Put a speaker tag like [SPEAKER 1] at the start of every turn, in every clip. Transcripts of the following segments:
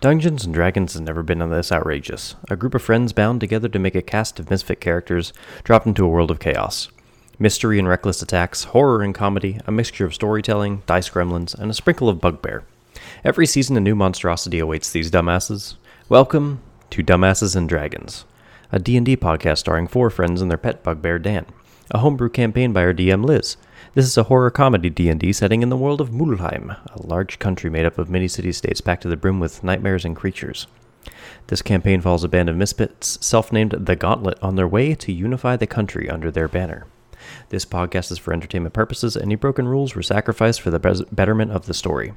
[SPEAKER 1] Dungeons and Dragons has never been this outrageous. A group of friends bound together to make a cast of misfit characters dropped into a world of chaos. Mystery and reckless attacks, horror and comedy, a mixture of storytelling, dice gremlins, and a sprinkle of bugbear. Every season, a new monstrosity awaits these dumbasses. Welcome to Dumbasses and Dragons, a D&D podcast starring four friends and their pet bugbear Dan, a homebrew campaign by our DM Liz. This is a horror comedy D&D setting in the world of Mulheim, a large country made up of many city-states packed to the brim with nightmares and creatures. This campaign follows a band of misfits self-named the Gauntlet on their way to unify the country under their banner. This podcast is for entertainment purposes. Any broken rules were sacrificed for the bes- betterment of the story.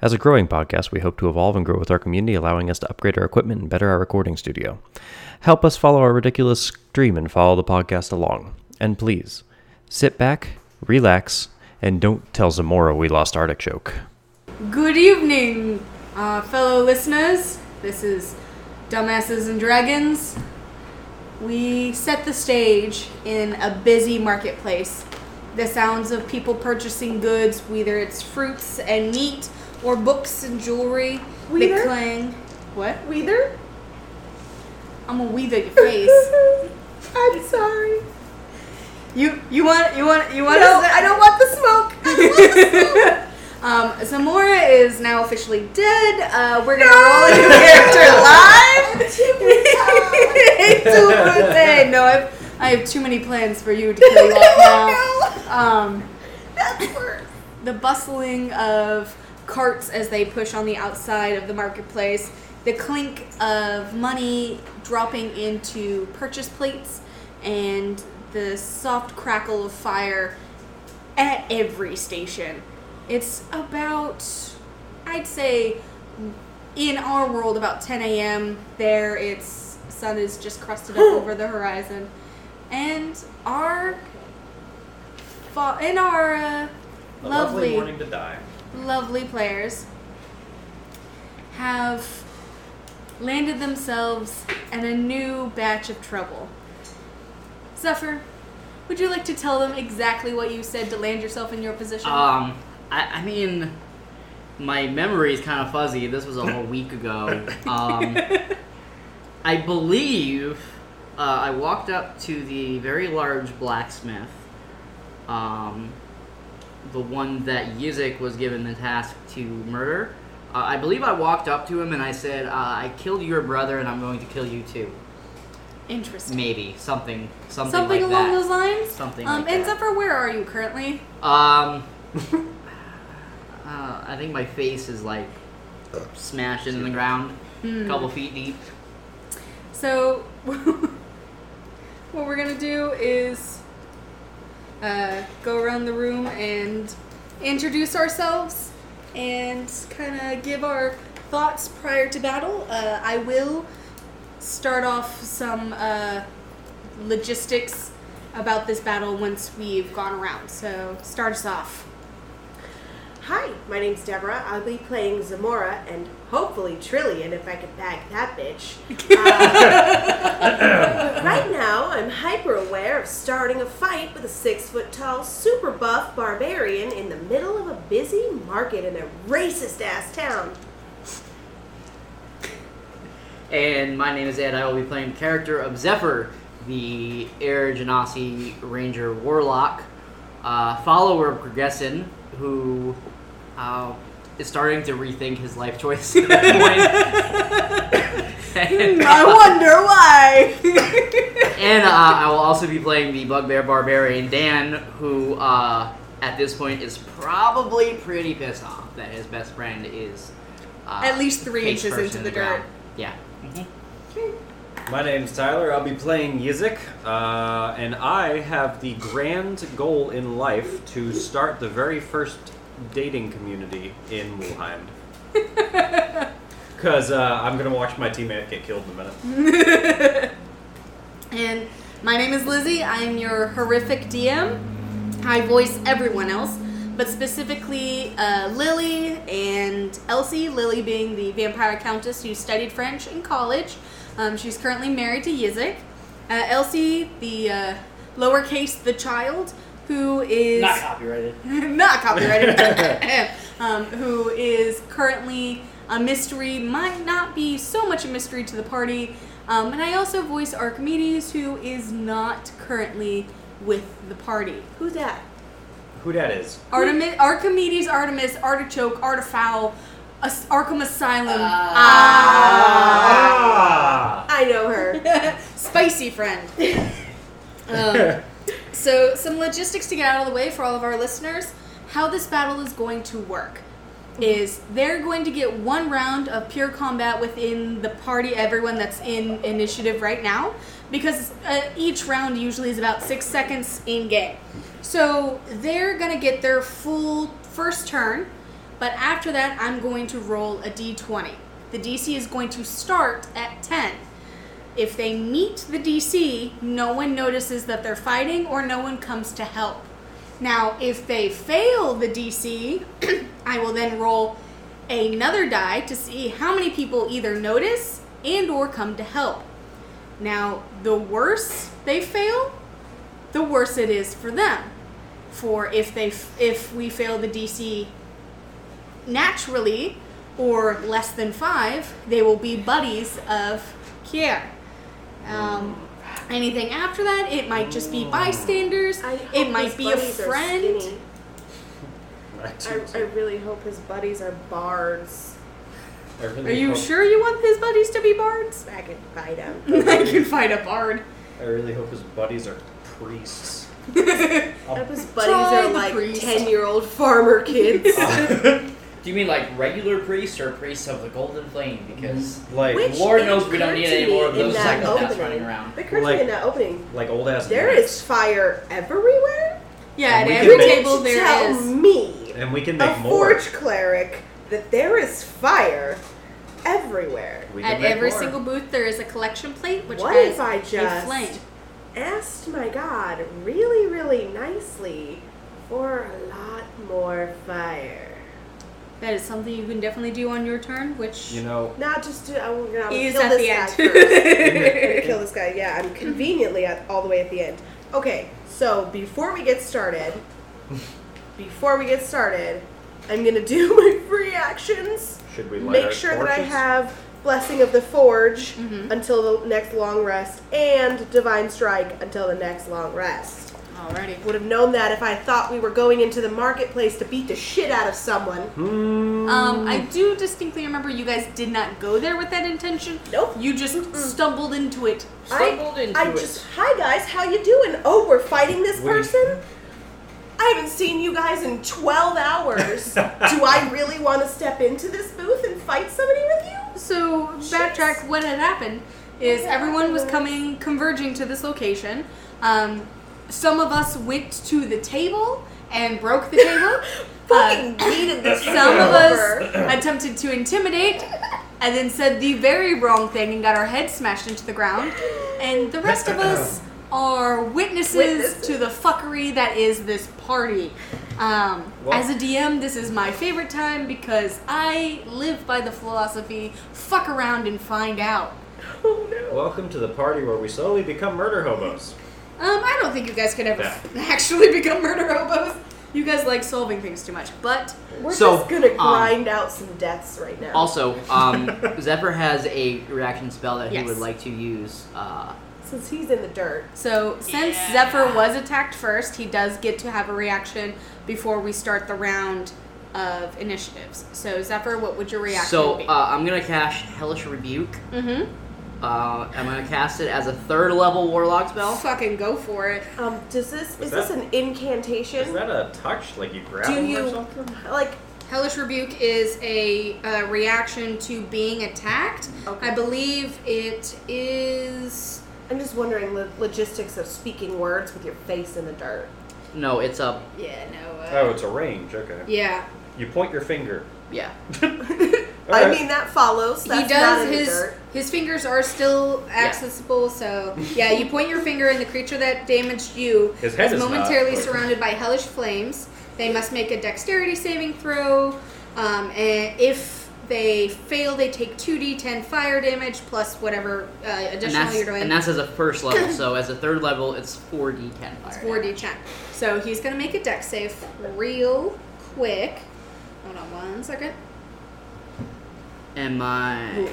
[SPEAKER 1] As a growing podcast, we hope to evolve and grow with our community, allowing us to upgrade our equipment and better our recording studio. Help us follow our ridiculous dream and follow the podcast along. And please, sit back, relax, and don't tell Zamora we lost Artichoke.
[SPEAKER 2] Good evening, uh, fellow listeners. This is Dumbasses and Dragons. We set the stage in a busy marketplace. The sounds of people purchasing goods, whether it's fruits and meat or books and jewelry, they
[SPEAKER 3] Wheather?
[SPEAKER 2] clang. What?
[SPEAKER 3] Weather?
[SPEAKER 2] I'm gonna weave at your face.
[SPEAKER 3] I'm sorry.
[SPEAKER 2] you you want you want you
[SPEAKER 3] No,
[SPEAKER 2] want us to-
[SPEAKER 3] I don't want the smoke. I don't want the smoke.
[SPEAKER 2] Um, Zamora is now officially dead. Uh, we're gonna roll a new character live. Too bad. no, I've, I have too many plans for you to kill you off
[SPEAKER 3] no,
[SPEAKER 2] now. Um,
[SPEAKER 3] that's worse.
[SPEAKER 2] the bustling of carts as they push on the outside of the marketplace, the clink of money dropping into purchase plates, and the soft crackle of fire at every station. It's about, I'd say, in our world, about 10 a.m. There, it's sun is just crusted up over the horizon, and our fa- in our uh, lovely, lovely,
[SPEAKER 1] to die.
[SPEAKER 2] players have landed themselves in a new batch of trouble. Zephyr, would you like to tell them exactly what you said to land yourself in your position?
[SPEAKER 4] Um, I, I mean, my memory is kind of fuzzy. This was a whole week ago. Um, I believe uh, I walked up to the very large blacksmith, um, the one that Yizik was given the task to murder. Uh, I believe I walked up to him and I said, uh, "I killed your brother, and I'm going to kill you too."
[SPEAKER 2] Interesting.
[SPEAKER 4] Maybe something, something,
[SPEAKER 2] Something
[SPEAKER 4] like
[SPEAKER 2] along
[SPEAKER 4] that.
[SPEAKER 2] those lines.
[SPEAKER 4] Something
[SPEAKER 2] Um,
[SPEAKER 4] like
[SPEAKER 2] and
[SPEAKER 4] that.
[SPEAKER 2] Zephyr, where are you currently?
[SPEAKER 4] Um, uh, I think my face is like smashed in the ground, a couple feet deep.
[SPEAKER 2] So, what we're gonna do is uh, go around the room and introduce ourselves and kind of give our thoughts prior to battle. Uh, I will start off some uh, logistics about this battle once we've gone around. So, start us off.
[SPEAKER 3] Hi, my name's Deborah. I'll be playing Zamora and hopefully Trillian if I can bag that bitch. Uh, right now, I'm hyper aware of starting a fight with a six foot tall, super buff barbarian in the middle of a busy market in a racist ass town.
[SPEAKER 4] And my name is Ed. I will be playing the character of Zephyr, the Air Genasi Ranger Warlock, uh, follower of Gregessen, who uh, is starting to rethink his life choice. at this point.
[SPEAKER 3] I wonder why.
[SPEAKER 4] And uh, I will also be playing the Bugbear Barbarian Dan, who uh, at this point is probably pretty pissed off that his best friend is uh,
[SPEAKER 2] At least three
[SPEAKER 4] face
[SPEAKER 2] inches
[SPEAKER 4] person
[SPEAKER 2] into
[SPEAKER 4] in
[SPEAKER 2] the
[SPEAKER 4] ground. Yeah.
[SPEAKER 5] My name's Tyler. I'll be playing Yizik, uh, and I have the grand goal in life to start the very first dating community in Mulheim. Because uh, I'm going to watch my teammate get killed in a minute.
[SPEAKER 2] And my name is Lizzie. I'm your horrific DM. I voice everyone else, but specifically uh, Lily and Elsie. Lily being the vampire countess who studied French in college. Um, she's currently married to Yizik. Uh, Elsie, the uh, lowercase the child, who is
[SPEAKER 4] copyrighted.
[SPEAKER 2] not copyrighted, um, who is currently A mystery might not be so much a mystery to the party. Um, and I also voice Archimedes, who is not currently with the party.
[SPEAKER 3] Who's that?
[SPEAKER 5] Who that is?
[SPEAKER 2] Artemis, Archimedes, Artemis, Artichoke, Artifowl, As- Arkham Asylum.
[SPEAKER 5] Ah!
[SPEAKER 3] I know her.
[SPEAKER 2] Ah. Spicy friend. Um, so, some logistics to get out of the way for all of our listeners. How this battle is going to work is they're going to get one round of pure combat within the party, everyone that's in initiative right now, because uh, each round usually is about six seconds in game. So, they're going to get their full first turn, but after that, I'm going to roll a d20. The DC is going to start at 10. If they meet the DC, no one notices that they're fighting or no one comes to help. Now, if they fail the DC, I will then roll another die to see how many people either notice and or come to help. Now, the worse they fail, the worse it is for them. For if they f- if we fail the DC naturally or less than five, they will be buddies of Kier. Um, anything after that, it might just be bystanders.
[SPEAKER 3] I hope
[SPEAKER 2] It might
[SPEAKER 3] his
[SPEAKER 2] be a
[SPEAKER 3] buddies are
[SPEAKER 2] friend.
[SPEAKER 3] skinny.
[SPEAKER 5] I,
[SPEAKER 3] I, I really hope his buddies are bards.
[SPEAKER 5] really
[SPEAKER 2] Are you
[SPEAKER 5] hope,
[SPEAKER 2] sure you want his buddies to be bards?
[SPEAKER 3] I could fight him.
[SPEAKER 2] I can fight a bard.
[SPEAKER 5] I really hope his buddies are priests.
[SPEAKER 3] I hope his buddies
[SPEAKER 2] Try
[SPEAKER 3] are
[SPEAKER 2] the
[SPEAKER 3] like
[SPEAKER 2] priest.
[SPEAKER 3] ten-year-old farmer kids.
[SPEAKER 6] Do you mean like regular priests or priests of the Golden Flame? Because
[SPEAKER 5] Like
[SPEAKER 3] Which
[SPEAKER 6] Lord knows we don't
[SPEAKER 3] occurred
[SPEAKER 6] need
[SPEAKER 3] to
[SPEAKER 6] any more
[SPEAKER 3] me
[SPEAKER 6] of
[SPEAKER 3] in
[SPEAKER 6] those
[SPEAKER 3] that
[SPEAKER 6] psychopaths
[SPEAKER 3] opening.
[SPEAKER 6] running around.
[SPEAKER 3] It occurred to me
[SPEAKER 5] Like-
[SPEAKER 3] in that opening.
[SPEAKER 5] like old ass.
[SPEAKER 3] There
[SPEAKER 5] knights.
[SPEAKER 3] is fire everywhere.
[SPEAKER 2] Yeah, at
[SPEAKER 5] We can
[SPEAKER 2] every
[SPEAKER 5] make-
[SPEAKER 2] table
[SPEAKER 3] You
[SPEAKER 2] there
[SPEAKER 3] tell
[SPEAKER 2] is.
[SPEAKER 3] me,
[SPEAKER 5] and we can make
[SPEAKER 3] a
[SPEAKER 5] more.
[SPEAKER 3] forge cleric, that there is fire everywhere.
[SPEAKER 5] We can
[SPEAKER 2] At
[SPEAKER 5] make
[SPEAKER 2] every
[SPEAKER 5] more.
[SPEAKER 2] single booth, there is a collection plate which
[SPEAKER 3] What
[SPEAKER 2] has
[SPEAKER 3] if I
[SPEAKER 2] a
[SPEAKER 3] just-
[SPEAKER 2] flame.
[SPEAKER 3] Asked my god really, really nicely for a lot more fire.
[SPEAKER 2] That is something you can definitely do on your turn, which
[SPEAKER 5] You know,
[SPEAKER 3] Not just do. I'm gonna
[SPEAKER 2] is
[SPEAKER 3] kill
[SPEAKER 2] at
[SPEAKER 3] this
[SPEAKER 2] the
[SPEAKER 3] guy
[SPEAKER 2] end.
[SPEAKER 3] first. I'm gonna kill this guy. Yeah, I'm conveniently at all the way at the end. Okay, so before we get started, before we get started, I'm gonna do my free actions.
[SPEAKER 5] should we light
[SPEAKER 3] Make
[SPEAKER 5] our
[SPEAKER 3] sure
[SPEAKER 5] torches?
[SPEAKER 3] that I have blessing of the forge
[SPEAKER 2] Mm-hmm.
[SPEAKER 3] until the next long rest, and divine strike until the next long rest.
[SPEAKER 2] Alrighty.
[SPEAKER 3] Would have known that if I thought we were going into the marketplace to beat the shit out of someone.
[SPEAKER 5] Hmm.
[SPEAKER 2] Um, I do distinctly remember you guys did not go there with that intention.
[SPEAKER 3] Nope.
[SPEAKER 2] You just stumbled into it.
[SPEAKER 4] Stumbled into
[SPEAKER 3] I
[SPEAKER 4] it.
[SPEAKER 3] just, hi guys, how you doing? Oh, we're fighting this
[SPEAKER 5] We-
[SPEAKER 3] person? I haven't seen you guys in 12 hours. Do I really want to step into this booth and fight somebody with you?
[SPEAKER 2] So backtrack. What had happened is everyone was coming, converging to this location. Um, some of us went to the table and broke the table.
[SPEAKER 3] Fucking
[SPEAKER 2] Uh,
[SPEAKER 3] needed this
[SPEAKER 2] some of
[SPEAKER 3] over.
[SPEAKER 2] us attempted to intimidate, and then said the very wrong thing and got our heads smashed into the ground. And the rest of us are witnesses,
[SPEAKER 3] Witnesses.
[SPEAKER 2] to the fuckery that is this party. Um,
[SPEAKER 5] Well-
[SPEAKER 2] as a DM, this is my favorite time because I live by the philosophy fuck around and find out.
[SPEAKER 3] Oh no.
[SPEAKER 5] Welcome to the party where we slowly become murder hobos.
[SPEAKER 2] Um, I don't think you guys could ever
[SPEAKER 5] Yeah.
[SPEAKER 2] actually become murder hobos. You guys like solving things too much, but
[SPEAKER 3] We're
[SPEAKER 4] So,
[SPEAKER 3] just gonna
[SPEAKER 4] um,
[SPEAKER 3] grind out some deaths right now.
[SPEAKER 4] Also, um, Zephyr has a reaction spell that
[SPEAKER 2] Yes.
[SPEAKER 4] he would like to use. Uh,
[SPEAKER 3] Since he's in the dirt.
[SPEAKER 2] so since Zephyr was attacked first, he does get to have a reaction before we start the round of initiatives. So Zephyr, what would your reaction
[SPEAKER 4] so
[SPEAKER 2] be?
[SPEAKER 4] uh, I'm gonna cast Hellish Rebuke.
[SPEAKER 2] mm-hmm.
[SPEAKER 4] Uh, I'm gonna cast it as a third level Warlock spell.
[SPEAKER 2] Fucking go for it.
[SPEAKER 3] Um, does this, is
[SPEAKER 5] that-
[SPEAKER 3] this an
[SPEAKER 5] Is
[SPEAKER 3] incantation?
[SPEAKER 5] that a touch? Like you grab
[SPEAKER 3] Do
[SPEAKER 5] them
[SPEAKER 3] you-
[SPEAKER 5] or something?
[SPEAKER 3] Like,
[SPEAKER 2] Hellish Rebuke is a uh, reaction to being attacked.
[SPEAKER 3] Okay.
[SPEAKER 2] I believe it is.
[SPEAKER 3] I'm just wondering the logistics of speaking words with your face in the dirt.
[SPEAKER 4] No, it's a
[SPEAKER 2] Yeah, no.
[SPEAKER 3] uh,
[SPEAKER 5] Oh, it's a range. Okay.
[SPEAKER 2] Yeah.
[SPEAKER 5] You point your finger.
[SPEAKER 4] yeah.
[SPEAKER 3] I
[SPEAKER 5] Okay.
[SPEAKER 3] mean, that follows. That's
[SPEAKER 2] he
[SPEAKER 3] not
[SPEAKER 2] does.
[SPEAKER 3] in the
[SPEAKER 2] His
[SPEAKER 3] dirt.
[SPEAKER 2] his fingers are still accessible, so yeah. You point your finger, and the creature that damaged you
[SPEAKER 5] His head is not.
[SPEAKER 2] momentarily surrounded by hellish flames. They must make a dexterity saving throw, um, and if they fail, they take two d10 fire damage plus whatever uh,
[SPEAKER 4] And
[SPEAKER 2] additional
[SPEAKER 4] that's,
[SPEAKER 2] you're doing.
[SPEAKER 4] and that's as a first level. So as a third level, it's 4d10 fire.
[SPEAKER 2] It's 4d10. So he's gonna make a deck save real quick. Hold on one second.
[SPEAKER 4] and my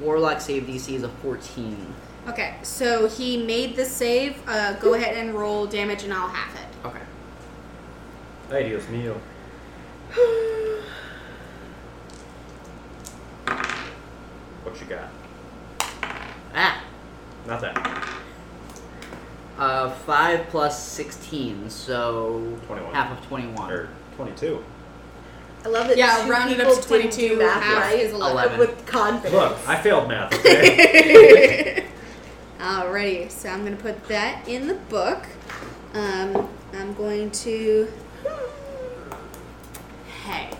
[SPEAKER 4] warlock save DC is a fourteen.
[SPEAKER 2] Okay, so he made the save. Uh, go ahead and roll damage, and I'll half it.
[SPEAKER 4] Okay.
[SPEAKER 5] Ay, Dios mío. What you got?
[SPEAKER 4] Ah,
[SPEAKER 5] Not that.
[SPEAKER 4] uh, five plus sixteen, so
[SPEAKER 5] 21.
[SPEAKER 4] half of twenty-one.
[SPEAKER 5] Or 22.
[SPEAKER 3] I love that.
[SPEAKER 2] Yeah,
[SPEAKER 3] two
[SPEAKER 2] rounded up
[SPEAKER 3] people
[SPEAKER 2] to
[SPEAKER 3] didn't
[SPEAKER 2] 22,
[SPEAKER 3] do math,
[SPEAKER 2] half
[SPEAKER 3] right?
[SPEAKER 2] is 11.
[SPEAKER 4] Eleven.
[SPEAKER 3] With confidence.
[SPEAKER 5] Look, I failed math, okay?
[SPEAKER 2] Alrighty, so I'm gonna put that in the book. Um, I'm going to. Hey.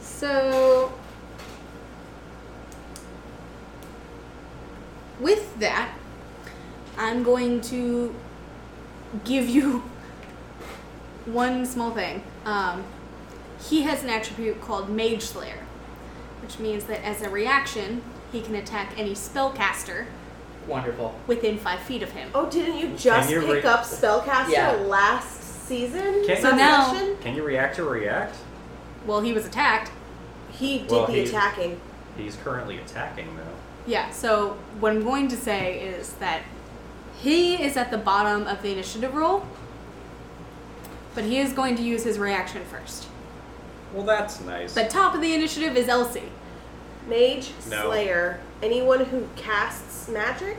[SPEAKER 2] So. With that, I'm going to give you one small thing. Um, he has an attribute called Mage Slayer, which means that as a reaction, he can attack any spellcaster
[SPEAKER 6] Wonderful.
[SPEAKER 2] within five feet of him.
[SPEAKER 3] oh, didn't you just
[SPEAKER 5] you
[SPEAKER 3] pick
[SPEAKER 5] re-
[SPEAKER 3] up spellcaster
[SPEAKER 6] Yeah.
[SPEAKER 3] last season?
[SPEAKER 5] Can-
[SPEAKER 2] So now-
[SPEAKER 3] session?
[SPEAKER 5] Can you react to react?
[SPEAKER 2] Well, he was attacked.
[SPEAKER 3] he did
[SPEAKER 5] Well,
[SPEAKER 3] the
[SPEAKER 5] he-
[SPEAKER 3] attacking.
[SPEAKER 5] He's currently attacking, though.
[SPEAKER 2] Yeah, so what I'm going to say is that he is at the bottom of the initiative roll, but he is going to use his reaction first.
[SPEAKER 5] Well, that's nice.
[SPEAKER 2] But top of the initiative is Elsie.
[SPEAKER 3] Mage,
[SPEAKER 5] No.
[SPEAKER 3] Slayer, anyone who casts magic.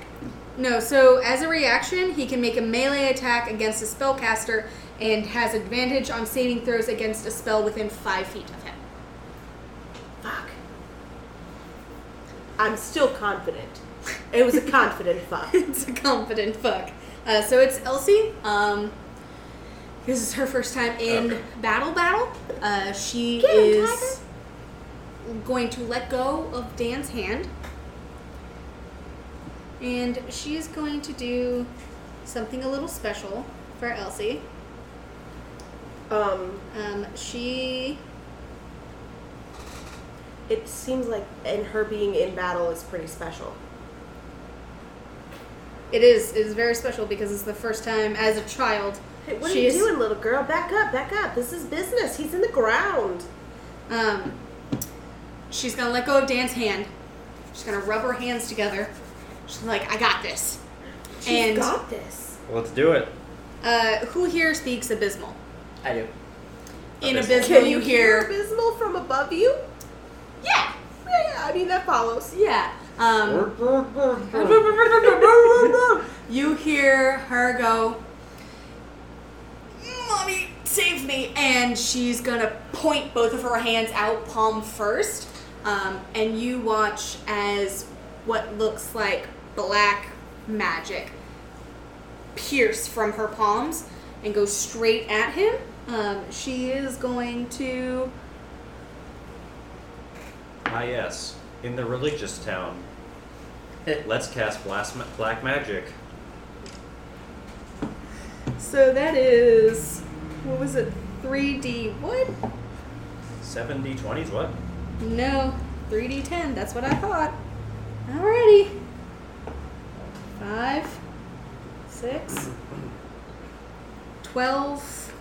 [SPEAKER 2] No, so as a reaction, he can make a melee attack against a spellcaster and has advantage on saving throws against a spell within five feet of him.
[SPEAKER 3] Fuck. I'm still confident. It was a confident fuck.
[SPEAKER 2] it's a confident fuck. Uh, so it's Elsie. Um, this is her first time in
[SPEAKER 5] Okay.
[SPEAKER 2] battle. Battle. Uh, she
[SPEAKER 3] Get him,
[SPEAKER 2] is going to let go of Dan's hand, and she is going to do something a little special for Elsie.
[SPEAKER 3] Um,
[SPEAKER 2] Um, she
[SPEAKER 3] it seems like and her being in battle is pretty special.
[SPEAKER 2] it is it is very special because it's the first time as a child.
[SPEAKER 3] Hey, what
[SPEAKER 2] she
[SPEAKER 3] are you
[SPEAKER 2] is-
[SPEAKER 3] doing, little girl? Back up, back up. This is business. He's in the ground.
[SPEAKER 2] Um, she's gonna let go of Dan's hand. She's gonna rub her hands together. She's like, "I got this."
[SPEAKER 3] She's
[SPEAKER 2] and
[SPEAKER 3] got this.
[SPEAKER 5] Let's do it.
[SPEAKER 2] uh, who here speaks abysmal?
[SPEAKER 6] I do.
[SPEAKER 2] In
[SPEAKER 5] Abysmal.
[SPEAKER 2] abysmal, you hear,
[SPEAKER 3] abysmal from above you?
[SPEAKER 2] yeah,
[SPEAKER 3] Yeah, yeah, I mean that follows.
[SPEAKER 2] yeah. Um,
[SPEAKER 3] Oh,
[SPEAKER 2] you hear her go, "Mommy, save me!" And she's gonna point both of her hands out, palm first. Um, and you watch as what looks like black magic pierce from her palms and go straight at him. Um, she is going to.
[SPEAKER 5] Ah, yes. In the religious town. Let's cast blast ma- black magic.
[SPEAKER 2] So that is. What was it? 3D what?
[SPEAKER 5] 7d20s, what?
[SPEAKER 2] No, 3D10. That's what I thought. Alrighty. Five, six, 12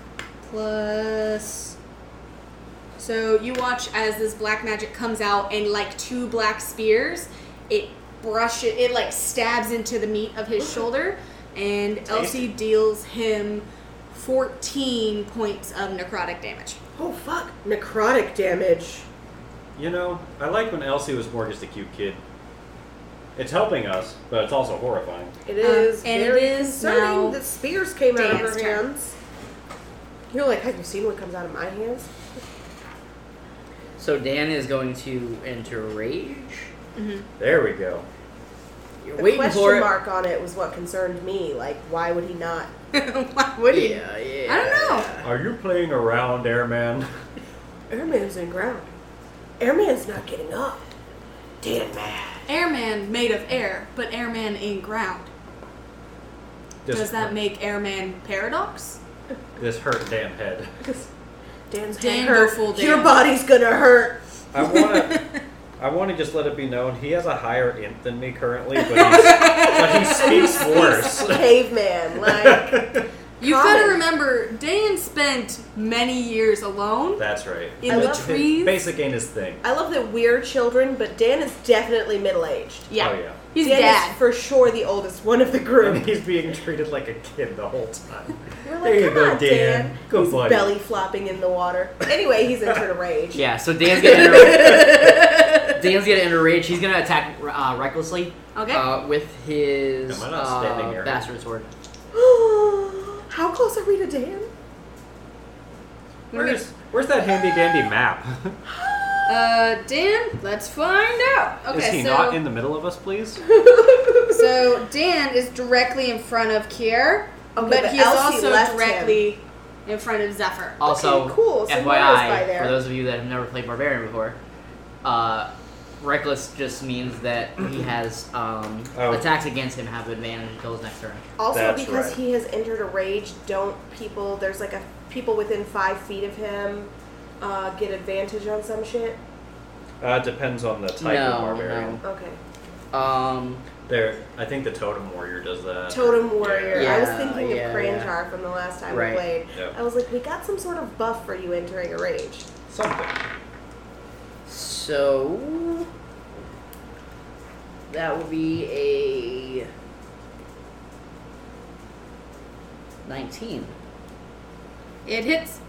[SPEAKER 2] plus. So you watch as this black magic comes out and like two black spears, it brushes, it like stabs into the meat of his shoulder, and Elsie deals him 14 points of necrotic damage.
[SPEAKER 3] Oh fuck. Necrotic damage.
[SPEAKER 5] You know, I like when Elsie was more just a cute kid. It's helping us, but it's also horrifying.
[SPEAKER 3] It is
[SPEAKER 2] Um, and it
[SPEAKER 3] very
[SPEAKER 2] is
[SPEAKER 3] concerning
[SPEAKER 2] now
[SPEAKER 3] that spears came out of her
[SPEAKER 2] Dan's turn.
[SPEAKER 3] hands. You're like, have you seen what comes out of my hands?
[SPEAKER 4] So Dan is going to enter rage.
[SPEAKER 5] There we go.
[SPEAKER 4] You're
[SPEAKER 3] The
[SPEAKER 4] waiting
[SPEAKER 3] question
[SPEAKER 4] for it.
[SPEAKER 3] mark on it was what concerned me. Like, why would he not?
[SPEAKER 2] Why would he?
[SPEAKER 4] Yeah, yeah.
[SPEAKER 2] I don't know.
[SPEAKER 5] Are you playing around, Airman?
[SPEAKER 3] Airman's in ground. Airman's not getting up. Damn man.
[SPEAKER 2] Airman made of air, but airman in ground.
[SPEAKER 5] This,
[SPEAKER 2] Does that make airman paradox?
[SPEAKER 5] This hurt damn head.
[SPEAKER 3] Dan's gonna
[SPEAKER 2] Dan,
[SPEAKER 3] hurt.
[SPEAKER 2] go full
[SPEAKER 3] Your
[SPEAKER 2] Dan.
[SPEAKER 3] body's gonna hurt.
[SPEAKER 5] I want to. I want to just let it be known he has a higher int than me currently, but, he's, but he speaks worse.
[SPEAKER 3] Caveman, like
[SPEAKER 2] You've got to
[SPEAKER 3] Common.
[SPEAKER 2] remember, Dan spent many years alone
[SPEAKER 5] That's right.
[SPEAKER 2] in
[SPEAKER 3] I
[SPEAKER 2] the
[SPEAKER 3] love it.
[SPEAKER 2] trees.
[SPEAKER 5] Basic ain't his thing.
[SPEAKER 3] I love that we're children, but Dan is definitely middle aged.
[SPEAKER 2] Yeah.
[SPEAKER 5] Oh, yeah.
[SPEAKER 2] He's
[SPEAKER 3] Dan
[SPEAKER 2] dad.
[SPEAKER 3] is for sure the oldest one of the
[SPEAKER 5] And
[SPEAKER 3] group.
[SPEAKER 5] he's being treated like a kid the whole time.
[SPEAKER 3] We're like,
[SPEAKER 5] There you
[SPEAKER 3] "Come
[SPEAKER 5] go,
[SPEAKER 3] on,
[SPEAKER 5] Dan. Go
[SPEAKER 3] he's
[SPEAKER 5] buddy."
[SPEAKER 3] belly flopping in the water. Anyway, he's entered a rage.
[SPEAKER 4] Yeah, so Dan's gonna enter, Dan's gonna enter rage. He's gonna attack uh, recklessly
[SPEAKER 2] Okay.
[SPEAKER 4] uh, with his
[SPEAKER 5] Am I not standing
[SPEAKER 4] uh,
[SPEAKER 5] here?
[SPEAKER 4] bastard sword.
[SPEAKER 3] How close are we to Dan?
[SPEAKER 5] Where's, where's that handy dandy map?
[SPEAKER 2] Uh, Dan, let's find out. Okay,
[SPEAKER 5] Is he
[SPEAKER 2] so
[SPEAKER 5] not in the middle of us, please?
[SPEAKER 2] so Dan is directly in front of Kier,
[SPEAKER 3] Okay,
[SPEAKER 2] but
[SPEAKER 3] but
[SPEAKER 2] he is
[SPEAKER 3] Elsie
[SPEAKER 2] also
[SPEAKER 3] left him.
[SPEAKER 2] directly in front of Zephyr.
[SPEAKER 4] Also,
[SPEAKER 3] Okay, cool. So Nora's by
[SPEAKER 4] FYI,
[SPEAKER 3] there.
[SPEAKER 4] for those of you that have never played Barbarian before, uh, reckless just means that he has um,
[SPEAKER 5] Oh.
[SPEAKER 4] attacks against him have advantage until his next turn.
[SPEAKER 3] Also,
[SPEAKER 5] That's
[SPEAKER 3] because
[SPEAKER 5] right.
[SPEAKER 3] he has entered a rage, don't people? There's like a people within five feet of him uh, get advantage on some shit.
[SPEAKER 5] Uh, depends on the type of
[SPEAKER 4] no,
[SPEAKER 5] barbarian.
[SPEAKER 3] Okay.
[SPEAKER 4] no. Um,
[SPEAKER 5] There, I think the totem warrior does that.
[SPEAKER 3] Totem warrior. I was
[SPEAKER 4] Yeah,
[SPEAKER 3] thinking
[SPEAKER 4] yeah,
[SPEAKER 3] of Kranjar from the last time
[SPEAKER 4] Right.
[SPEAKER 3] we played.
[SPEAKER 5] Yep.
[SPEAKER 3] I was like, we got some sort of buff for you entering a rage.
[SPEAKER 5] Something.
[SPEAKER 4] so that will be a nineteen.
[SPEAKER 2] It hits.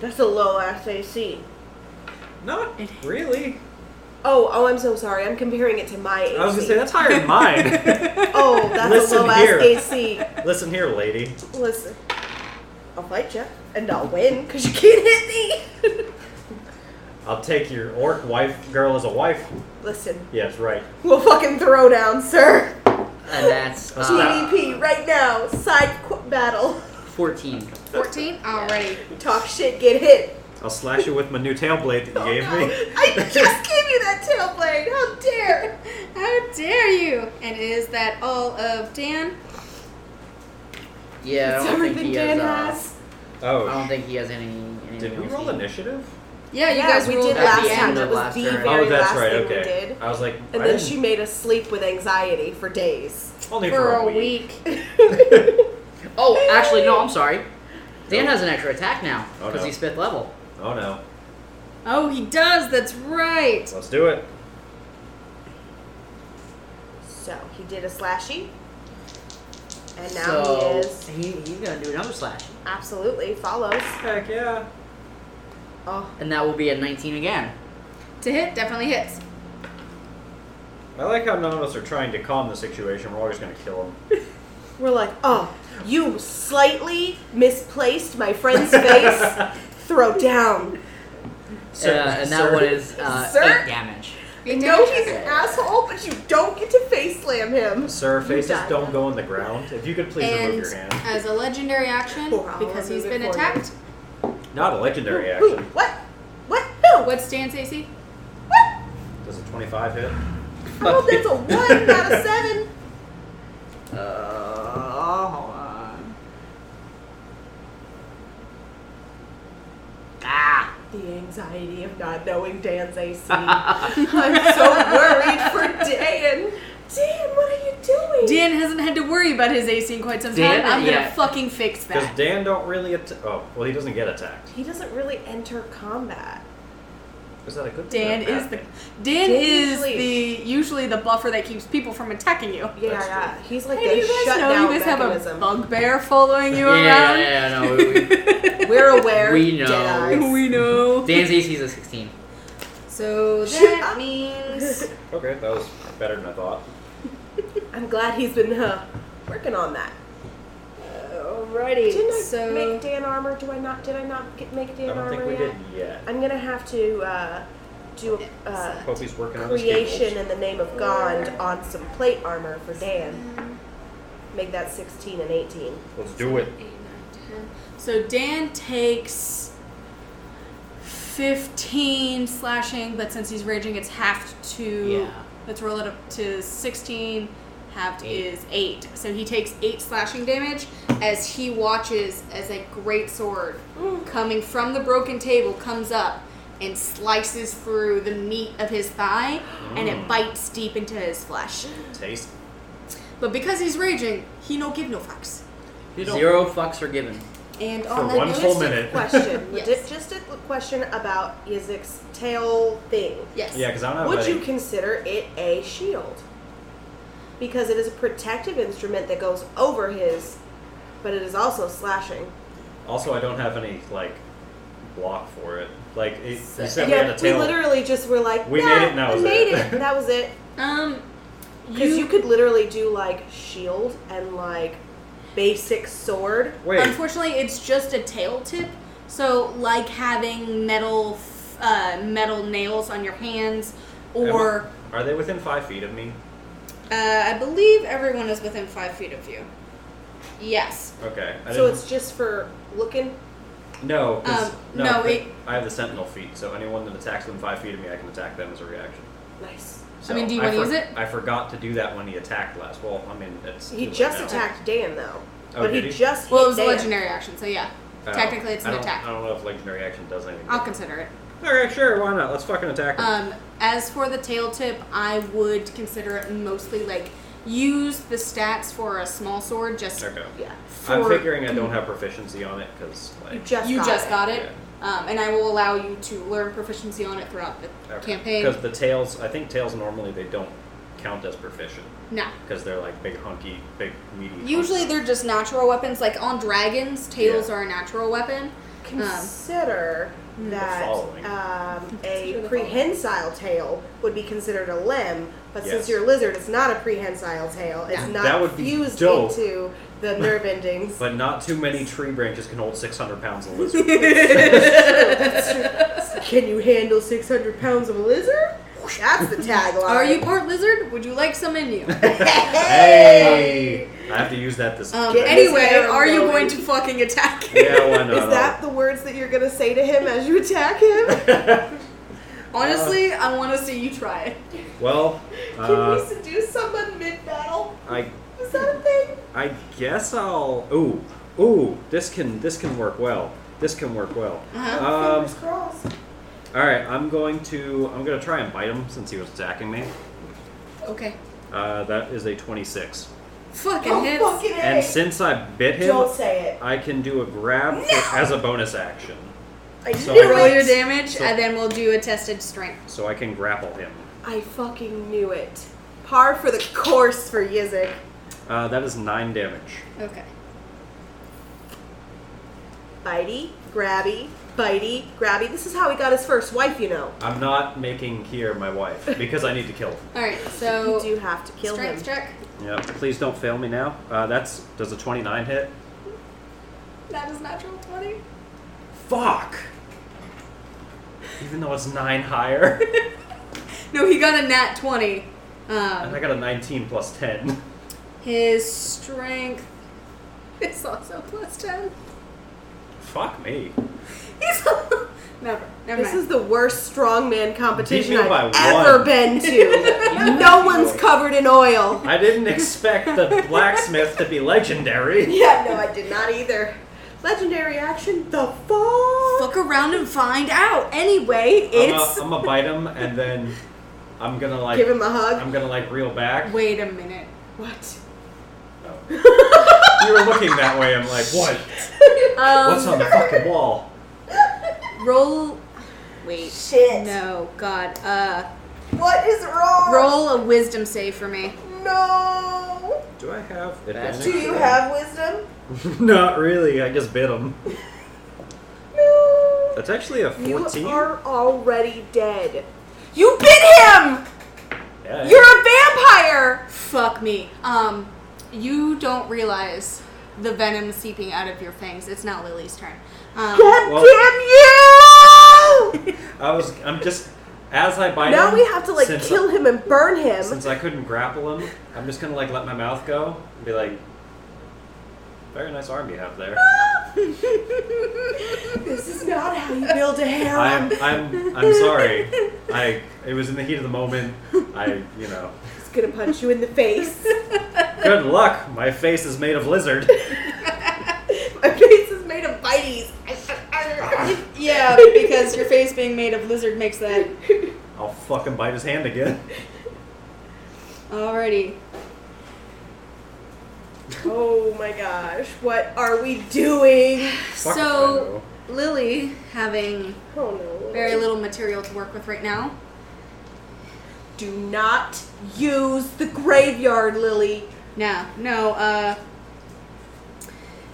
[SPEAKER 3] That's a low SAC.
[SPEAKER 5] Not really.
[SPEAKER 3] Oh, oh, I'm so sorry. I'm comparing it to my AC.
[SPEAKER 5] I was gonna say that's higher than mine.
[SPEAKER 3] oh, that's
[SPEAKER 5] Listen
[SPEAKER 3] a low
[SPEAKER 5] here.
[SPEAKER 3] AC.
[SPEAKER 5] Listen here, lady.
[SPEAKER 3] Listen, I'll fight you and I'll win because you can't hit me.
[SPEAKER 5] I'll take your orc wife girl as a wife.
[SPEAKER 3] Listen,
[SPEAKER 5] Yes, right.
[SPEAKER 3] we'll fucking throw down, sir.
[SPEAKER 4] And that's uh,
[SPEAKER 3] PvP right now. Side qu- battle.
[SPEAKER 4] 14.
[SPEAKER 2] 14? Alrighty.
[SPEAKER 3] Talk shit, get hit.
[SPEAKER 5] I'll slash you with my new tail blade that you gave
[SPEAKER 3] Oh, No,
[SPEAKER 5] me.
[SPEAKER 3] I just gave you that tail blade. How dare!
[SPEAKER 2] How dare you? And is that all of Dan?
[SPEAKER 4] Yeah, I don't
[SPEAKER 3] It's
[SPEAKER 4] think
[SPEAKER 3] everything
[SPEAKER 4] he
[SPEAKER 3] Dan
[SPEAKER 4] has. uh,
[SPEAKER 3] has.
[SPEAKER 5] Oh,
[SPEAKER 4] I don't
[SPEAKER 5] sh-
[SPEAKER 4] think he has any. anything
[SPEAKER 5] did we
[SPEAKER 4] else
[SPEAKER 5] roll
[SPEAKER 4] he-
[SPEAKER 5] initiative?
[SPEAKER 2] Yeah, you
[SPEAKER 3] yeah,
[SPEAKER 2] guys
[SPEAKER 3] we
[SPEAKER 2] rolled
[SPEAKER 3] did
[SPEAKER 2] at
[SPEAKER 3] last
[SPEAKER 2] the
[SPEAKER 3] time.
[SPEAKER 2] end.
[SPEAKER 3] That was
[SPEAKER 4] last
[SPEAKER 3] the
[SPEAKER 4] turn.
[SPEAKER 3] very
[SPEAKER 5] oh, that's
[SPEAKER 3] last
[SPEAKER 5] right.
[SPEAKER 3] thing
[SPEAKER 5] Okay.
[SPEAKER 3] we did.
[SPEAKER 5] I was like,
[SPEAKER 3] And
[SPEAKER 5] I
[SPEAKER 3] then
[SPEAKER 5] didn't-
[SPEAKER 3] she made us sleep with anxiety for days.
[SPEAKER 5] only
[SPEAKER 2] For a week.
[SPEAKER 4] Oh, actually, no. I'm sorry. Dan has an extra attack now
[SPEAKER 5] Oh,
[SPEAKER 4] because
[SPEAKER 5] no.
[SPEAKER 4] he's fifth level.
[SPEAKER 5] Oh no,
[SPEAKER 2] Oh, he does. That's right.
[SPEAKER 5] let's do it.
[SPEAKER 3] So he did a slashy, and now he
[SPEAKER 4] So
[SPEAKER 3] is
[SPEAKER 4] he, he's gonna do another slash,
[SPEAKER 3] absolutely follows.
[SPEAKER 5] Heck yeah.
[SPEAKER 3] Oh,
[SPEAKER 4] and that will be a 19 again.
[SPEAKER 2] To hit definitely hits.
[SPEAKER 5] I like how none of us are trying to calm the situation. We're all just gonna kill him.
[SPEAKER 3] we're like, oh, you slightly misplaced my friend's face. Throw down.
[SPEAKER 4] Uh, and that
[SPEAKER 5] sir.
[SPEAKER 4] one is uh,
[SPEAKER 3] Sir?
[SPEAKER 4] eight damage.
[SPEAKER 2] You
[SPEAKER 3] No,
[SPEAKER 2] damage.
[SPEAKER 3] he's an asshole, but you don't get to face slam him.
[SPEAKER 5] Sir, faces
[SPEAKER 3] die.
[SPEAKER 5] don't go on the ground. If you could please
[SPEAKER 2] and
[SPEAKER 5] remove your hand.
[SPEAKER 2] as a legendary action,
[SPEAKER 3] Oh, I'll
[SPEAKER 2] because he's
[SPEAKER 3] remove
[SPEAKER 2] been
[SPEAKER 3] it for you.
[SPEAKER 2] attacked,
[SPEAKER 5] Not a legendary
[SPEAKER 3] Who?
[SPEAKER 5] action.
[SPEAKER 3] What? What? Who? What?
[SPEAKER 2] what's Dan's AC?
[SPEAKER 5] Does a 25 hit?
[SPEAKER 3] I hope that's a one, not a seven.
[SPEAKER 4] Uh, hold on. Ah,
[SPEAKER 3] The anxiety of not knowing Dan's AC. I'm so worried for Dan. Dan, what are you doing?
[SPEAKER 2] Dan hasn't had to worry about his AC in quite some
[SPEAKER 4] Dan,
[SPEAKER 2] time. I'm gonna
[SPEAKER 4] yeah.
[SPEAKER 2] fucking fix
[SPEAKER 5] Because
[SPEAKER 2] that.
[SPEAKER 5] Dan don't really atta- Oh, well, he doesn't get attacked.
[SPEAKER 3] He doesn't really enter combat.
[SPEAKER 5] Is that a good thing or a
[SPEAKER 2] Dan
[SPEAKER 5] bad
[SPEAKER 2] is the
[SPEAKER 5] thing?
[SPEAKER 2] Dan
[SPEAKER 3] Dan
[SPEAKER 2] is
[SPEAKER 3] usually-
[SPEAKER 2] the usually the buffer that keeps people from attacking you.
[SPEAKER 3] Yeah,
[SPEAKER 5] Oh, That's
[SPEAKER 3] yeah. He's like
[SPEAKER 2] Hey, do
[SPEAKER 3] the
[SPEAKER 2] you guys know
[SPEAKER 3] shutdown
[SPEAKER 2] you guys have a
[SPEAKER 3] mechanism.
[SPEAKER 2] bugbear following you
[SPEAKER 4] yeah, yeah,
[SPEAKER 2] around?
[SPEAKER 4] yeah, no. We, we,
[SPEAKER 3] We're aware.
[SPEAKER 4] We know.
[SPEAKER 3] Jedi's.
[SPEAKER 2] We know.
[SPEAKER 4] Dan's AC is a 16.
[SPEAKER 2] So
[SPEAKER 3] Shut
[SPEAKER 2] that
[SPEAKER 3] up.
[SPEAKER 2] means
[SPEAKER 5] Okay, that was better than I thought.
[SPEAKER 3] I'm glad he's been uh, working on that.
[SPEAKER 2] alrighty.
[SPEAKER 3] Didn't I
[SPEAKER 2] so
[SPEAKER 3] make Dan armor? Do I not? Did I not get, make Dan
[SPEAKER 5] I don't
[SPEAKER 3] armor
[SPEAKER 5] think we
[SPEAKER 3] yet?
[SPEAKER 5] did yet.
[SPEAKER 3] I'm gonna have to uh, do a uh,
[SPEAKER 5] Hope he's working on his
[SPEAKER 3] creation
[SPEAKER 5] cables.
[SPEAKER 3] in the name of God on some plate armor for Dan. Make that 16 and 18.
[SPEAKER 5] Let's do it.
[SPEAKER 2] eight, nine, 10. So Dan takes fifteen slashing, but since he's raging, it's halved to.
[SPEAKER 4] Yeah.
[SPEAKER 2] Let's roll it up to sixteen. Halved
[SPEAKER 4] Eight.
[SPEAKER 2] is eight. So he takes eight slashing damage as he watches as a great sword
[SPEAKER 3] Mm.
[SPEAKER 2] coming from the broken table comes up and slices through the meat of his thigh and
[SPEAKER 7] Mm.
[SPEAKER 2] it bites deep
[SPEAKER 3] Mm.
[SPEAKER 2] into his flesh.
[SPEAKER 5] Taste.
[SPEAKER 2] But because he's raging, he no give no fucks.
[SPEAKER 5] You don't-
[SPEAKER 4] Zero fucks are given.
[SPEAKER 2] Oh, And
[SPEAKER 7] For
[SPEAKER 2] on that
[SPEAKER 7] one
[SPEAKER 2] note,
[SPEAKER 7] full
[SPEAKER 3] Logistic
[SPEAKER 7] minute.
[SPEAKER 3] question.
[SPEAKER 2] Yes.
[SPEAKER 3] Logistic question about Yazik's tail thing.
[SPEAKER 2] yes.
[SPEAKER 5] Yeah, because I don't have.
[SPEAKER 3] Would
[SPEAKER 5] any-
[SPEAKER 3] you consider it a shield? Because it is a protective instrument that goes over his, but it is also slashing.
[SPEAKER 5] Also, I don't have any like block for it. Like it, you
[SPEAKER 2] Sick.
[SPEAKER 5] said, we
[SPEAKER 3] yeah,
[SPEAKER 5] had a tail.
[SPEAKER 3] we literally just were like,
[SPEAKER 5] We
[SPEAKER 3] "Nah,
[SPEAKER 5] made it and that
[SPEAKER 3] we
[SPEAKER 5] was
[SPEAKER 3] made
[SPEAKER 5] it."
[SPEAKER 3] it. That was it.
[SPEAKER 2] Um,
[SPEAKER 3] Because you, could literally do like shield and like basic sword.
[SPEAKER 5] Wait,
[SPEAKER 2] Unfortunately, it's just a tail tip. So, like having metal, f- uh, metal nails on your hands, or
[SPEAKER 5] are they within five feet of me?
[SPEAKER 2] uh, I believe everyone is within five feet of you. Yes.
[SPEAKER 5] Okay. I
[SPEAKER 3] So
[SPEAKER 5] didn't-
[SPEAKER 3] it's just for looking.
[SPEAKER 5] no, 'cause-
[SPEAKER 2] um,
[SPEAKER 5] no.
[SPEAKER 2] no,
[SPEAKER 5] but
[SPEAKER 2] it-
[SPEAKER 5] I have the sentinel feet, so anyone that attacks within five feet of me, I can attack them as a reaction.
[SPEAKER 3] Nice.
[SPEAKER 5] So
[SPEAKER 2] mean, do you wanna
[SPEAKER 5] for-
[SPEAKER 2] use it?
[SPEAKER 5] I forgot to do that when he attacked last. Well, I mean, it's
[SPEAKER 3] He
[SPEAKER 5] too late
[SPEAKER 3] just
[SPEAKER 5] now.
[SPEAKER 3] attacked Dan though,
[SPEAKER 5] Oh,
[SPEAKER 3] but he,
[SPEAKER 5] did he?
[SPEAKER 3] just
[SPEAKER 2] Well,
[SPEAKER 3] hit
[SPEAKER 2] it was a
[SPEAKER 3] Dan.
[SPEAKER 2] legendary action, so yeah.
[SPEAKER 5] Oh,
[SPEAKER 2] Technically, it's
[SPEAKER 5] I
[SPEAKER 2] an
[SPEAKER 5] don't-
[SPEAKER 2] attack.
[SPEAKER 5] I don't know if legendary action does anything.
[SPEAKER 2] I'll consider it.
[SPEAKER 5] Okay, sure. Why not? Let's fucking attack him.
[SPEAKER 2] Um, as for the tail tip, I would consider it mostly like use the stats for a small sword. Just
[SPEAKER 5] okay.
[SPEAKER 3] Yeah,
[SPEAKER 5] I'm
[SPEAKER 2] for-
[SPEAKER 5] figuring I don't have proficiency on it because
[SPEAKER 3] you
[SPEAKER 5] like
[SPEAKER 3] just
[SPEAKER 2] you
[SPEAKER 3] got
[SPEAKER 2] just
[SPEAKER 3] it.
[SPEAKER 2] got it, um, and I will allow you to learn proficiency on it throughout the campaign.
[SPEAKER 5] Because the tails, I think tails normally they don't count as proficient
[SPEAKER 2] No.
[SPEAKER 5] because they're like big hunky, big meaty. hunks.
[SPEAKER 2] Usually they're just natural weapons. Like on dragons, tails
[SPEAKER 5] Yeah.
[SPEAKER 2] are a natural weapon.
[SPEAKER 3] Consider that
[SPEAKER 5] following.
[SPEAKER 3] um, a
[SPEAKER 2] Consider Hmm. the
[SPEAKER 3] prehensile tail would be considered a limb, but
[SPEAKER 5] Yes.
[SPEAKER 3] since you're a lizard, it's not a prehensile tail. It's
[SPEAKER 2] No.
[SPEAKER 3] not
[SPEAKER 5] That would be
[SPEAKER 3] fused
[SPEAKER 5] dope.
[SPEAKER 3] into the nerve endings.
[SPEAKER 5] But not too many tree branches can hold 600 pounds of lizard.
[SPEAKER 3] Can you handle 600 pounds of a lizard? That's the tagline.
[SPEAKER 2] Are you part lizard? Would you like some in you?
[SPEAKER 5] hey! I have to use that this.
[SPEAKER 2] Um,
[SPEAKER 5] day.
[SPEAKER 3] Get this
[SPEAKER 2] anyway,
[SPEAKER 3] arrow
[SPEAKER 2] are you
[SPEAKER 3] going.
[SPEAKER 2] going to fucking attack
[SPEAKER 5] yeah, why not?
[SPEAKER 3] Is that the words that you're gonna say to him as you attack him?
[SPEAKER 2] Honestly, I want to see you try it.
[SPEAKER 5] well,
[SPEAKER 3] Can we
[SPEAKER 5] uh,
[SPEAKER 3] seduce someone mid battle?
[SPEAKER 5] I
[SPEAKER 3] Is that a thing?
[SPEAKER 5] I guess I'll. Ooh, ooh, this can this can work well. This can work well. Um,
[SPEAKER 3] Fingers crossed.
[SPEAKER 5] all right, I'm going to I'm going to try and bite him since he was attacking me.
[SPEAKER 2] Okay.
[SPEAKER 5] Uh, that is a 26.
[SPEAKER 2] Fucking
[SPEAKER 3] Oh,
[SPEAKER 2] hits.
[SPEAKER 3] fucking A.
[SPEAKER 5] And since I bit him,
[SPEAKER 3] Don't say it.
[SPEAKER 5] I can do a grab for- as a bonus action.
[SPEAKER 3] I
[SPEAKER 5] So-
[SPEAKER 3] knew
[SPEAKER 2] Roll
[SPEAKER 3] it.
[SPEAKER 2] your damage,
[SPEAKER 5] So-
[SPEAKER 2] and then we'll do a tested strength.
[SPEAKER 5] So I can grapple him.
[SPEAKER 3] I fucking knew it. Par for the course for Yizik.
[SPEAKER 5] Uh, that is 9 damage.
[SPEAKER 2] Okay.
[SPEAKER 3] Bitey, grabby, bitey, grabby. This is how he got his first wife, you know.
[SPEAKER 5] I'm not making here my wife because I need to kill him.
[SPEAKER 2] All right.
[SPEAKER 3] You
[SPEAKER 2] So
[SPEAKER 3] do have to kill him.
[SPEAKER 2] strength check.
[SPEAKER 5] Yeah, please don't fail me now. Uh, that's does a 29 hit?
[SPEAKER 2] That is natural twenty.
[SPEAKER 5] Fuck. Even though it's 9 higher.
[SPEAKER 2] No, he got a nat twenty.
[SPEAKER 5] and
[SPEAKER 2] Um,
[SPEAKER 5] I got a 19 plus 10.
[SPEAKER 2] his strength is also plus ten.
[SPEAKER 5] Fuck me.
[SPEAKER 2] He's never. Never
[SPEAKER 3] This
[SPEAKER 2] mind.
[SPEAKER 3] is the worst strongman competition
[SPEAKER 5] Beat me by
[SPEAKER 3] I've ever
[SPEAKER 5] one.
[SPEAKER 3] been to. no one's covered in oil.
[SPEAKER 5] I didn't expect the blacksmith to be legendary.
[SPEAKER 3] Yeah, no, I did not either. Legendary action, the fall.
[SPEAKER 2] Fuck around and find out. Anyway, it's.
[SPEAKER 5] I'm gonna bite him and then I'm gonna like
[SPEAKER 3] Give him a hug.
[SPEAKER 5] I'm gonna like reel back.
[SPEAKER 2] Wait a minute.
[SPEAKER 3] What?
[SPEAKER 5] You were looking that way. I'm like, what? What's on
[SPEAKER 2] Um,
[SPEAKER 5] the fucking wall?
[SPEAKER 2] roll. Wait.
[SPEAKER 3] Shit.
[SPEAKER 2] No, God. Uh,
[SPEAKER 3] What is wrong?
[SPEAKER 2] roll a wisdom save for me.
[SPEAKER 3] No.
[SPEAKER 5] Do I have
[SPEAKER 4] That's-
[SPEAKER 3] Do
[SPEAKER 5] advantage?
[SPEAKER 3] you have wisdom?
[SPEAKER 5] Not really. I just bit him.
[SPEAKER 3] No.
[SPEAKER 5] That's actually a
[SPEAKER 3] You
[SPEAKER 5] 14.
[SPEAKER 3] are already dead. You bit him.
[SPEAKER 5] Yeah.
[SPEAKER 3] You're a vampire.
[SPEAKER 2] Fuck me. Um, you don't realize the venom seeping out of your fangs. It's now Lily's turn. Um,
[SPEAKER 3] God
[SPEAKER 5] Well-
[SPEAKER 3] damn you!
[SPEAKER 5] I was. I'm just. As I bite him.
[SPEAKER 3] Now we have to like
[SPEAKER 5] since
[SPEAKER 3] kill
[SPEAKER 5] I,
[SPEAKER 3] him and burn him.
[SPEAKER 5] Since I couldn't grapple him, I'm just gonna like let my mouth go and be like, "Very nice arm you have there."
[SPEAKER 3] This is not how you build a harem.
[SPEAKER 5] I'm. I'm. I'm sorry. I. It was in the heat of the moment. I. You know.
[SPEAKER 3] He's gonna punch you in the face.
[SPEAKER 5] Good luck. My face is made of lizard.
[SPEAKER 3] My face is made of bites.
[SPEAKER 2] yeah, because your face being made of lizard makes that.
[SPEAKER 5] I'll fucking bite his hand again.
[SPEAKER 2] Alrighty.
[SPEAKER 3] Oh my gosh, what are we doing?
[SPEAKER 5] Fuck if I
[SPEAKER 2] so
[SPEAKER 5] know.
[SPEAKER 2] Lily, having
[SPEAKER 3] Oh no.
[SPEAKER 2] very little material to work with right now,
[SPEAKER 3] Do not use the graveyard, Lily.
[SPEAKER 2] no, no, uh,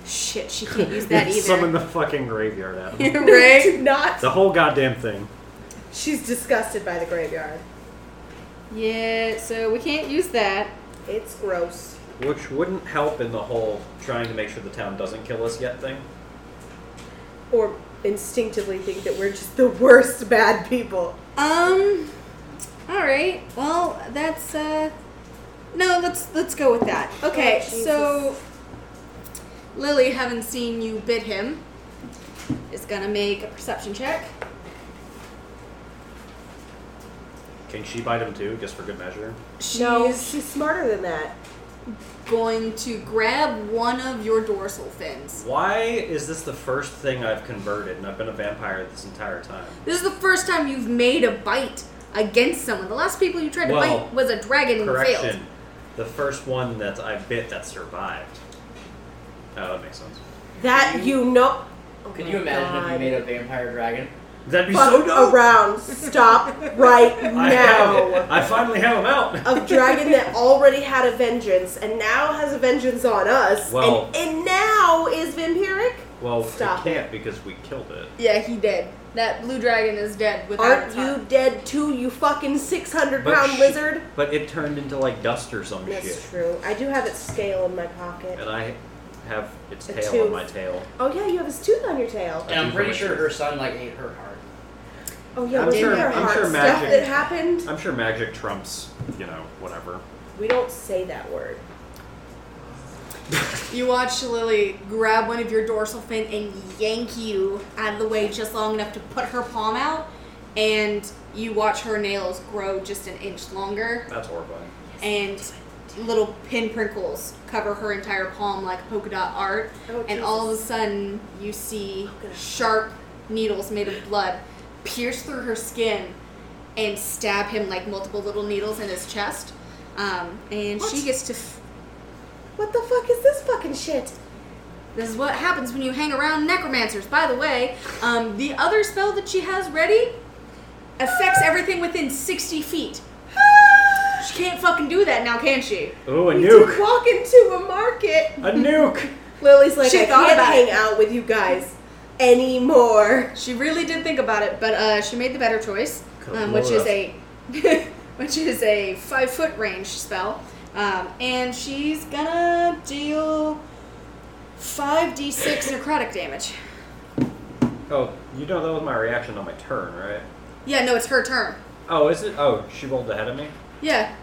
[SPEAKER 2] shit, she can't use that either.
[SPEAKER 5] Summon the fucking graveyard out.
[SPEAKER 2] right?
[SPEAKER 3] Do not.
[SPEAKER 5] the whole goddamn thing.
[SPEAKER 3] She's disgusted by the graveyard.
[SPEAKER 2] Yeah, so we can't use that.
[SPEAKER 3] It's gross.
[SPEAKER 5] Which wouldn't help in the whole trying to make sure the town doesn't kill us yet thing.
[SPEAKER 3] Or instinctively think that we're just the worst bad people.
[SPEAKER 2] Um. All right. Well, that's uh. No, let's let's go with that. Okay.
[SPEAKER 3] Oh, Jesus.
[SPEAKER 2] so Lily, having seen you bid him, is gonna make a perception check.
[SPEAKER 5] Can she bite him too, just for good measure?
[SPEAKER 2] She's
[SPEAKER 3] she's smarter than that.
[SPEAKER 2] going to grab one of your dorsal fins.
[SPEAKER 5] Why is this the first thing I've converted and I've been a vampire this entire time?
[SPEAKER 2] This is the first time you've made a bite against someone. The last people you tried to
[SPEAKER 5] Well,
[SPEAKER 2] bite was a dragon and you failed.
[SPEAKER 5] Correction. The first one that I bit that survived. Oh, that makes sense.
[SPEAKER 3] That you know. Oh
[SPEAKER 6] Can
[SPEAKER 3] my
[SPEAKER 6] you imagine
[SPEAKER 3] God.
[SPEAKER 6] if you made a vampire dragon?
[SPEAKER 5] That'd be so
[SPEAKER 3] Fuck
[SPEAKER 5] dope!
[SPEAKER 3] around. Stop right
[SPEAKER 5] I have it.
[SPEAKER 3] now.
[SPEAKER 5] I finally have him out!
[SPEAKER 3] Of dragon that already had a vengeance and now has a vengeance on us.
[SPEAKER 5] Well-
[SPEAKER 3] and, and now is vampiric.
[SPEAKER 5] Well,
[SPEAKER 3] Stop
[SPEAKER 5] we can't because we killed it.
[SPEAKER 2] Yeah, he did. That blue dragon is dead without
[SPEAKER 3] Aren't
[SPEAKER 2] its heart.
[SPEAKER 3] you dead too, you fucking 600
[SPEAKER 5] But
[SPEAKER 3] pound
[SPEAKER 5] sh-
[SPEAKER 3] lizard?
[SPEAKER 5] But it turned into like dust or some
[SPEAKER 3] That's
[SPEAKER 5] shit.
[SPEAKER 3] true. I do have its scale in my pocket.
[SPEAKER 5] And I have its
[SPEAKER 3] A
[SPEAKER 5] tail
[SPEAKER 3] tooth.
[SPEAKER 5] on my tail.
[SPEAKER 3] Oh yeah, you have his tooth on your tail.
[SPEAKER 6] And I'm
[SPEAKER 5] do
[SPEAKER 6] pretty
[SPEAKER 5] like
[SPEAKER 6] sure
[SPEAKER 5] it.
[SPEAKER 6] her son like ate her heart.
[SPEAKER 3] Oh yeah,
[SPEAKER 5] I'm
[SPEAKER 3] wasn't
[SPEAKER 5] sure-
[SPEAKER 3] there
[SPEAKER 5] I'm
[SPEAKER 3] hard
[SPEAKER 5] sure
[SPEAKER 3] stuff
[SPEAKER 5] magic-
[SPEAKER 3] that happened?
[SPEAKER 5] I'm sure magic trumps, you know, whatever.
[SPEAKER 3] We don't say that word.
[SPEAKER 2] You watch Lily grab one of your dorsal fin and yank you out of the way just long enough to put her palm out, and you watch her nails grow just an inch longer,
[SPEAKER 5] That's horrifying.
[SPEAKER 2] and little pin prinkles cover her entire palm like polka dot art.
[SPEAKER 3] Oh,
[SPEAKER 2] and
[SPEAKER 3] Jesus.
[SPEAKER 2] all of a sudden, you see
[SPEAKER 3] God.
[SPEAKER 2] sharp needles made of blood pierce through her skin and stab him like multiple little needles in his chest. Um, and she
[SPEAKER 3] What?
[SPEAKER 2] gets to. F-
[SPEAKER 3] What the fuck is this fucking shit?
[SPEAKER 2] This is what happens when you hang around necromancers. By the way, um, the other spell that she has ready affects everything within 60 feet. She can't fucking do that now, can she?
[SPEAKER 5] Ooh, a
[SPEAKER 3] We
[SPEAKER 5] nuke!
[SPEAKER 3] did walk into a market.
[SPEAKER 5] A nuke!
[SPEAKER 3] Lily's like,
[SPEAKER 2] She
[SPEAKER 3] I
[SPEAKER 2] thought
[SPEAKER 3] can't
[SPEAKER 2] about
[SPEAKER 3] hang
[SPEAKER 2] it.
[SPEAKER 3] out with you guys anymore.
[SPEAKER 2] She really did think about it, but uh, she made the better choice,
[SPEAKER 5] Cool.
[SPEAKER 2] um, which is
[SPEAKER 5] Well,
[SPEAKER 2] a which is a five foot range spell, um, and she's gonna deal five d six necrotic damage.
[SPEAKER 5] Oh, you know that was my reaction on my turn, right?
[SPEAKER 2] Yeah, no, it's her turn.
[SPEAKER 5] Oh, is it? Oh, she rolled ahead of me?
[SPEAKER 2] Yeah,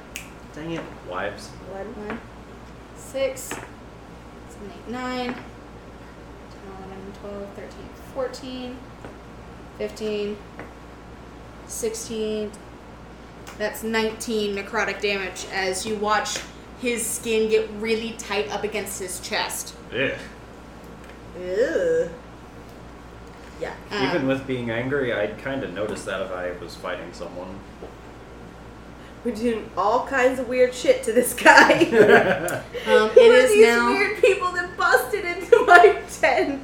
[SPEAKER 5] Dang it. Wives.
[SPEAKER 3] One.
[SPEAKER 2] One, six, seven, eight, nine, 10, 11, 12, 13, 14, 15, 16. That's 19 necrotic damage as you watch his skin get really tight up against his chest.
[SPEAKER 5] Ugh.
[SPEAKER 3] Ew. Yeah.
[SPEAKER 2] Um,
[SPEAKER 5] Even with being angry, I'd kind of notice that if I was fighting someone.
[SPEAKER 3] We're doing all kinds of weird shit to this guy.
[SPEAKER 2] um,
[SPEAKER 3] Who
[SPEAKER 2] it
[SPEAKER 3] are
[SPEAKER 2] is
[SPEAKER 3] these
[SPEAKER 2] now
[SPEAKER 3] weird people that busted into my tent?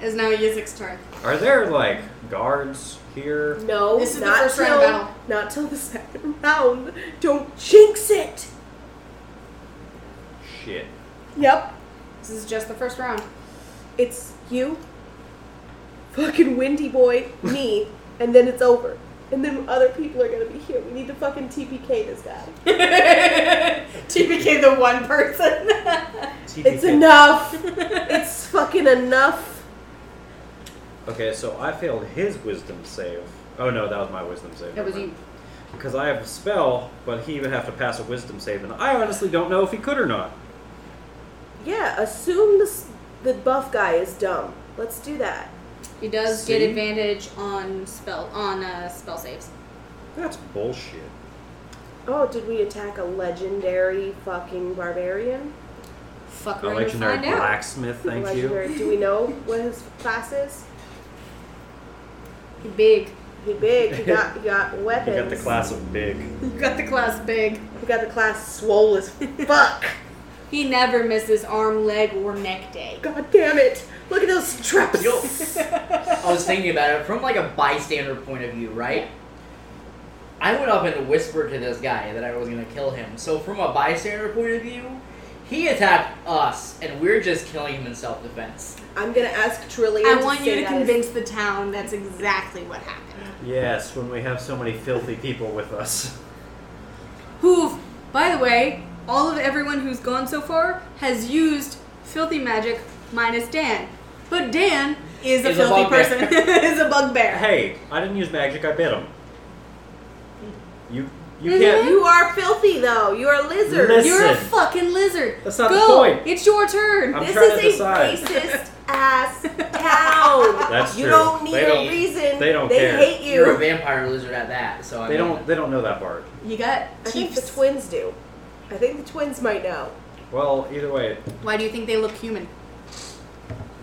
[SPEAKER 2] is now Yizik's turn.
[SPEAKER 5] Are there, like, guards here?
[SPEAKER 3] No,
[SPEAKER 2] This is the
[SPEAKER 3] not
[SPEAKER 2] first round
[SPEAKER 3] till,
[SPEAKER 2] of battle.
[SPEAKER 3] Not till the second round. Don't jinx it.
[SPEAKER 5] Shit.
[SPEAKER 3] Yep,
[SPEAKER 2] This is just the first round.
[SPEAKER 3] it's you, fucking windy boy, me, and then it's over. And then other people are gonna be here. We need to fucking TPK this guy.
[SPEAKER 2] TPK the one person.
[SPEAKER 3] It's enough. it's fucking enough.
[SPEAKER 5] Okay, so I failed his wisdom save. Oh no, that was my wisdom save.
[SPEAKER 2] That was you.
[SPEAKER 5] Because I have a spell, but he would have to pass a wisdom save, and I honestly don't know if he could or not.
[SPEAKER 3] Yeah, assume this, the buff guy is dumb. Let's do that.
[SPEAKER 2] He does
[SPEAKER 5] See?
[SPEAKER 2] get advantage on spell on uh, spell saves.
[SPEAKER 5] That's bullshit.
[SPEAKER 3] Oh, did we attack a legendary fucking barbarian?
[SPEAKER 2] Fuck
[SPEAKER 5] A
[SPEAKER 2] around and
[SPEAKER 5] legendary
[SPEAKER 2] find out.
[SPEAKER 5] blacksmith, thank
[SPEAKER 3] legendary. Do we know what his class is?
[SPEAKER 2] You Big.
[SPEAKER 3] He big. He got he got
[SPEAKER 5] you.
[SPEAKER 3] weapons.
[SPEAKER 5] You got the class of big.
[SPEAKER 2] You got the class big.
[SPEAKER 3] He got the class swole as fuck.
[SPEAKER 2] He never misses arm, leg, or neck day.
[SPEAKER 3] God damn it! Look at those traps.
[SPEAKER 6] Yo. I was thinking about it from like a bystander point of view, right? I went up and whispered to this guy that I was gonna kill him. So from a bystander point of view, he attacked us, and we're just killing him in self-defense.
[SPEAKER 3] I'm gonna ask Trillian.
[SPEAKER 2] I want you
[SPEAKER 3] say
[SPEAKER 2] to
[SPEAKER 3] that is-
[SPEAKER 2] convince the town that's exactly what happened.
[SPEAKER 5] Yes, when we have so many filthy people with us.
[SPEAKER 2] Who, by the way, all of everyone who's gone so far has used filthy magic minus Dan. But Dan is a
[SPEAKER 6] Is a
[SPEAKER 2] filthy
[SPEAKER 6] bugbear.
[SPEAKER 2] person, is a bugbear.
[SPEAKER 5] Hey, I didn't use magic. I bit them. You you
[SPEAKER 2] Mhm.
[SPEAKER 5] can't.
[SPEAKER 3] You are filthy, though. You are a lizard.
[SPEAKER 5] Listen.
[SPEAKER 2] You're a fucking lizard.
[SPEAKER 5] That's not the
[SPEAKER 2] Go.
[SPEAKER 5] point.
[SPEAKER 2] It's your turn.
[SPEAKER 5] I'm
[SPEAKER 3] this
[SPEAKER 5] trying to
[SPEAKER 3] is a
[SPEAKER 5] decide.
[SPEAKER 3] racist ass town.
[SPEAKER 5] That's
[SPEAKER 3] you
[SPEAKER 5] true.
[SPEAKER 3] don't need
[SPEAKER 5] They
[SPEAKER 3] a
[SPEAKER 5] don't-
[SPEAKER 3] reason.
[SPEAKER 5] they don't
[SPEAKER 3] They
[SPEAKER 5] care.
[SPEAKER 3] hate you.
[SPEAKER 6] You're a vampire lizard at that, so I
[SPEAKER 5] They
[SPEAKER 6] mean, uh,
[SPEAKER 5] don't they don't know that part.
[SPEAKER 2] You got
[SPEAKER 3] I think the
[SPEAKER 2] teeth.
[SPEAKER 3] twins do. I think the twins might know.
[SPEAKER 5] Well, either way,
[SPEAKER 2] Why do you think they look human?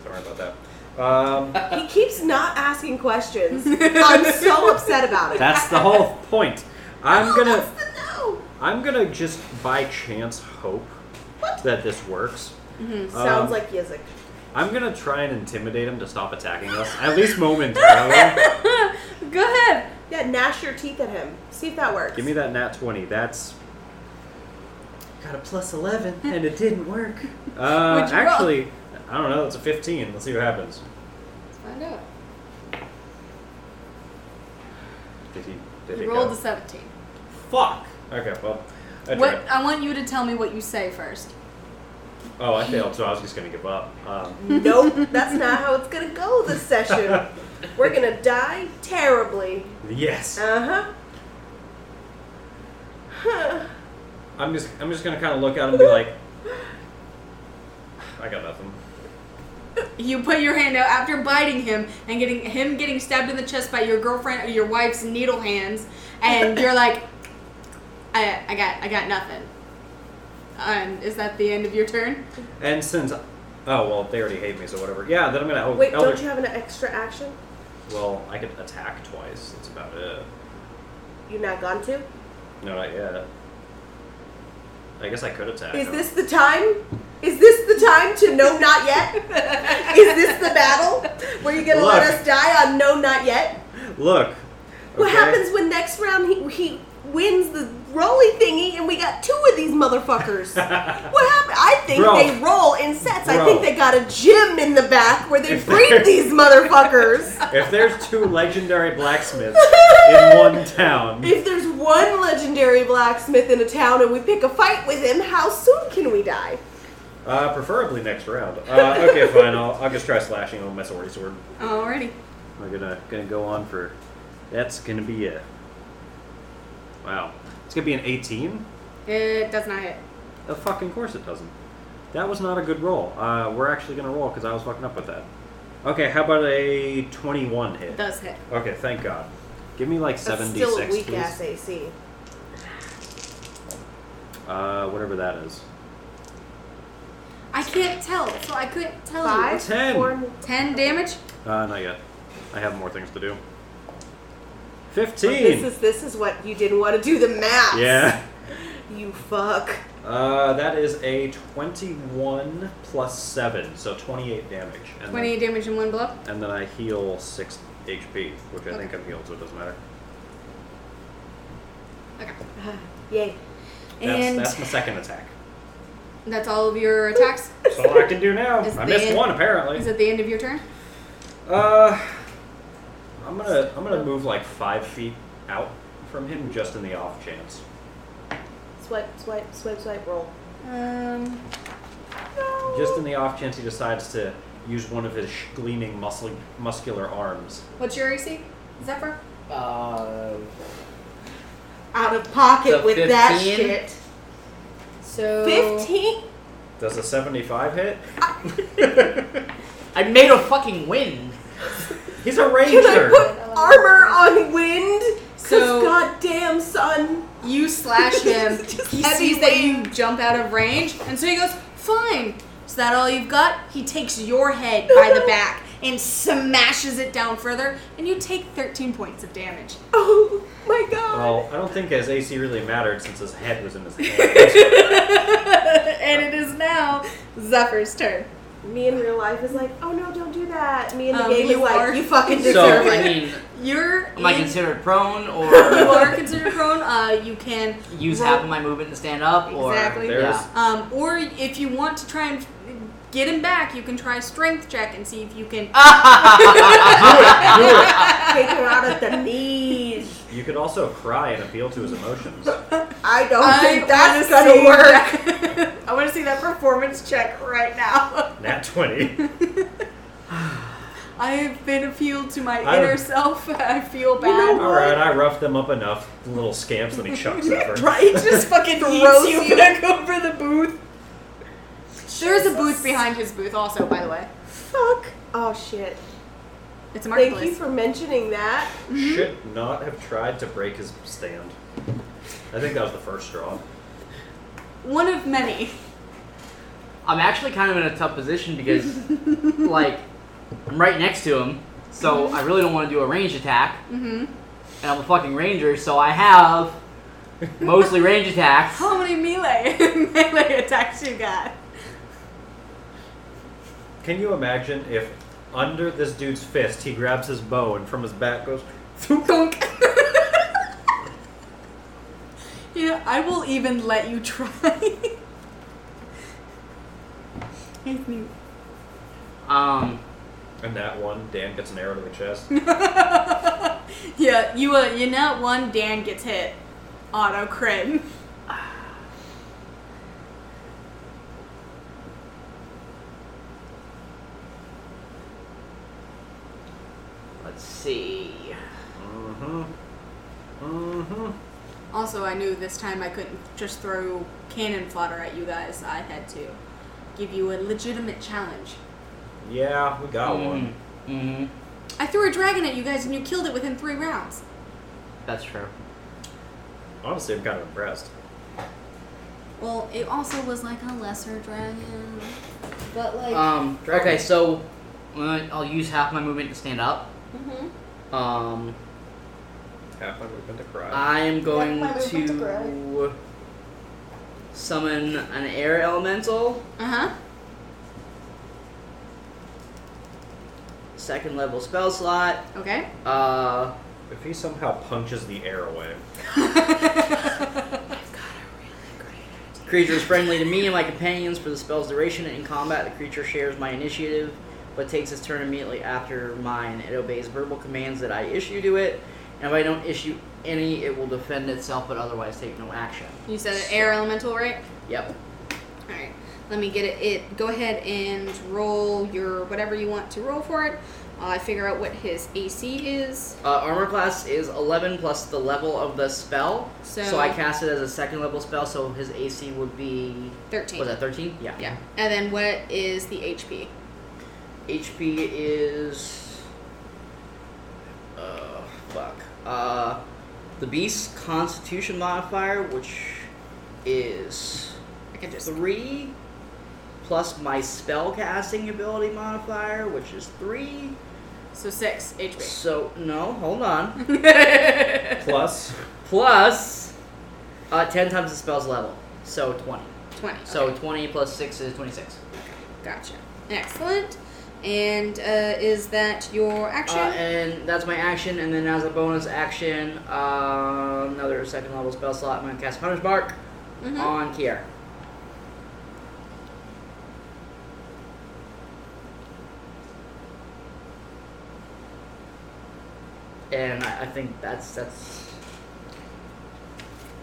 [SPEAKER 5] don't worry about that. Um,
[SPEAKER 3] He keeps not asking questions. I'm so upset about it.
[SPEAKER 5] that's the whole point. I'm gonna
[SPEAKER 3] That's the no.
[SPEAKER 5] I'm gonna just by chance hope that this works.
[SPEAKER 3] Sounds
[SPEAKER 5] Um,
[SPEAKER 3] like Yizik.
[SPEAKER 5] I'm gonna try and intimidate him to stop attacking us, at least momentarily.
[SPEAKER 2] Go ahead.
[SPEAKER 3] Yeah, gnash your teeth at him. See if that works.
[SPEAKER 5] Give me that nat 20. That's. Got a plus 11, and it didn't work. Uh,
[SPEAKER 2] What'd you roll?
[SPEAKER 5] actually, I don't know. It's a 15. Let's see what happens.
[SPEAKER 2] Let's find out.
[SPEAKER 5] Did he? Did he
[SPEAKER 2] You rolled
[SPEAKER 5] go?
[SPEAKER 2] a 17.
[SPEAKER 5] Fuck! Okay, well. I
[SPEAKER 2] What
[SPEAKER 5] tried.
[SPEAKER 2] I want you to tell me what you say first.
[SPEAKER 5] Oh, I failed, so I was just gonna give up. Um,
[SPEAKER 3] Nope, that's not how it's gonna go this session. We're gonna die terribly.
[SPEAKER 5] yes.
[SPEAKER 2] Oh.
[SPEAKER 3] Uh huh.
[SPEAKER 5] I'm just. I'm just gonna kind of look at him and be like, I got nothing.
[SPEAKER 2] You put your hand out after biting him and getting him getting stabbed in the chest by your girlfriend or your wife's needle hands, and you're like, I, I got I got nothing. Um, is that the end of your turn?
[SPEAKER 5] And since, oh well, they already hate me, so whatever. Yeah, then I'm gonna.
[SPEAKER 3] Wait,
[SPEAKER 5] elder-
[SPEAKER 3] don't you have an extra action?
[SPEAKER 5] Well, I could attack twice. That's about it.
[SPEAKER 3] You're not gone to?
[SPEAKER 5] No, not yet. I guess I could attack.
[SPEAKER 3] Is
[SPEAKER 5] him.
[SPEAKER 3] this the time? Is this the time to no not yet? Is this the battle where you're gonna let
[SPEAKER 5] Look.
[SPEAKER 3] us die on no not yet?
[SPEAKER 5] Look.
[SPEAKER 3] What
[SPEAKER 5] okay?
[SPEAKER 3] happens when next round he, he wins the rolly thingy and we got two of these motherfuckers? what happened? I think
[SPEAKER 5] Bro.
[SPEAKER 3] they roll in sets. I
[SPEAKER 5] Bro.
[SPEAKER 3] think they got a gym in the back where they
[SPEAKER 5] If they're-
[SPEAKER 3] breed these motherfuckers.
[SPEAKER 5] If there's two legendary blacksmiths in one town,
[SPEAKER 3] if there's one legendary blacksmith in a town and we pick a fight with him, how soon can we die?
[SPEAKER 5] uh, preferably next round. Uh, okay, fine. I'll, I'll just try slashing on my swordy sword.
[SPEAKER 2] Alrighty.
[SPEAKER 5] We're gonna gonna go on for. That's gonna be a. Wow, it's gonna be an 18.
[SPEAKER 2] It does not hit.
[SPEAKER 5] Of fucking course it doesn't. That was not a good roll. Uh, we're actually gonna roll because I was fucking up with that. Okay, how about a 21
[SPEAKER 2] It
[SPEAKER 5] hit?
[SPEAKER 2] does hit.
[SPEAKER 5] Okay, thank God. Give me like
[SPEAKER 3] That's
[SPEAKER 5] 76,
[SPEAKER 3] still a weak
[SPEAKER 5] please.
[SPEAKER 3] ass AC.
[SPEAKER 5] Uh, whatever that is.
[SPEAKER 2] I can't tell, so I couldn't tell
[SPEAKER 3] Five,
[SPEAKER 5] Ten.
[SPEAKER 3] four,
[SPEAKER 2] you. Ten damage.
[SPEAKER 5] Uh, not yet. I have more things to do.
[SPEAKER 3] but this
[SPEAKER 5] 15!
[SPEAKER 3] is this is what you didn't want to do the math.
[SPEAKER 5] Yeah.
[SPEAKER 3] You fuck.
[SPEAKER 5] Uh, that is a 21 plus 7, so 28 damage. And
[SPEAKER 2] Twenty damage in one blow.
[SPEAKER 5] Then, and then I heal 6 HP, which I think I'm healed, so it doesn't matter.
[SPEAKER 2] Okay.
[SPEAKER 3] Yay.
[SPEAKER 5] That's,
[SPEAKER 2] And that's,
[SPEAKER 5] that's my second attack.
[SPEAKER 2] all of your attacks.
[SPEAKER 5] That's all I can do now.
[SPEAKER 2] Is
[SPEAKER 5] I
[SPEAKER 2] the-
[SPEAKER 5] missed one, apparently.
[SPEAKER 2] Is it the end of your turn?
[SPEAKER 5] Uh, I'm gonna I'm gonna move like five feet out from him just in the off chance.
[SPEAKER 3] Swipe, swipe, swipe, swipe, roll.
[SPEAKER 2] Um.
[SPEAKER 5] Just in the off chance he decides to use one of his sh- gleaming muscle muscular arms.
[SPEAKER 2] What's your AC? Zephyr.
[SPEAKER 6] Uh,
[SPEAKER 3] Out of pocket
[SPEAKER 6] The
[SPEAKER 3] with that
[SPEAKER 6] 15?
[SPEAKER 3] shit.
[SPEAKER 2] So.
[SPEAKER 3] 15?
[SPEAKER 5] Does a 75 hit?
[SPEAKER 6] I made a fucking win.
[SPEAKER 5] He's a
[SPEAKER 3] Can I
[SPEAKER 5] ranger.
[SPEAKER 3] put armor on wind?
[SPEAKER 2] uh, So-
[SPEAKER 3] So, goddamn, son.
[SPEAKER 2] You slash him.
[SPEAKER 3] It's just
[SPEAKER 2] he
[SPEAKER 3] heavy
[SPEAKER 2] sees that you
[SPEAKER 3] wind.
[SPEAKER 2] jump out of range, and so he goes, "Fine." Is that all you've got? He takes your head by the back and smashes it down further, and you take 13 points of damage.
[SPEAKER 3] Oh my god.
[SPEAKER 5] Well, I don't think his AC really mattered since his head was in his hand.
[SPEAKER 2] and it is now Zephyr's turn.
[SPEAKER 5] Oh.
[SPEAKER 3] Me in real life is like, oh no, don't do that. Me in the
[SPEAKER 2] Um,
[SPEAKER 3] game
[SPEAKER 2] you
[SPEAKER 3] is like,
[SPEAKER 2] are-
[SPEAKER 3] you fucking
[SPEAKER 2] So,
[SPEAKER 3] deserve
[SPEAKER 4] So
[SPEAKER 3] it.
[SPEAKER 4] I mean,
[SPEAKER 2] You're
[SPEAKER 4] am I
[SPEAKER 2] in-
[SPEAKER 4] considered prone
[SPEAKER 2] you
[SPEAKER 4] or
[SPEAKER 2] are considered prone. Uh, you can
[SPEAKER 4] use
[SPEAKER 2] roll-
[SPEAKER 4] half of my movement to stand up or
[SPEAKER 2] Exactly.
[SPEAKER 5] There's-
[SPEAKER 4] yeah.
[SPEAKER 2] Um, or if you want to try and get him back, you can try strength check and see if you can.
[SPEAKER 3] Take her out at the knees.
[SPEAKER 5] you could also cry and appeal to his emotions.
[SPEAKER 3] I don't
[SPEAKER 2] I
[SPEAKER 3] think that's
[SPEAKER 2] wanna
[SPEAKER 3] gonna
[SPEAKER 2] see
[SPEAKER 3] work.
[SPEAKER 2] that. I want to see that performance check right now.
[SPEAKER 5] Nat 20.
[SPEAKER 2] I have been appealed to my
[SPEAKER 5] I-
[SPEAKER 2] inner self. I feel bad.
[SPEAKER 5] Alright, I roughed them up enough, little scamps, then he chucks Zephyr.
[SPEAKER 3] Right? Just fucking
[SPEAKER 2] Throws you
[SPEAKER 3] back over the booth.
[SPEAKER 2] There's a booth behind his booth, also, by the way.
[SPEAKER 3] Fuck. Oh shit.
[SPEAKER 2] It's a
[SPEAKER 3] Thank you
[SPEAKER 2] marketplace.
[SPEAKER 3] for mentioning that.
[SPEAKER 5] Should not have tried to break his stand. I think that was the first straw.
[SPEAKER 2] One of many.
[SPEAKER 4] I'm actually kind of in a tough position because, like, I'm right next to him, so
[SPEAKER 3] Mm-hmm.
[SPEAKER 4] I really don't want to do a range attack. Mm-hmm. And I'm a fucking ranger, so I have mostly range attacks.
[SPEAKER 2] How many melee melee attacks you got?
[SPEAKER 5] Can you imagine if under this dude's fist he grabs his bow and from his back goes
[SPEAKER 2] Thunk. you know, I will even let you try. It's me.
[SPEAKER 4] Um,
[SPEAKER 5] and that one, Dan gets an arrow to the chest.
[SPEAKER 2] yeah, you uh, you not one Dan gets hit. Auto crit.
[SPEAKER 4] let's see.
[SPEAKER 5] Mm-hmm. Mm-hmm.
[SPEAKER 2] Also, I knew this time I couldn't just throw cannon fodder at you guys. I had to give you a legitimate challenge.
[SPEAKER 5] Yeah, we got
[SPEAKER 4] Hmm.
[SPEAKER 5] one.
[SPEAKER 4] Mm-hmm.
[SPEAKER 2] I threw a dragon at you guys and you killed it within three rounds.
[SPEAKER 4] That's true.
[SPEAKER 5] Honestly, I'm kind of impressed.
[SPEAKER 2] Well, it also was like a lesser dragon, but like
[SPEAKER 4] Um, okay, so uh, I'll use half my movement to stand up.
[SPEAKER 3] Mhm.
[SPEAKER 4] Um,
[SPEAKER 5] Half my movement to cry.
[SPEAKER 4] I am going
[SPEAKER 3] my movement to
[SPEAKER 4] to summon an air elemental,
[SPEAKER 2] uh huh.
[SPEAKER 4] second level spell slot.
[SPEAKER 2] Okay.
[SPEAKER 4] Uh,
[SPEAKER 5] if he somehow punches the air away,
[SPEAKER 4] Creature is friendly to me and my companions for the spell's duration. In combat, the creature shares my initiative, but takes its turn immediately after mine. It obeys verbal commands that I issue to it, and if I don't issue any, it will defend itself but otherwise take no action.
[SPEAKER 2] You said an air elemental, right?
[SPEAKER 4] Yep.
[SPEAKER 2] All right. Let me get it. It. Go ahead and roll your whatever you want to roll for it. I figure out what his AC is.
[SPEAKER 4] Uh, armor class is 11 plus the level of the spell, so,
[SPEAKER 2] So-
[SPEAKER 4] I cast it as a second level spell, so his AC would be.
[SPEAKER 2] Thirteen.
[SPEAKER 4] Was that 13? Yeah.
[SPEAKER 2] Yeah. And then what is the HP?
[SPEAKER 4] HP is. Uh, fuck. Uh, the beast's constitution modifier, which is
[SPEAKER 2] I can just.
[SPEAKER 4] three, plus my spell casting ability modifier, which is three.
[SPEAKER 2] So six HP.
[SPEAKER 4] So, no, hold on.
[SPEAKER 5] plus
[SPEAKER 4] plus, uh, 10 times the spell's level. So 20.
[SPEAKER 2] Twenty.
[SPEAKER 4] So
[SPEAKER 2] okay.
[SPEAKER 4] 20 plus 6 is 26.
[SPEAKER 2] gotcha. Excellent. And uh, is that your
[SPEAKER 4] Uh,
[SPEAKER 2] action?
[SPEAKER 4] and that's my action, and then as a bonus action, uh, another second level spell slot. I'm gonna cast Hunter's Mark
[SPEAKER 2] Mhm.
[SPEAKER 4] on Kier. And I, I think that's that's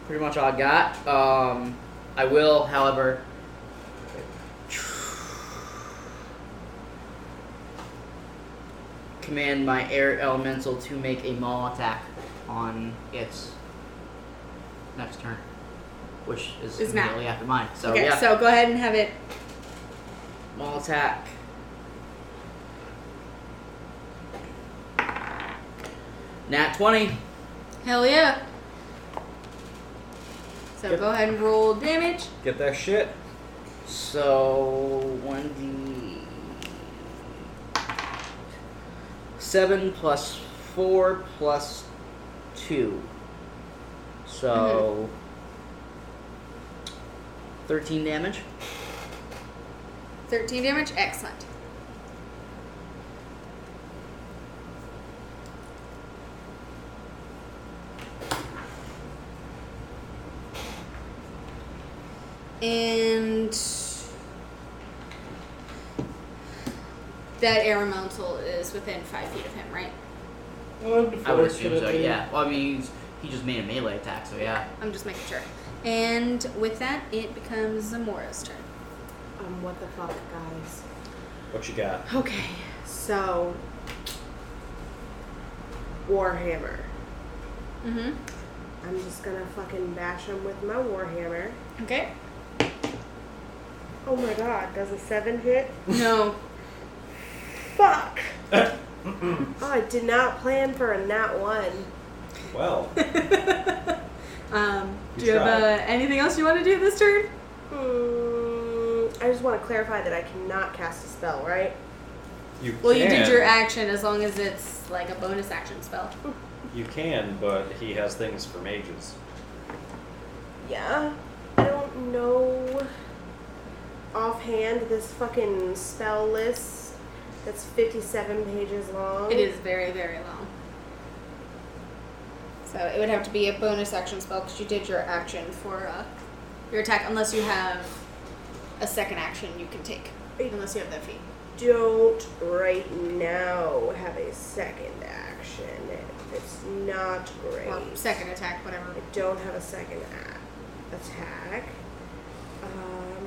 [SPEAKER 4] pretty much all I got. Um, I will, however, command my air elemental to make a maul attack on its next turn, which is
[SPEAKER 2] Is now.
[SPEAKER 4] immediately after mine. So
[SPEAKER 2] okay.
[SPEAKER 4] yeah,
[SPEAKER 2] So go ahead and have it.
[SPEAKER 4] maul attack. Nat twenty.
[SPEAKER 2] Hell yeah. So
[SPEAKER 5] Yep.
[SPEAKER 2] go ahead and roll damage.
[SPEAKER 5] get that shit.
[SPEAKER 4] So one d seven plus four plus two. So thirteen damage.
[SPEAKER 2] 13 damage. Excellent. And that air elemental is within five feet of him, right?
[SPEAKER 4] I would assume so. Yeah. Well, I mean, he's- he just made a melee attack, so yeah.
[SPEAKER 2] I'm just making sure. And with that, it becomes Zamora's turn.
[SPEAKER 3] Um, what the fuck, guys?
[SPEAKER 5] What you got?
[SPEAKER 3] Okay, so Warhammer.
[SPEAKER 2] Mm-hmm.
[SPEAKER 3] I'm just gonna fucking bash him with my Warhammer.
[SPEAKER 2] Okay.
[SPEAKER 3] Oh my god, does a seven hit?
[SPEAKER 2] No.
[SPEAKER 3] Fuck! oh, I did not plan for a nat one.
[SPEAKER 5] Well,
[SPEAKER 2] Um,
[SPEAKER 5] You
[SPEAKER 2] do you have
[SPEAKER 5] tried.
[SPEAKER 2] uh, anything else you want to do this turn?
[SPEAKER 3] Hmm, I just want to clarify that I cannot cast a spell, right?
[SPEAKER 5] you
[SPEAKER 2] Well, you did
[SPEAKER 5] can-
[SPEAKER 2] your action as long as it's like a bonus action spell.
[SPEAKER 5] You can, but he has things for mages.
[SPEAKER 3] Yeah. I don't know offhand this fucking spell list that's 57 pages long.
[SPEAKER 2] It is very, very long. So it would have to be a bonus action spell because you did your action for uh, your attack, unless you have a second action you can take, unless you have that feat.
[SPEAKER 3] Don't right now have a second action. It's not great.
[SPEAKER 2] Or second attack, whatever.
[SPEAKER 3] I don't have a second a- attack.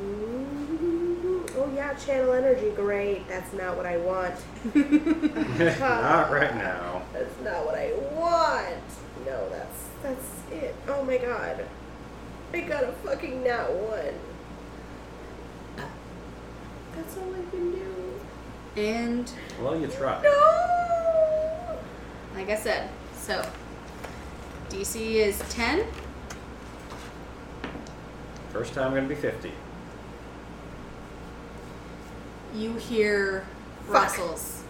[SPEAKER 3] Um, oh yeah, channel energy. Great. That's not what I want. Uh,
[SPEAKER 5] Not right now.
[SPEAKER 3] That's not what I want. No, that's that's it. Oh my god. I got a fucking not one. That's all I can do.
[SPEAKER 2] And
[SPEAKER 5] Well, you try.
[SPEAKER 3] No.
[SPEAKER 2] like I said, so DC is 10.
[SPEAKER 5] First time gonna be 50.
[SPEAKER 2] You hear
[SPEAKER 3] Fuck.
[SPEAKER 2] rustles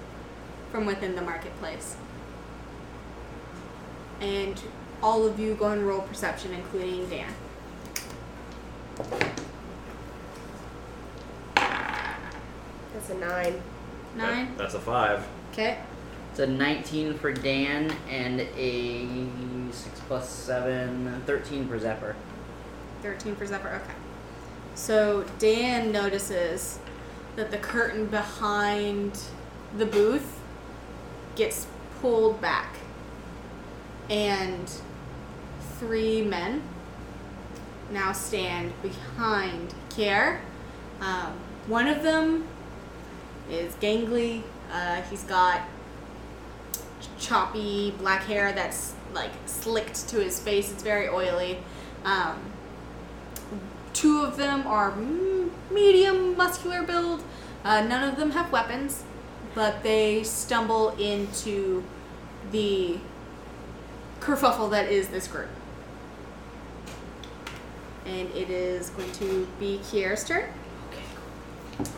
[SPEAKER 2] from within the marketplace. And all of you go and roll perception, including Dan.
[SPEAKER 3] That's a nine.
[SPEAKER 2] Nine?
[SPEAKER 5] That- that's a five.
[SPEAKER 2] Okay.
[SPEAKER 4] It's a 19 for Dan and a 6 plus 7, 13 for Zephyr.
[SPEAKER 2] 13 for Zephyr. Okay. So Dan notices that the curtain behind the booth gets pulled back. And three men now stand behind Kier. Um, one of them is gangly. Uh, he's got choppy black hair that's like slicked to his face. It's very oily. Um, two of them are mm, medium muscular build. Uh, none of them have weapons, but they stumble into the kerfuffle that is this group. And it is going to be Kiera's turn.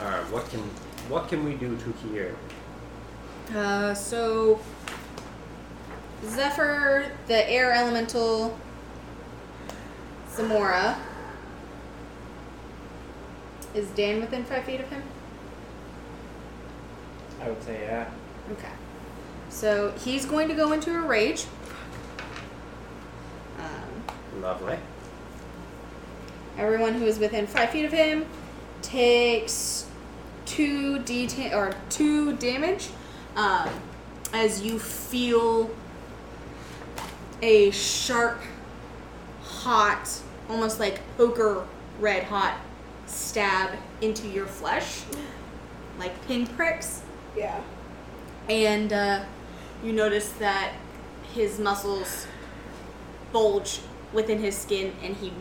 [SPEAKER 5] Alright, what can what can we do to here?
[SPEAKER 2] Uh, so Zephyr, the air elemental, Zamora. Is Dan within five feet of him?
[SPEAKER 6] I would say yeah.
[SPEAKER 2] Okay. So he's going to go into a rage. Um,
[SPEAKER 5] Lovely.
[SPEAKER 2] everyone who is within five feet of him takes two d or two damage um, as you feel a sharp, hot, almost like ochre red hot stab into your flesh, like pinpricks.
[SPEAKER 3] Yeah.
[SPEAKER 2] and uh, you notice that his muscles bulge within his skin and he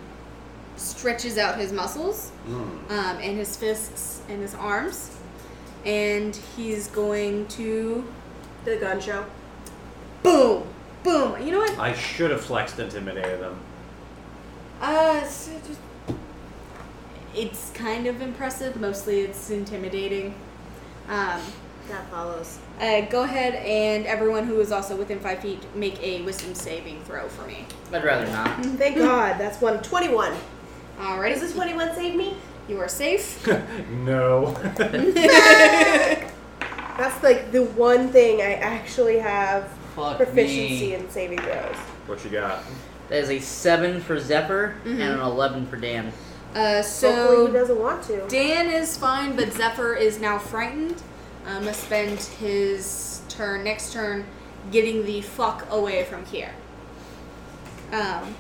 [SPEAKER 2] stretches out his muscles
[SPEAKER 5] Mm.
[SPEAKER 2] um, and his fists and his arms and he's going to
[SPEAKER 3] The gun show.
[SPEAKER 2] boom boom you know what
[SPEAKER 5] I should have flexed intimidated them.
[SPEAKER 2] uh so just- it's kind of impressive mostly it's intimidating um,
[SPEAKER 3] That follows.
[SPEAKER 2] Uh, go ahead and everyone who is also within five feet make a wisdom saving throw for me.
[SPEAKER 4] I'd rather not.
[SPEAKER 3] Mm, Thank God, that's one. 21.
[SPEAKER 2] Alrighty,
[SPEAKER 3] Does this 21 save me?
[SPEAKER 2] you are safe.
[SPEAKER 5] No.
[SPEAKER 3] That's like the one thing I actually have
[SPEAKER 4] Fuck
[SPEAKER 3] proficiency
[SPEAKER 4] me.
[SPEAKER 3] in saving throws.
[SPEAKER 5] what you got?
[SPEAKER 4] That is a seven for Zephyr and
[SPEAKER 3] Mm-hmm.
[SPEAKER 4] an eleven for Dan.
[SPEAKER 2] Uh,
[SPEAKER 3] Hopefully he
[SPEAKER 2] so
[SPEAKER 3] doesn't want to.
[SPEAKER 2] Dan is fine, but Zephyr is now frightened. Um, must spend his turn next turn getting the fuck away from here. Um,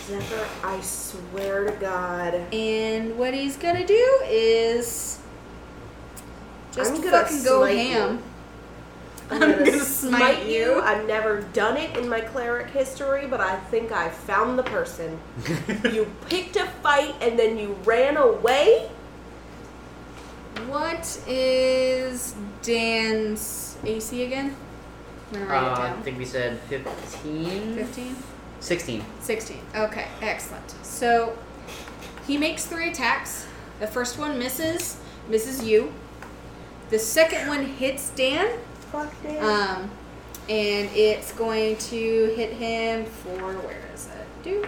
[SPEAKER 3] Zephyr, I swear to God.
[SPEAKER 2] and what he's gonna do is just
[SPEAKER 3] I'm gonna
[SPEAKER 2] fucking go
[SPEAKER 3] smite you.
[SPEAKER 2] ham.
[SPEAKER 3] I'm
[SPEAKER 2] I'm
[SPEAKER 3] gonna,
[SPEAKER 2] gonna
[SPEAKER 3] smite,
[SPEAKER 2] smite
[SPEAKER 3] you.
[SPEAKER 2] you.
[SPEAKER 3] I've never done it in my cleric history, but I think I found the person. you picked a fight and then you ran away?
[SPEAKER 2] What is Dan's AC again? I'm gonna
[SPEAKER 4] Uh,
[SPEAKER 2] write
[SPEAKER 4] I
[SPEAKER 2] it down.
[SPEAKER 4] think we said 15?
[SPEAKER 2] 15?
[SPEAKER 4] 16.
[SPEAKER 2] 16. Okay, excellent. So he makes three attacks. The first one misses, misses you. The second one hits Dan,
[SPEAKER 3] Fuck me.
[SPEAKER 2] um, and it's going to hit him for where is it? Do.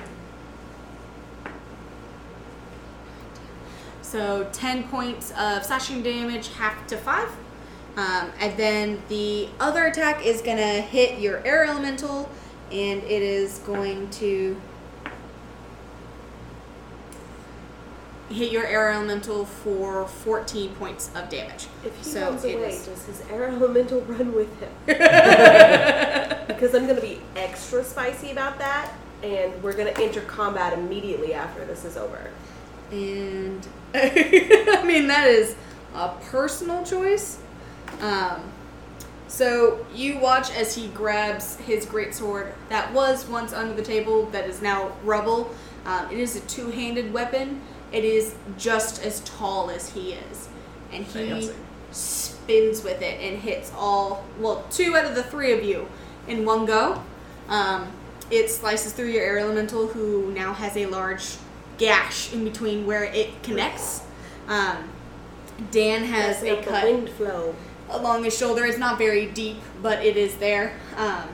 [SPEAKER 2] So 10 points of slashing damage, half to 5. Um, and then the other attack is going to hit your air elemental, and it is going to hit your air elemental for 14 points of damage.
[SPEAKER 3] if he
[SPEAKER 2] so
[SPEAKER 3] runs
[SPEAKER 2] it
[SPEAKER 3] away,
[SPEAKER 2] is-
[SPEAKER 3] does his air elemental run with him? because I'm gonna be extra spicy about that, and we're gonna enter combat immediately after this is over.
[SPEAKER 2] and I mean that is a personal choice. Um, so you watch as he grabs his greatsword that was once under the table, that is now rubble. Um, it is a two-handed weapon. It is just as tall as he is, and he
[SPEAKER 4] Fancy.
[SPEAKER 2] spins with it and hits all well two out of the three of you in one go. Um, it slices through your air elemental, who now has a large gash in between where it connects. Um, Dan has
[SPEAKER 3] That's
[SPEAKER 2] a
[SPEAKER 3] not the
[SPEAKER 2] cut
[SPEAKER 3] wind flow.
[SPEAKER 2] along his shoulder. It's not very deep, but it is there. Um,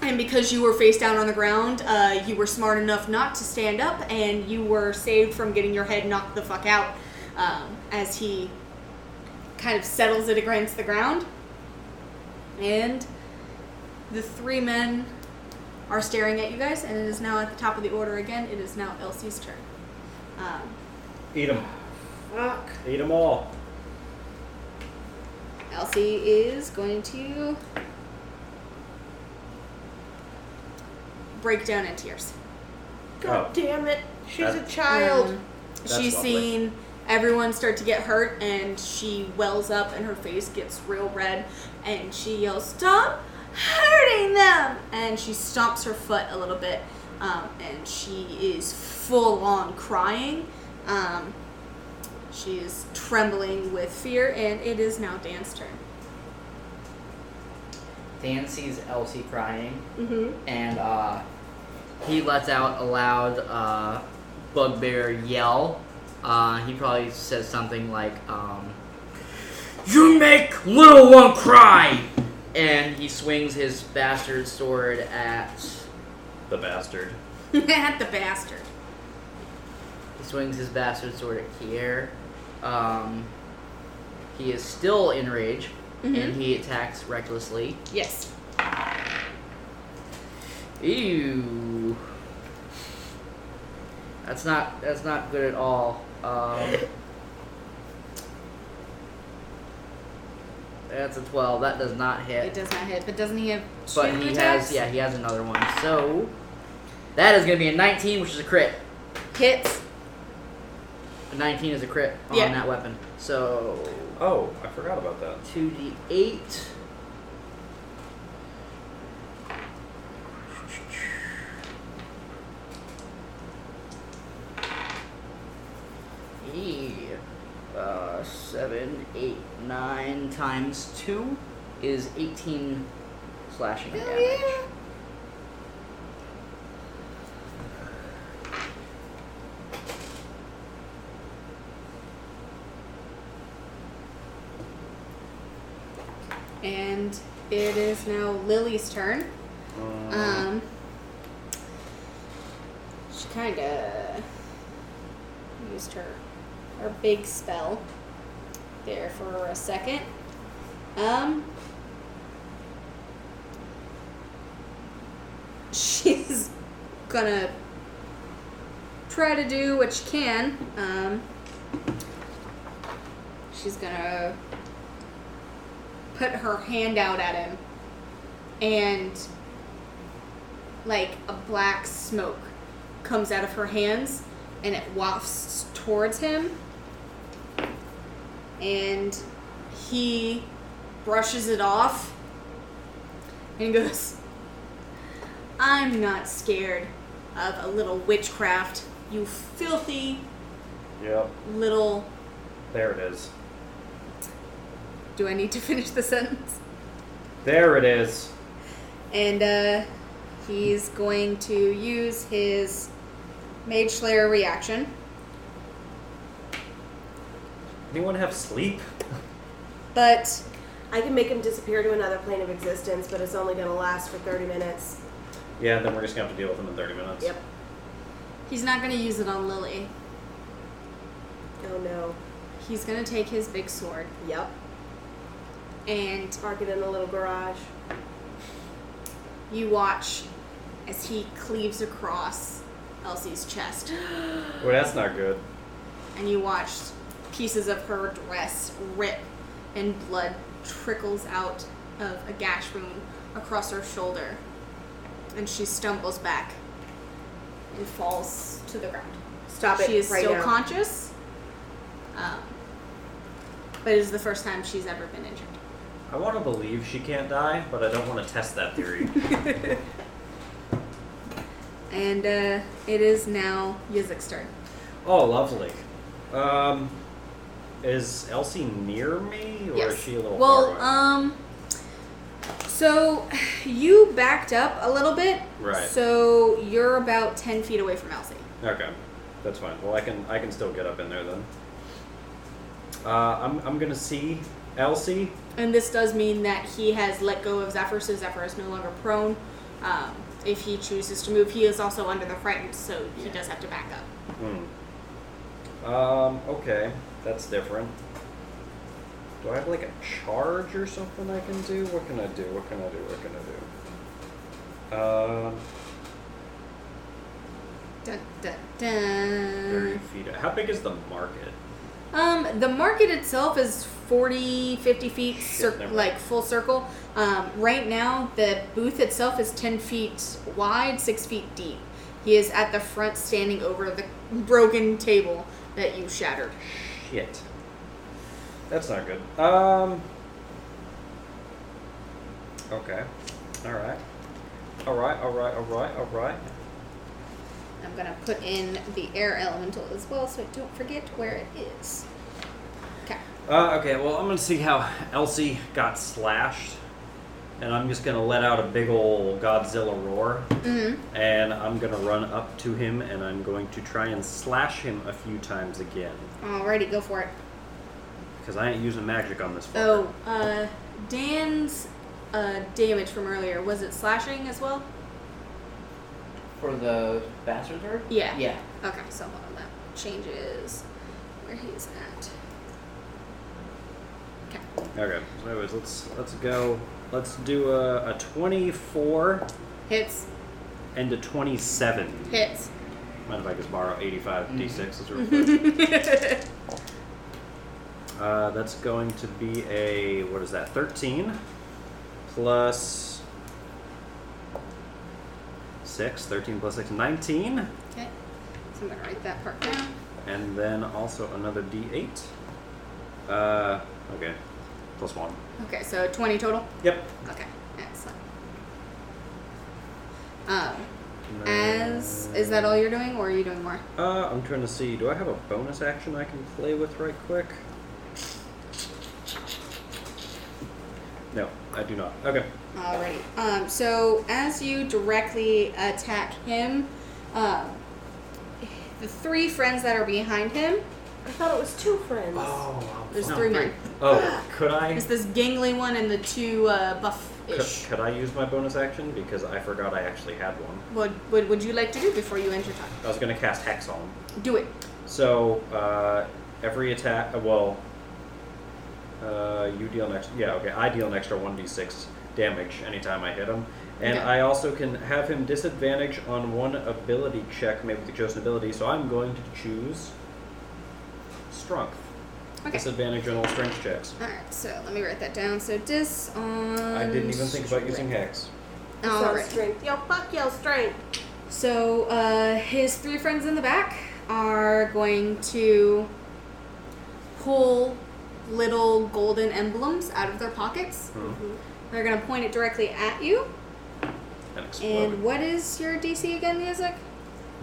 [SPEAKER 2] and because you were face down on the ground, uh, you were smart enough not to stand up, and you were saved from getting your head knocked the fuck out um, as he kind of settles it against the ground. And the three men are staring at you guys, and it is now at the top of the order again. It is now Elsie's turn. Um,
[SPEAKER 5] Eat them.
[SPEAKER 3] Fuck.
[SPEAKER 5] Eat them all.
[SPEAKER 2] Elsie is going to break down in tears.
[SPEAKER 3] God
[SPEAKER 5] Oh.
[SPEAKER 3] damn it. She's
[SPEAKER 5] That-
[SPEAKER 3] a child.
[SPEAKER 2] Um,
[SPEAKER 5] That's
[SPEAKER 2] she's
[SPEAKER 5] lovely.
[SPEAKER 2] seen everyone start to get hurt, and she wells up, and her face gets real red, and she yells, "Stop hurting them!" And she stomps her foot a little bit, um, and she is full on crying. Um, she is trembling with fear, and it is now Dan's turn.
[SPEAKER 4] Dan sees Elsie crying
[SPEAKER 3] Mm-hmm.
[SPEAKER 4] and uh, he lets out a loud uh, bugbear yell. Uh, he probably says something like, um, You make little one cry! And he swings his bastard sword at
[SPEAKER 5] The bastard.
[SPEAKER 2] At the bastard.
[SPEAKER 4] He swings his bastard sword at Kier. Um, he is still in rage,
[SPEAKER 2] Mm-hmm.
[SPEAKER 4] and he attacks recklessly.
[SPEAKER 2] Yes.
[SPEAKER 4] Ew. That's not that's not good at all. Um, that's a twelve. That does not
[SPEAKER 2] It
[SPEAKER 4] hit.
[SPEAKER 2] does not hit, but doesn't he have two
[SPEAKER 4] But he
[SPEAKER 2] attacks?
[SPEAKER 4] has yeah he has another one. So that is gonna be a nineteen, which is a crit.
[SPEAKER 2] Hits.
[SPEAKER 4] A nineteen is a crit on
[SPEAKER 2] Yeah.
[SPEAKER 4] that weapon. So
[SPEAKER 5] Oh, I forgot about that.
[SPEAKER 4] 2d8. E, uh, 7, 8, 9 times 2 is 18 slashing
[SPEAKER 2] Hell
[SPEAKER 4] damage.
[SPEAKER 2] And it is now Lily's turn. Um, she kind of used her her big spell there for a second. Um, she's gonna try to do what she can. Um, she's gonna put her hand out at him and like a black smoke comes out of her hands and it wafts towards him and he brushes it off and goes i'm not scared of a little witchcraft you filthy
[SPEAKER 5] Yep.
[SPEAKER 2] little
[SPEAKER 5] There it is.
[SPEAKER 2] do i need to finish the sentence
[SPEAKER 5] There it is.
[SPEAKER 2] And uh, he's going to use his Mage Slayer reaction.
[SPEAKER 5] Anyone have sleep?
[SPEAKER 2] But
[SPEAKER 3] I can make him disappear to another plane of existence, but it's only going to last for 30 minutes.
[SPEAKER 5] Yeah, then we're just gonna have to deal with them in 30 minutes.
[SPEAKER 3] Yep.
[SPEAKER 2] he's not going to use it on Lily.
[SPEAKER 3] Oh no.
[SPEAKER 2] He's going to take his big sword
[SPEAKER 3] Yep.
[SPEAKER 2] and
[SPEAKER 3] Park it in the little garage.
[SPEAKER 2] you watch as he cleaves across Elsie's chest.
[SPEAKER 5] Well, that's not good.
[SPEAKER 2] And you watch pieces of her dress rip and blood trickles out of a gash wound across her shoulder. And she stumbles back and falls to the ground.
[SPEAKER 3] Stop it
[SPEAKER 2] she is
[SPEAKER 3] right
[SPEAKER 2] still
[SPEAKER 3] now.
[SPEAKER 2] conscious. Um, but it is the first time she's ever been injured.
[SPEAKER 5] I want to believe she can't die, but I don't want to test that theory.
[SPEAKER 2] And uh, it is now Yazik's turn.
[SPEAKER 5] oh, lovely. Um, is Elsie near me, or is she a little
[SPEAKER 2] well,
[SPEAKER 5] far away?
[SPEAKER 2] um, so you backed up a little bit.
[SPEAKER 5] Right.
[SPEAKER 2] So you're about 10 feet away from Elsie.
[SPEAKER 5] Okay, that's fine. Well, I can I can still get up in there then. Uh, I'm I'm gonna see Elsie.
[SPEAKER 2] And this does mean that he has let go of Zephyr, so Zephyr is no longer prone. Um, if he chooses to move, he is also under the frightened, so he does have to back up.
[SPEAKER 5] Hmm. Um. Okay, that's different. Do I have like a charge or something I can do? What can I do? What can I do? What can I do? Um.
[SPEAKER 2] Dun, dun, dun.
[SPEAKER 5] Thirty feet. How big is the market?
[SPEAKER 2] Um, the market itself is 40, 50 feet, cir-
[SPEAKER 5] never mind.
[SPEAKER 2] like full circle. Um, right now, the booth itself is 10 feet wide, 6 feet deep. He is at the front standing over the broken table that you shattered.
[SPEAKER 5] Shit. That's not good. Um. Okay. All right. All right. All right. All right. All right.
[SPEAKER 2] I'm going to put in the air elemental as well so I don't forget where it is. Okay.
[SPEAKER 5] Uh, okay, well, I'm gonna see how Elsie got slashed, and I'm just gonna let out a big ol' Godzilla roar,
[SPEAKER 2] Mm-hmm.
[SPEAKER 5] and I'm gonna run up to him, and I'm going to try and slash him a few times again,
[SPEAKER 2] Alrighty, go for it.
[SPEAKER 5] because I ain't using magic on this fucker.
[SPEAKER 2] Oh, uh, Dan's uh, damage from earlier, was it slashing as well?
[SPEAKER 6] For the bastard bird?
[SPEAKER 2] Yeah.
[SPEAKER 6] Yeah.
[SPEAKER 2] Okay, so hold on, that changes where he's at. Okay.
[SPEAKER 5] Okay, so anyways, let's let's go. Let's do a, a 24
[SPEAKER 2] Hits,
[SPEAKER 5] and a 27.
[SPEAKER 2] hits.
[SPEAKER 5] Mind if I just borrow 85 d6s real quick? Uh, that's going to be a what is that? Thirteen plus six. Thirteen plus six. Nineteen,
[SPEAKER 2] okay, so I'm gonna write that part down.
[SPEAKER 5] and then also another d8. Uh, okay, plus one.
[SPEAKER 2] Okay, so 20 total?
[SPEAKER 5] Yep.
[SPEAKER 2] Okay, excellent. Um, as, is that all you're doing, or are you doing more?
[SPEAKER 5] Uh, I'm trying to see. Do I have a bonus action I can play with right quick? No, I do not. Okay.
[SPEAKER 2] Alrighty. Um, so as you directly attack him, um, the three friends that are behind him
[SPEAKER 3] I thought it was two friends.
[SPEAKER 5] Oh,
[SPEAKER 2] There's
[SPEAKER 5] no.
[SPEAKER 2] three men.
[SPEAKER 5] Oh, could I?
[SPEAKER 2] It's this gangly one and the two uh,
[SPEAKER 5] Could,
[SPEAKER 2] buff-ish.
[SPEAKER 5] could I use my bonus action because I forgot I actually had one?
[SPEAKER 2] What, what would you like to do before you end your time?
[SPEAKER 5] I was gonna cast hex on. 'em.
[SPEAKER 2] Do it.
[SPEAKER 5] So uh, every attack, uh, well, uh, you deal next. Yeah, okay. I deal an extra one d six damage anytime I hit him, and
[SPEAKER 2] Okay.
[SPEAKER 5] I also can have him disadvantage on one ability check made with the chosen ability. So I'm going to choose strength.
[SPEAKER 2] Okay.
[SPEAKER 5] Disadvantage on all strength checks.
[SPEAKER 2] All right. So let me write that down. So dis on.
[SPEAKER 5] I didn't even think about using hex.
[SPEAKER 2] All
[SPEAKER 3] So
[SPEAKER 2] right.
[SPEAKER 3] strength. Yo, fuck yo, strength.
[SPEAKER 2] So uh, his three friends in the back are going to pull little golden emblems out of their pockets. They're going to point it directly at you.
[SPEAKER 5] And explode.
[SPEAKER 2] And what is your DC again, Music?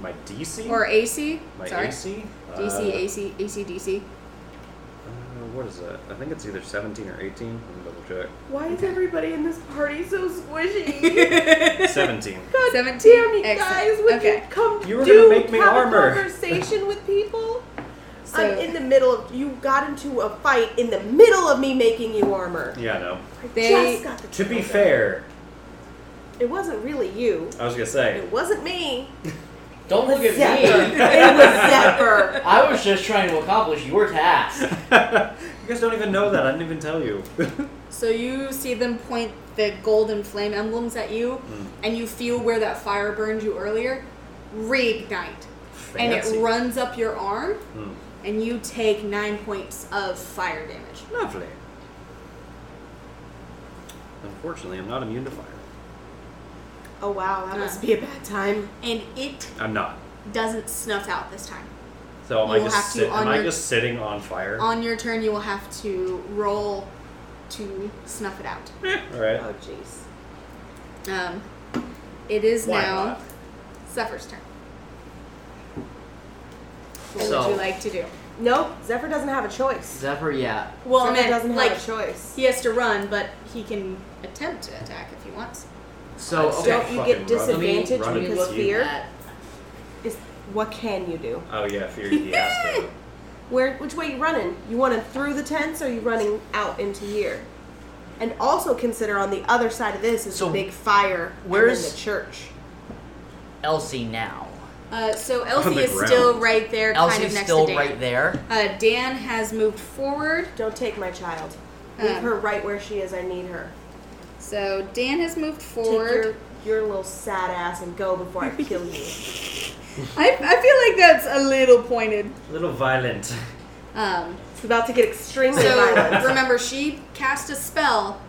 [SPEAKER 5] my DC.
[SPEAKER 2] Or AC?
[SPEAKER 5] my
[SPEAKER 2] Sorry.
[SPEAKER 5] AC.
[SPEAKER 2] DC,
[SPEAKER 5] Uh,
[SPEAKER 2] AC, AC, DC.
[SPEAKER 5] Uh, what is that? I think it's either 17 or 18. Let me double
[SPEAKER 3] Why is everybody in this party so squishy?
[SPEAKER 5] check. 17.
[SPEAKER 2] 17.
[SPEAKER 3] Oh, Damn you guys,
[SPEAKER 2] Excellent.
[SPEAKER 3] would
[SPEAKER 2] okay.
[SPEAKER 3] you come
[SPEAKER 5] You were
[SPEAKER 3] do
[SPEAKER 5] gonna make me
[SPEAKER 3] have
[SPEAKER 5] armor.
[SPEAKER 3] a conversation with people? I'm
[SPEAKER 2] So
[SPEAKER 3] in the middle of you got into a fight in the middle of me making you armor.
[SPEAKER 5] Yeah, no.
[SPEAKER 3] I
[SPEAKER 2] They-
[SPEAKER 3] just got the
[SPEAKER 5] To be
[SPEAKER 3] trigger.
[SPEAKER 5] fair,
[SPEAKER 3] It wasn't really you.
[SPEAKER 5] I was gonna say.
[SPEAKER 3] It wasn't me.
[SPEAKER 6] Don't look at
[SPEAKER 3] Zephyr.
[SPEAKER 6] me.
[SPEAKER 3] it was Zephyr.
[SPEAKER 6] I was just trying to accomplish your task.
[SPEAKER 5] you guys don't even know that. I didn't even tell you.
[SPEAKER 2] So you see them point the golden flame emblems at you,
[SPEAKER 5] Mm.
[SPEAKER 2] and you feel where that fire burned you earlier reignite. And it
[SPEAKER 5] Fancy.
[SPEAKER 2] runs up your arm,
[SPEAKER 5] Hmm.
[SPEAKER 2] and you take nine points of fire damage.
[SPEAKER 5] Lovely. Unfortunately, I'm not immune to fire.
[SPEAKER 3] Oh wow, that must be a bad time.
[SPEAKER 2] And it
[SPEAKER 5] I'm not.
[SPEAKER 2] doesn't snuff out this time.
[SPEAKER 5] So am
[SPEAKER 2] You'll
[SPEAKER 5] I
[SPEAKER 2] have
[SPEAKER 5] just
[SPEAKER 2] to
[SPEAKER 5] sit,
[SPEAKER 2] on
[SPEAKER 5] am I
[SPEAKER 2] your-
[SPEAKER 5] just sitting on fire?
[SPEAKER 2] On your turn, you will have to roll to snuff it out.
[SPEAKER 5] All right.
[SPEAKER 3] Oh jeez.
[SPEAKER 2] Um, it is
[SPEAKER 5] Why
[SPEAKER 2] now
[SPEAKER 5] not?
[SPEAKER 2] Zephyr's turn. What
[SPEAKER 4] So-
[SPEAKER 2] would you like to do?
[SPEAKER 3] Nope, Zephyr doesn't have a choice.
[SPEAKER 4] Zephyr, yeah.
[SPEAKER 2] Well,
[SPEAKER 3] Zephyr
[SPEAKER 2] I meant,
[SPEAKER 3] doesn't
[SPEAKER 2] like
[SPEAKER 3] have a choice.
[SPEAKER 2] he has to run, but he can attempt to attack if he wants.
[SPEAKER 4] So
[SPEAKER 5] I'd
[SPEAKER 4] okay.
[SPEAKER 5] say
[SPEAKER 3] Don't you
[SPEAKER 5] Oh, fucking
[SPEAKER 3] get
[SPEAKER 5] run.
[SPEAKER 4] Let me-
[SPEAKER 3] disadvantage
[SPEAKER 5] run it
[SPEAKER 3] because
[SPEAKER 5] with you.
[SPEAKER 3] fear?
[SPEAKER 4] At-
[SPEAKER 3] Is what can you do?
[SPEAKER 5] Oh yeah, fear he has to.
[SPEAKER 3] Where which way you running? You running through the tents or you running out into here? And also consider on the other side of this is
[SPEAKER 4] So,
[SPEAKER 3] the big fire and
[SPEAKER 4] where's-
[SPEAKER 3] then the church.
[SPEAKER 6] Elsie now.
[SPEAKER 2] Uh, so Elsie
[SPEAKER 5] the
[SPEAKER 2] is
[SPEAKER 5] ground.
[SPEAKER 2] still right there, kind of
[SPEAKER 6] Elsie's
[SPEAKER 2] next
[SPEAKER 6] still
[SPEAKER 2] to Dan.
[SPEAKER 6] right there.
[SPEAKER 2] Uh, Dan has moved forward,
[SPEAKER 3] Don't take my child. Leave
[SPEAKER 2] Um,
[SPEAKER 3] her right where she is. I need her.
[SPEAKER 2] so Dan has moved
[SPEAKER 3] Take
[SPEAKER 2] forward.
[SPEAKER 3] your, your little sad ass and go before I kill you.
[SPEAKER 2] I, I feel like that's a little pointed.
[SPEAKER 5] A little violent.
[SPEAKER 2] Um,
[SPEAKER 3] it's about to get extremely
[SPEAKER 2] So
[SPEAKER 3] violent.
[SPEAKER 2] remember, she cast a spell,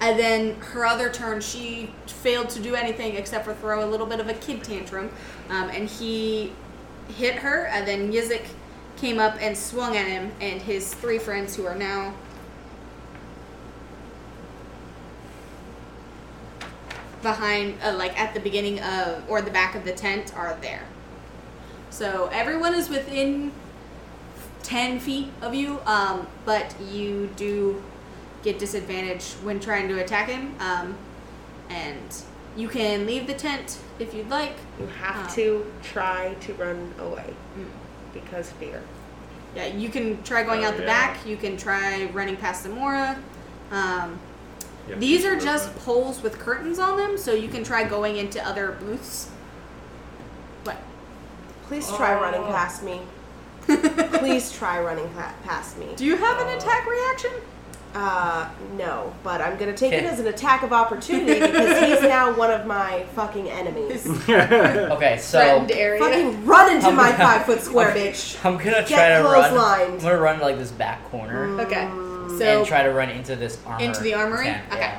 [SPEAKER 2] and then her other turn, she failed to do anything except for throw a little bit of a kid tantrum, um, and he hit her, and then Yizik came up and swung at him and his three friends who are now. Behind, uh, like at the beginning of or the back of the tent, are there. So everyone is within 10 feet of you, um, but you do get disadvantage when trying to attack him. Um, and you can leave the tent if you'd like.
[SPEAKER 3] You have
[SPEAKER 2] Oh.
[SPEAKER 3] to try to run away because fear.
[SPEAKER 2] Yeah, you can try going
[SPEAKER 5] Oh,
[SPEAKER 2] out the
[SPEAKER 5] yeah.
[SPEAKER 2] back. You can try running past Samora. Um,
[SPEAKER 5] Yeah,
[SPEAKER 2] these
[SPEAKER 5] fear
[SPEAKER 2] are just
[SPEAKER 5] movement.
[SPEAKER 2] poles with curtains on them, so you can try going into other booths. What?
[SPEAKER 3] Please try running past me. Please try running pa- past me.
[SPEAKER 2] Do you have an attack reaction?
[SPEAKER 3] Uh, no, but I'm gonna take it as an attack of opportunity because he's now one of my fucking enemies.
[SPEAKER 6] Okay, so
[SPEAKER 2] Threatened area.
[SPEAKER 3] fucking run into
[SPEAKER 6] I'm
[SPEAKER 3] my
[SPEAKER 6] gonna-
[SPEAKER 3] five foot square, bitch.
[SPEAKER 6] I'm gonna try
[SPEAKER 3] Get
[SPEAKER 6] to run. I'm
[SPEAKER 3] clotheslined.
[SPEAKER 6] gonna run like this back corner
[SPEAKER 2] okay.
[SPEAKER 6] and
[SPEAKER 2] Mm. So,
[SPEAKER 6] try to run into this armor.
[SPEAKER 2] Into the armory?
[SPEAKER 6] tent,
[SPEAKER 2] Okay.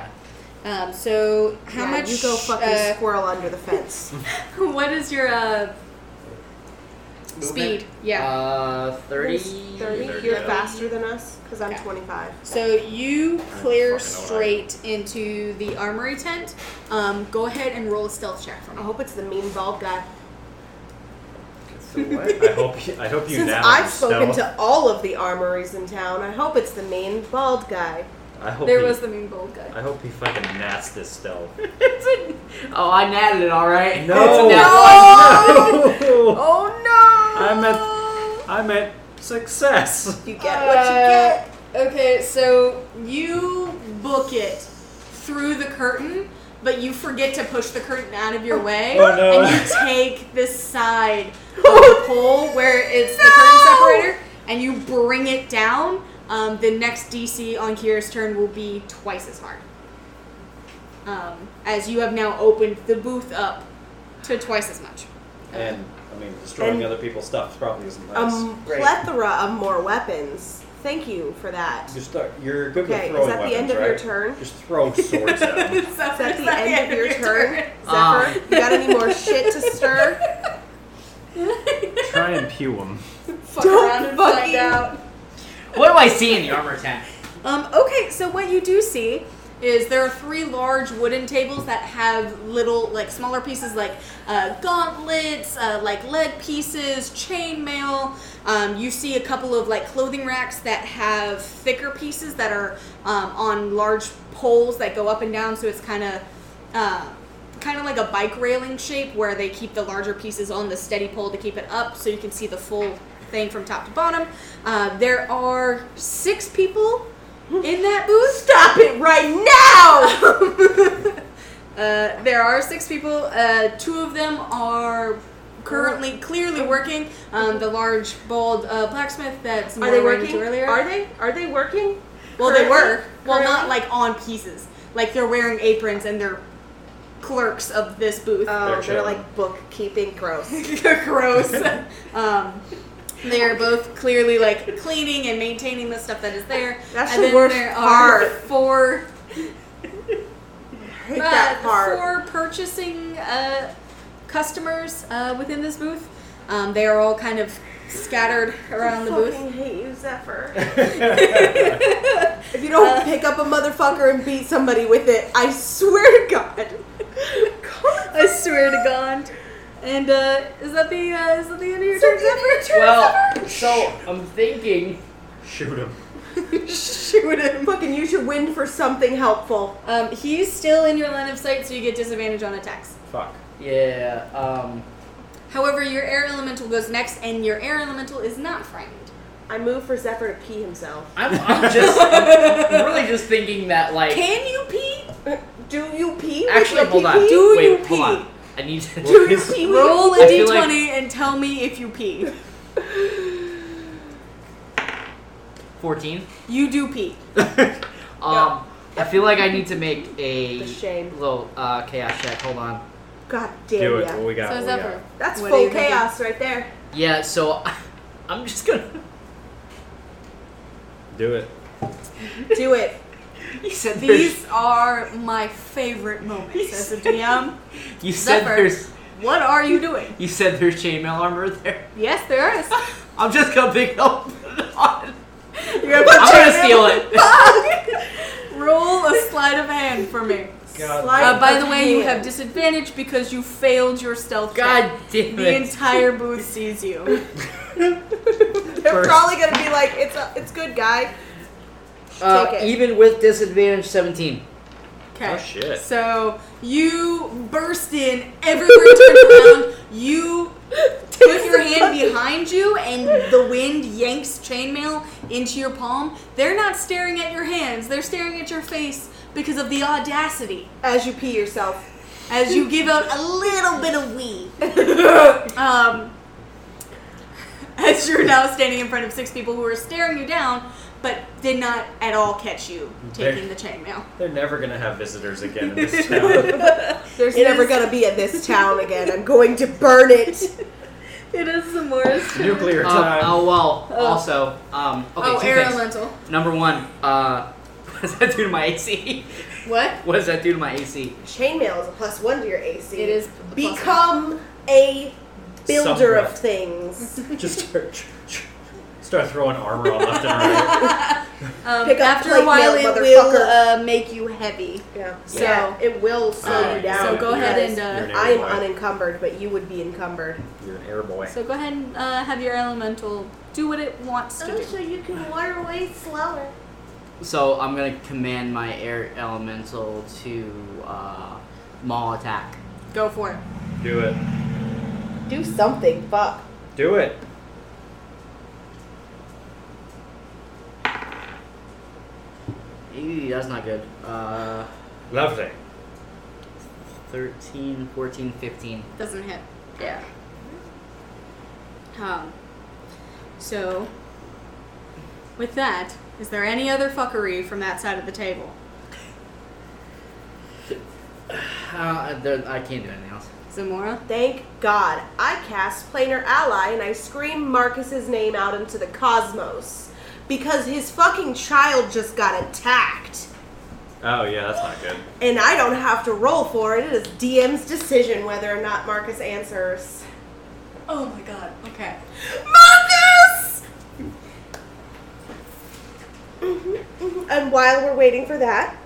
[SPEAKER 6] yeah.
[SPEAKER 2] um, so how
[SPEAKER 3] Yeah,
[SPEAKER 2] much?
[SPEAKER 3] You go fucking
[SPEAKER 2] uh,
[SPEAKER 3] squirrel under the fence.
[SPEAKER 2] what is your uh,
[SPEAKER 4] Movement?
[SPEAKER 2] speed? Yeah.
[SPEAKER 6] Uh, thirty.
[SPEAKER 3] Thirty.
[SPEAKER 5] Thirty,
[SPEAKER 3] You're
[SPEAKER 5] yeah.
[SPEAKER 3] faster than us because I'm
[SPEAKER 2] Yeah.
[SPEAKER 3] 25.
[SPEAKER 2] So you
[SPEAKER 5] fucking know
[SPEAKER 2] clear
[SPEAKER 5] what I-
[SPEAKER 2] straight into the armory tent. Um, go ahead and roll a stealth check for
[SPEAKER 3] I
[SPEAKER 2] me.
[SPEAKER 3] hope it's the mean bald guy.
[SPEAKER 5] So what? I hope you, I hope you
[SPEAKER 3] Since
[SPEAKER 5] now.
[SPEAKER 3] I've spoken
[SPEAKER 5] stealth-
[SPEAKER 3] to all of the armories in town, I hope it's the mean bald guy.
[SPEAKER 5] I hope
[SPEAKER 2] There
[SPEAKER 5] he-
[SPEAKER 2] was the mean bold guy.
[SPEAKER 5] I hope he fucking nats this stealth.
[SPEAKER 4] Oh, I natted it, all right.
[SPEAKER 5] No! Oh,
[SPEAKER 4] It's a nat one.
[SPEAKER 5] No!
[SPEAKER 3] Oh no!
[SPEAKER 5] I meant I meant Success.
[SPEAKER 3] You get what you
[SPEAKER 2] Uh,
[SPEAKER 3] get.
[SPEAKER 2] Okay, so you book it through the curtain, but you forget to push the curtain out of your way,
[SPEAKER 5] Oh, no.
[SPEAKER 2] and you take this side of the pole where it's the curtain separator, and you bring it down. Um, the next DC on Kira's turn will be twice as hard, um, as you have now opened the booth up to twice as much.
[SPEAKER 5] And I mean, destroying
[SPEAKER 3] And- um,
[SPEAKER 5] other people's stuff probably isn't nice.
[SPEAKER 3] Uh, A
[SPEAKER 6] Great.
[SPEAKER 3] plethora of more weapons. Thank you for that.
[SPEAKER 5] you start. uh, You're good
[SPEAKER 3] Okay,
[SPEAKER 5] with
[SPEAKER 3] is
[SPEAKER 5] throwing
[SPEAKER 3] that the
[SPEAKER 5] weapons,
[SPEAKER 3] end of your
[SPEAKER 5] right?
[SPEAKER 3] turn?
[SPEAKER 5] Just throw swords at them.
[SPEAKER 2] Is that
[SPEAKER 3] the end of your turn?
[SPEAKER 6] Ah.
[SPEAKER 3] Zephyr, you got any more shit to stir?
[SPEAKER 5] Try and pew them.
[SPEAKER 2] Fuck
[SPEAKER 3] Don't
[SPEAKER 2] around and find
[SPEAKER 3] fucking-
[SPEAKER 2] out.
[SPEAKER 6] What do I see in the armor attack?
[SPEAKER 2] Um, okay, so what you do see is there are three large wooden tables that have little, like, smaller pieces like uh, gauntlets, uh, like lead pieces, chainmail. Um, you see a couple of, like, clothing racks that have thicker pieces that are um, on large poles that go up and down, so it's kind of. Uh, Kind of like a bike railing shape where they keep the larger pieces on the steady pole to keep it up so you can see the full thing from top to bottom. Uh, there are six people in that booth.
[SPEAKER 3] Stop it right now!
[SPEAKER 2] Uh, there are six people. Uh, two of them are currently clearly working. Um, the large bald uh, blacksmith that
[SPEAKER 3] Are
[SPEAKER 2] someone
[SPEAKER 3] they
[SPEAKER 2] ran
[SPEAKER 3] working?
[SPEAKER 2] into earlier.
[SPEAKER 3] Are they? Are they working?
[SPEAKER 2] Well, they were.
[SPEAKER 3] Currently?
[SPEAKER 2] Well,
[SPEAKER 3] Currently?
[SPEAKER 2] not like on pieces. Like they're wearing aprons and they're clerks of this booth.
[SPEAKER 3] Oh,
[SPEAKER 5] They're
[SPEAKER 3] they're,
[SPEAKER 5] chilling.
[SPEAKER 3] like bookkeeping. Gross.
[SPEAKER 2] gross. um, they are both clearly like cleaning and maintaining the stuff that is there.
[SPEAKER 3] That's
[SPEAKER 2] and
[SPEAKER 3] the
[SPEAKER 2] then
[SPEAKER 3] worst
[SPEAKER 2] there are
[SPEAKER 3] part.
[SPEAKER 2] four
[SPEAKER 3] Hate
[SPEAKER 2] uh,
[SPEAKER 3] that part.
[SPEAKER 2] Four purchasing uh, customers uh, within this booth. Um, they are all kind of scattered around the booth.
[SPEAKER 3] Fucking hate you, Zephyr. if you don't
[SPEAKER 2] Uh,
[SPEAKER 3] pick up a motherfucker and beat somebody with it, I swear to God.
[SPEAKER 2] I swear to God. And uh, is that the uh, is that the end of your turn, Zephyr?
[SPEAKER 6] Well, so I'm thinking.
[SPEAKER 5] Shoot them.
[SPEAKER 3] Shoot him. Fucking use your wind for something helpful.
[SPEAKER 2] Um, he's still in your line of sight, so you get disadvantage on attacks.
[SPEAKER 5] Fuck.
[SPEAKER 6] Yeah. Um.
[SPEAKER 2] However, your air elemental goes next, and your air elemental is not frightened.
[SPEAKER 3] I move for Zephyr to pee himself.
[SPEAKER 6] I'm, I'm just. I'm, I'm really just thinking that like.
[SPEAKER 2] Can you pee?
[SPEAKER 3] Do you pee? with
[SPEAKER 6] actually,
[SPEAKER 3] your
[SPEAKER 6] hold on.
[SPEAKER 3] pee-pee?
[SPEAKER 2] Do
[SPEAKER 6] Wait,
[SPEAKER 2] you
[SPEAKER 6] hold
[SPEAKER 2] pee?
[SPEAKER 6] on. I need to.
[SPEAKER 3] Do you pee? with
[SPEAKER 2] Roll a
[SPEAKER 3] your-
[SPEAKER 6] I
[SPEAKER 2] d20
[SPEAKER 6] feel like-
[SPEAKER 2] and tell me if you pee.
[SPEAKER 6] 14.
[SPEAKER 2] You do pee.
[SPEAKER 6] Um, I feel like I need to make a
[SPEAKER 3] The shame.
[SPEAKER 6] little uh, chaos check. Hold on.
[SPEAKER 3] God
[SPEAKER 5] Do
[SPEAKER 3] damn
[SPEAKER 5] it. What
[SPEAKER 3] ya.
[SPEAKER 5] we got?
[SPEAKER 6] Oh,
[SPEAKER 2] so
[SPEAKER 5] what we
[SPEAKER 2] Zephyr,
[SPEAKER 3] That's
[SPEAKER 2] what are
[SPEAKER 3] full
[SPEAKER 2] you gonna do?
[SPEAKER 3] chaos right there.
[SPEAKER 6] Yeah, so I'm just gonna.
[SPEAKER 5] got? Do it.
[SPEAKER 3] Do it.
[SPEAKER 6] You said
[SPEAKER 2] These are my favorite moments as a DM.
[SPEAKER 6] there's. You said
[SPEAKER 2] Zephyr.
[SPEAKER 6] there's.
[SPEAKER 2] What are you doing?
[SPEAKER 6] You said there's chainmail armor there.
[SPEAKER 2] Yes, there is.
[SPEAKER 6] I'm just gonna pick it up. and put it on.
[SPEAKER 3] You're
[SPEAKER 6] I'm gonna steal it.
[SPEAKER 2] Roll a sleight of hand for me.
[SPEAKER 3] Slide
[SPEAKER 2] Uh, by the
[SPEAKER 3] of
[SPEAKER 2] way, you
[SPEAKER 3] hand.
[SPEAKER 2] have disadvantage because you failed your stealth. check.
[SPEAKER 6] God damn
[SPEAKER 2] The
[SPEAKER 6] it.
[SPEAKER 2] entire booth sees you.
[SPEAKER 3] They're
[SPEAKER 6] first.
[SPEAKER 3] probably gonna be like, it's a, it's good, guy.
[SPEAKER 6] Uh,
[SPEAKER 3] Take it.
[SPEAKER 6] even with disadvantage, 17.
[SPEAKER 2] Okay.
[SPEAKER 5] Oh, shit.
[SPEAKER 2] So you burst in, everyone turned around. You put your hand behind you, and the wind yanks chainmail into your palm. They're not staring at your hands; they're staring at your face because of the audacity.
[SPEAKER 3] As you pee yourself.
[SPEAKER 2] as you give out a little bit of wee. Um, as you're now standing in front of six people who are staring you down, but did not at all catch you taking the chainmail.
[SPEAKER 5] They're never gonna have visitors again in this town.
[SPEAKER 3] There's
[SPEAKER 2] It
[SPEAKER 3] never
[SPEAKER 2] is-
[SPEAKER 3] gonna be a this town again. I'm going to burn it.
[SPEAKER 2] It is the worst.
[SPEAKER 5] Nuclear
[SPEAKER 6] Uh,
[SPEAKER 5] time.
[SPEAKER 6] oh, well, also, um, okay,
[SPEAKER 2] oh,
[SPEAKER 6] two
[SPEAKER 2] air
[SPEAKER 6] things.
[SPEAKER 2] elemental.
[SPEAKER 6] Number one, uh, what does that do to my AC?
[SPEAKER 2] What?
[SPEAKER 6] What does that do to my AC?
[SPEAKER 3] Chainmail is a plus one to your AC.
[SPEAKER 2] It is a plus one.
[SPEAKER 3] Become a builder
[SPEAKER 5] Somewhat.
[SPEAKER 3] of things.
[SPEAKER 5] Just start, start throwing armor on left and right.
[SPEAKER 2] Um,
[SPEAKER 3] Pick up
[SPEAKER 2] after a
[SPEAKER 3] plate
[SPEAKER 2] while,
[SPEAKER 3] mail,
[SPEAKER 2] it will
[SPEAKER 3] motherfucker.
[SPEAKER 2] uh, make you heavy.
[SPEAKER 3] Yeah.
[SPEAKER 2] So-
[SPEAKER 3] yeah, it will slow
[SPEAKER 5] Uh,
[SPEAKER 3] you down.
[SPEAKER 2] so go ahead
[SPEAKER 3] because
[SPEAKER 2] and uh,
[SPEAKER 5] You're an
[SPEAKER 3] I am
[SPEAKER 5] airboy.
[SPEAKER 3] unencumbered, but you would be encumbered.
[SPEAKER 5] You're an air boy.
[SPEAKER 2] so go ahead and uh, have your elemental do what it wants to do.
[SPEAKER 3] Oh, you can water way slower.
[SPEAKER 6] So I'm gonna command my air elemental to uh, maul attack.
[SPEAKER 2] Go for it.
[SPEAKER 5] Do it.
[SPEAKER 3] Do something, fuck.
[SPEAKER 5] Do it.
[SPEAKER 4] Eee, that's not good. Uh,
[SPEAKER 5] Lovely.
[SPEAKER 4] 13, 14, 15.
[SPEAKER 2] Doesn't hit.
[SPEAKER 4] Yeah.
[SPEAKER 2] Um, so, with that, is there any other fuckery from that side of the table?
[SPEAKER 4] Uh, there, I can't do anything else.
[SPEAKER 2] Zamora?
[SPEAKER 3] Thank God. I cast Planar Ally and I scream Marcus's name out into the cosmos because his fucking child just got attacked.
[SPEAKER 5] Oh yeah, that's not good.
[SPEAKER 3] And I don't have to roll for it. It is DM's decision whether or not Marcus answers.
[SPEAKER 2] Oh my god. Okay.
[SPEAKER 3] Marcus! Mhm, mhm. And while we're waiting for that,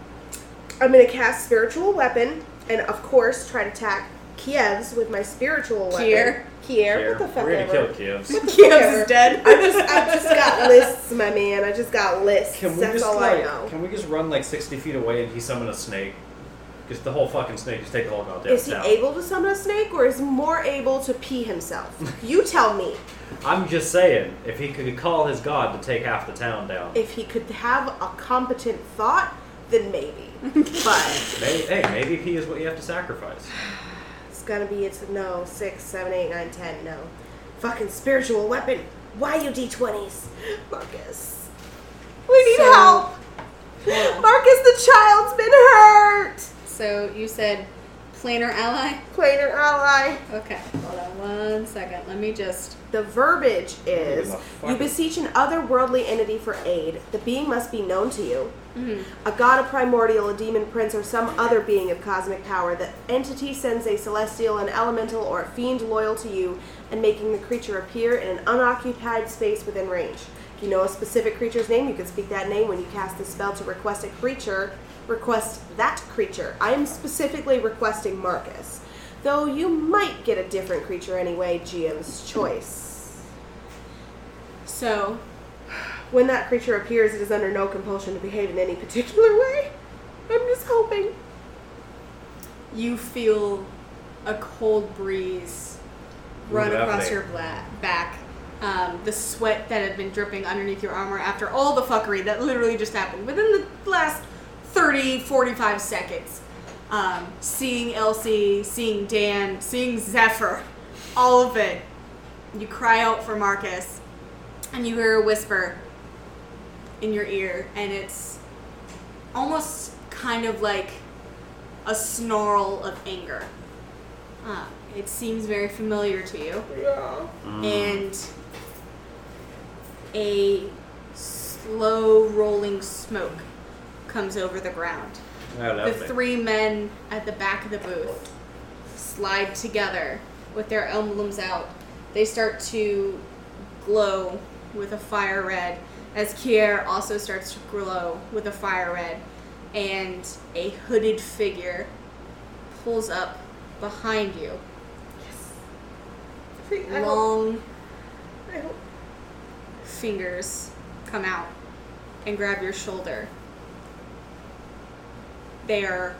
[SPEAKER 3] I'm going to cast Spiritual Weapon and, of course, try to attack Kiev's with my Spiritual Weapon.
[SPEAKER 2] Kier.
[SPEAKER 3] Kier.
[SPEAKER 5] Here,
[SPEAKER 3] What the fuck
[SPEAKER 5] We're
[SPEAKER 3] ever.
[SPEAKER 5] gonna kill Kievs.
[SPEAKER 2] Kiev's is dead.
[SPEAKER 3] I just, I just got lists, my man. I just got lists.
[SPEAKER 5] Can we
[SPEAKER 3] That's
[SPEAKER 5] just
[SPEAKER 3] all I
[SPEAKER 5] like,
[SPEAKER 3] know.
[SPEAKER 5] can we just run like sixty feet away and he summon a snake? Because the whole fucking snake just take the whole goddamn
[SPEAKER 3] Is he
[SPEAKER 5] town.
[SPEAKER 3] able to summon a snake, or is more able to pee himself? You tell me.
[SPEAKER 5] I'm just saying, if he could call his god to take half the town down,
[SPEAKER 3] If he could have a competent thought, then maybe. But
[SPEAKER 5] may, hey, maybe he is what you have to sacrifice. Oh,
[SPEAKER 3] it's gonna be it's no six, seven, eight, nine, ten. No, fucking spiritual weapon. Why you d twenties, Marcus? We need
[SPEAKER 2] So-
[SPEAKER 3] help.
[SPEAKER 2] Hold on.
[SPEAKER 3] Marcus, the child's been hurt.
[SPEAKER 2] So, you said planar ally?
[SPEAKER 3] Planar ally.
[SPEAKER 2] Okay. Hold on one second. Let me just.
[SPEAKER 3] The verbiage is
[SPEAKER 5] Give a fuck.
[SPEAKER 3] You beseech an otherworldly entity for aid. The being must be known to you. A god, a primordial, a demon prince, or some other being of cosmic power. The entity sends a celestial, an elemental, or a fiend loyal to you and making the creature appear in an unoccupied space within range. If you know a specific creature's name, you can speak that name when you cast the spell to request a creature. Request that creature. I am specifically requesting Marcus. Though you might get a different creature anyway, GM's choice.
[SPEAKER 2] So,
[SPEAKER 3] When that creature appears, it is under no compulsion to behave in any particular way. I'm just hoping.
[SPEAKER 2] you feel a cold breeze
[SPEAKER 5] Ooh,
[SPEAKER 2] run across
[SPEAKER 5] lovely.
[SPEAKER 2] your bla- back. Um, the sweat that had been dripping underneath your armor after all the fuckery that literally just happened within the last 30, 45 seconds. Um, seeing Elsie, seeing Dan, seeing Zephyr, all of it. You cry out for Marcus, and you hear a whisper in your ear, and it's almost kind of like a snarl of anger. Uh, it seems very familiar to you. And a slow rolling smoke comes over the ground.
[SPEAKER 5] Oh,
[SPEAKER 2] The
[SPEAKER 5] lovely.
[SPEAKER 2] three men at the back of the booth slide together with their emblems out. They start to glow with a fire red, as Kier also starts to glow with a fire red, and a hooded figure pulls up behind you.
[SPEAKER 3] Free- I hope,
[SPEAKER 2] Long
[SPEAKER 3] I hope.
[SPEAKER 2] fingers come out and grab your shoulder. They are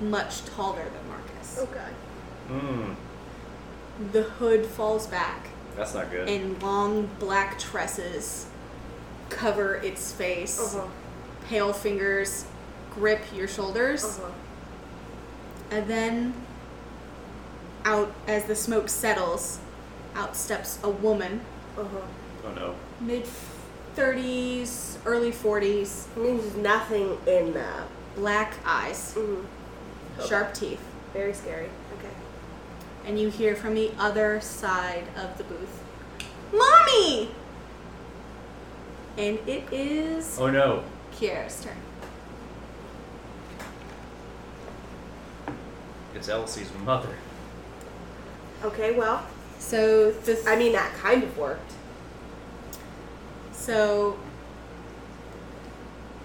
[SPEAKER 2] much taller than Marcus.
[SPEAKER 3] Oh god.
[SPEAKER 5] Mm,
[SPEAKER 2] The hood falls back,
[SPEAKER 5] that's not good.
[SPEAKER 2] and long black tresses cover its face.
[SPEAKER 3] Uh-huh.
[SPEAKER 2] Pale fingers grip your shoulders,
[SPEAKER 3] Uh-huh.
[SPEAKER 2] and then out as the smoke settles, out steps a woman,
[SPEAKER 3] Uh-huh.
[SPEAKER 5] oh no.
[SPEAKER 2] mid 30s, early 40s,
[SPEAKER 3] Means nothing in that.
[SPEAKER 2] black eyes,
[SPEAKER 3] Mm.
[SPEAKER 2] sharp teeth,
[SPEAKER 3] Very scary. Okay.
[SPEAKER 2] and you hear from the other side of the booth, "Mommy!" And it is
[SPEAKER 5] Oh no.
[SPEAKER 2] Kiera's turn.
[SPEAKER 5] It's Elsie's mother.
[SPEAKER 3] Okay, well,
[SPEAKER 2] So the th-
[SPEAKER 3] I mean that kind of worked.
[SPEAKER 2] so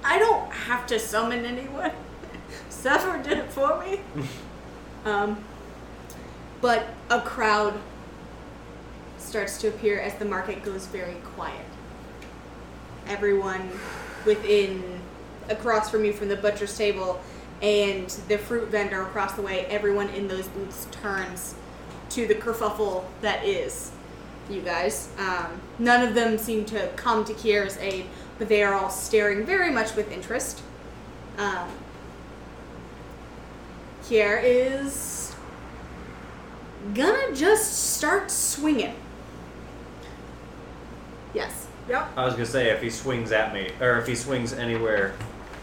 [SPEAKER 2] I don't have to summon anyone. Zephyr did it for me. um, but a crowd starts to appear as the market goes very quiet. Everyone within across from you from the butcher's table and the fruit vendor across the way, everyone in those booths turns to the kerfuffle that is you guys. Um, none of them seem to come to Kier's aid, but they are all staring very much with interest. Um, Kier is gonna just start swinging. Yes.
[SPEAKER 3] Yep.
[SPEAKER 5] I was gonna say if he swings at me, or if he swings anywhere,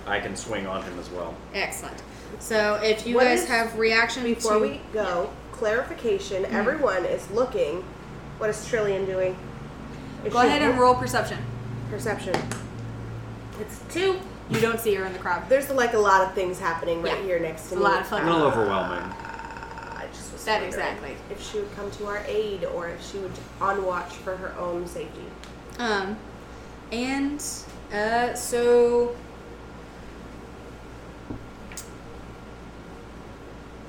[SPEAKER 5] I can swing on him as well.
[SPEAKER 2] Excellent. So if you
[SPEAKER 3] What
[SPEAKER 2] guys
[SPEAKER 3] is-
[SPEAKER 2] have reaction
[SPEAKER 3] Before
[SPEAKER 2] to, Mm-hmm.
[SPEAKER 3] we go, clarification. Everyone is looking. What is Trillian doing? Is
[SPEAKER 2] go
[SPEAKER 3] she-
[SPEAKER 2] ahead and roll perception.
[SPEAKER 3] perception.
[SPEAKER 2] It's two. You don't see her in the crowd.
[SPEAKER 3] There's like a lot of things happening right
[SPEAKER 2] Yeah.
[SPEAKER 3] here next to
[SPEAKER 2] A
[SPEAKER 3] me.
[SPEAKER 2] lot of fun.
[SPEAKER 5] A little overwhelming.
[SPEAKER 3] I just was
[SPEAKER 2] That
[SPEAKER 3] wondering
[SPEAKER 2] exactly.
[SPEAKER 3] If she would come to our aid, or if she would on watch for her own safety.
[SPEAKER 2] Um, and uh, so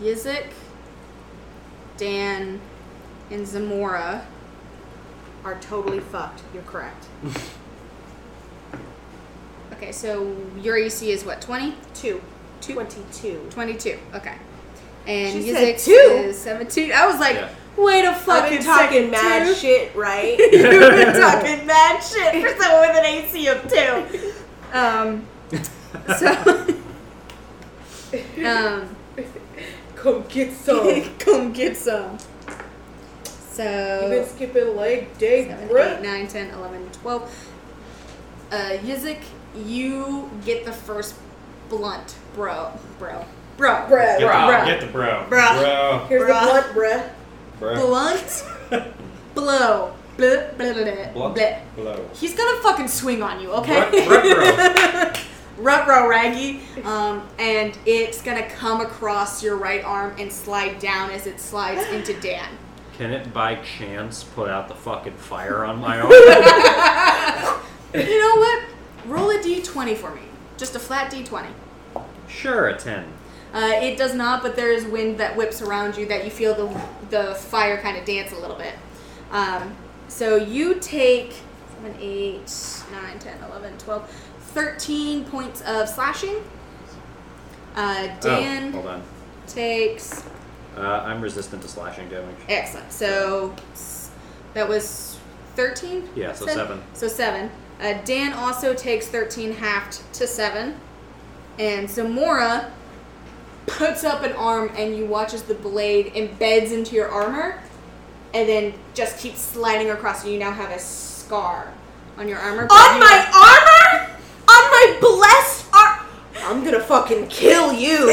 [SPEAKER 2] Yizik, Dan, and Zamora.
[SPEAKER 3] Are totally fucked. You're correct.
[SPEAKER 2] Okay, so your AC is what twenty?
[SPEAKER 3] Two. Twenty-two.
[SPEAKER 2] 22. Okay. And
[SPEAKER 3] She
[SPEAKER 2] Yizik
[SPEAKER 3] said two.
[SPEAKER 2] is 17. I was like,
[SPEAKER 5] Yeah.
[SPEAKER 2] wait a
[SPEAKER 3] I've
[SPEAKER 2] fucking
[SPEAKER 3] been
[SPEAKER 2] talking
[SPEAKER 3] talking
[SPEAKER 2] man.
[SPEAKER 3] mad shit, right? You've been talking mad shit for someone with an AC of two.
[SPEAKER 2] Um, so, um,
[SPEAKER 3] Come get
[SPEAKER 2] come get some. So,
[SPEAKER 3] skipping leg day,
[SPEAKER 2] 7,
[SPEAKER 3] bruh.
[SPEAKER 2] 8, 9, 10, 11, 12. Uh, Yizik, you get the first blunt, bro. Bro. Bro.
[SPEAKER 3] Bruh.
[SPEAKER 5] Get,
[SPEAKER 6] Bruh.
[SPEAKER 5] The, get the bro.
[SPEAKER 2] Bruh.
[SPEAKER 3] Here's
[SPEAKER 2] Bruh.
[SPEAKER 3] the blunt, bruh.
[SPEAKER 5] Bro.
[SPEAKER 2] Blunt. blow. Blah, blah, blah, blah,
[SPEAKER 5] Blunt.
[SPEAKER 2] blah.
[SPEAKER 5] Blow.
[SPEAKER 2] He's gonna fucking swing on you,
[SPEAKER 5] Rut-
[SPEAKER 2] okay?
[SPEAKER 5] rut-row.
[SPEAKER 2] Rutro Raggy. Um, and it's gonna come across your right arm and slide down as it slides into Dan.
[SPEAKER 5] Can it by chance put out the fucking fire on my arm?
[SPEAKER 2] You know what? Roll a d20 for me. Just a flat d20.
[SPEAKER 5] sure, a ten.
[SPEAKER 2] Uh, it does not, but there is wind that whips around you that you feel the, the fire kind of dance a little bit. Um, so you take 7, 8, 9, 10, 11, 12, 13 points of slashing. Uh,
[SPEAKER 5] Oh,
[SPEAKER 2] Dan
[SPEAKER 5] hold on.
[SPEAKER 2] takes.
[SPEAKER 5] Uh, I'm resistant to slashing damage.
[SPEAKER 2] Excellent. So s- that was 13?
[SPEAKER 5] Yeah, so seven.
[SPEAKER 2] So 7. Uh, Dan also takes 13 halved to 7. And Zamora puts up an arm and you watch as the blade embeds into your armor and then just keeps sliding across and you now have a scar on your armor. but
[SPEAKER 3] On
[SPEAKER 2] you-
[SPEAKER 3] my armor? On my blessed arm? I'm gonna fucking kill you.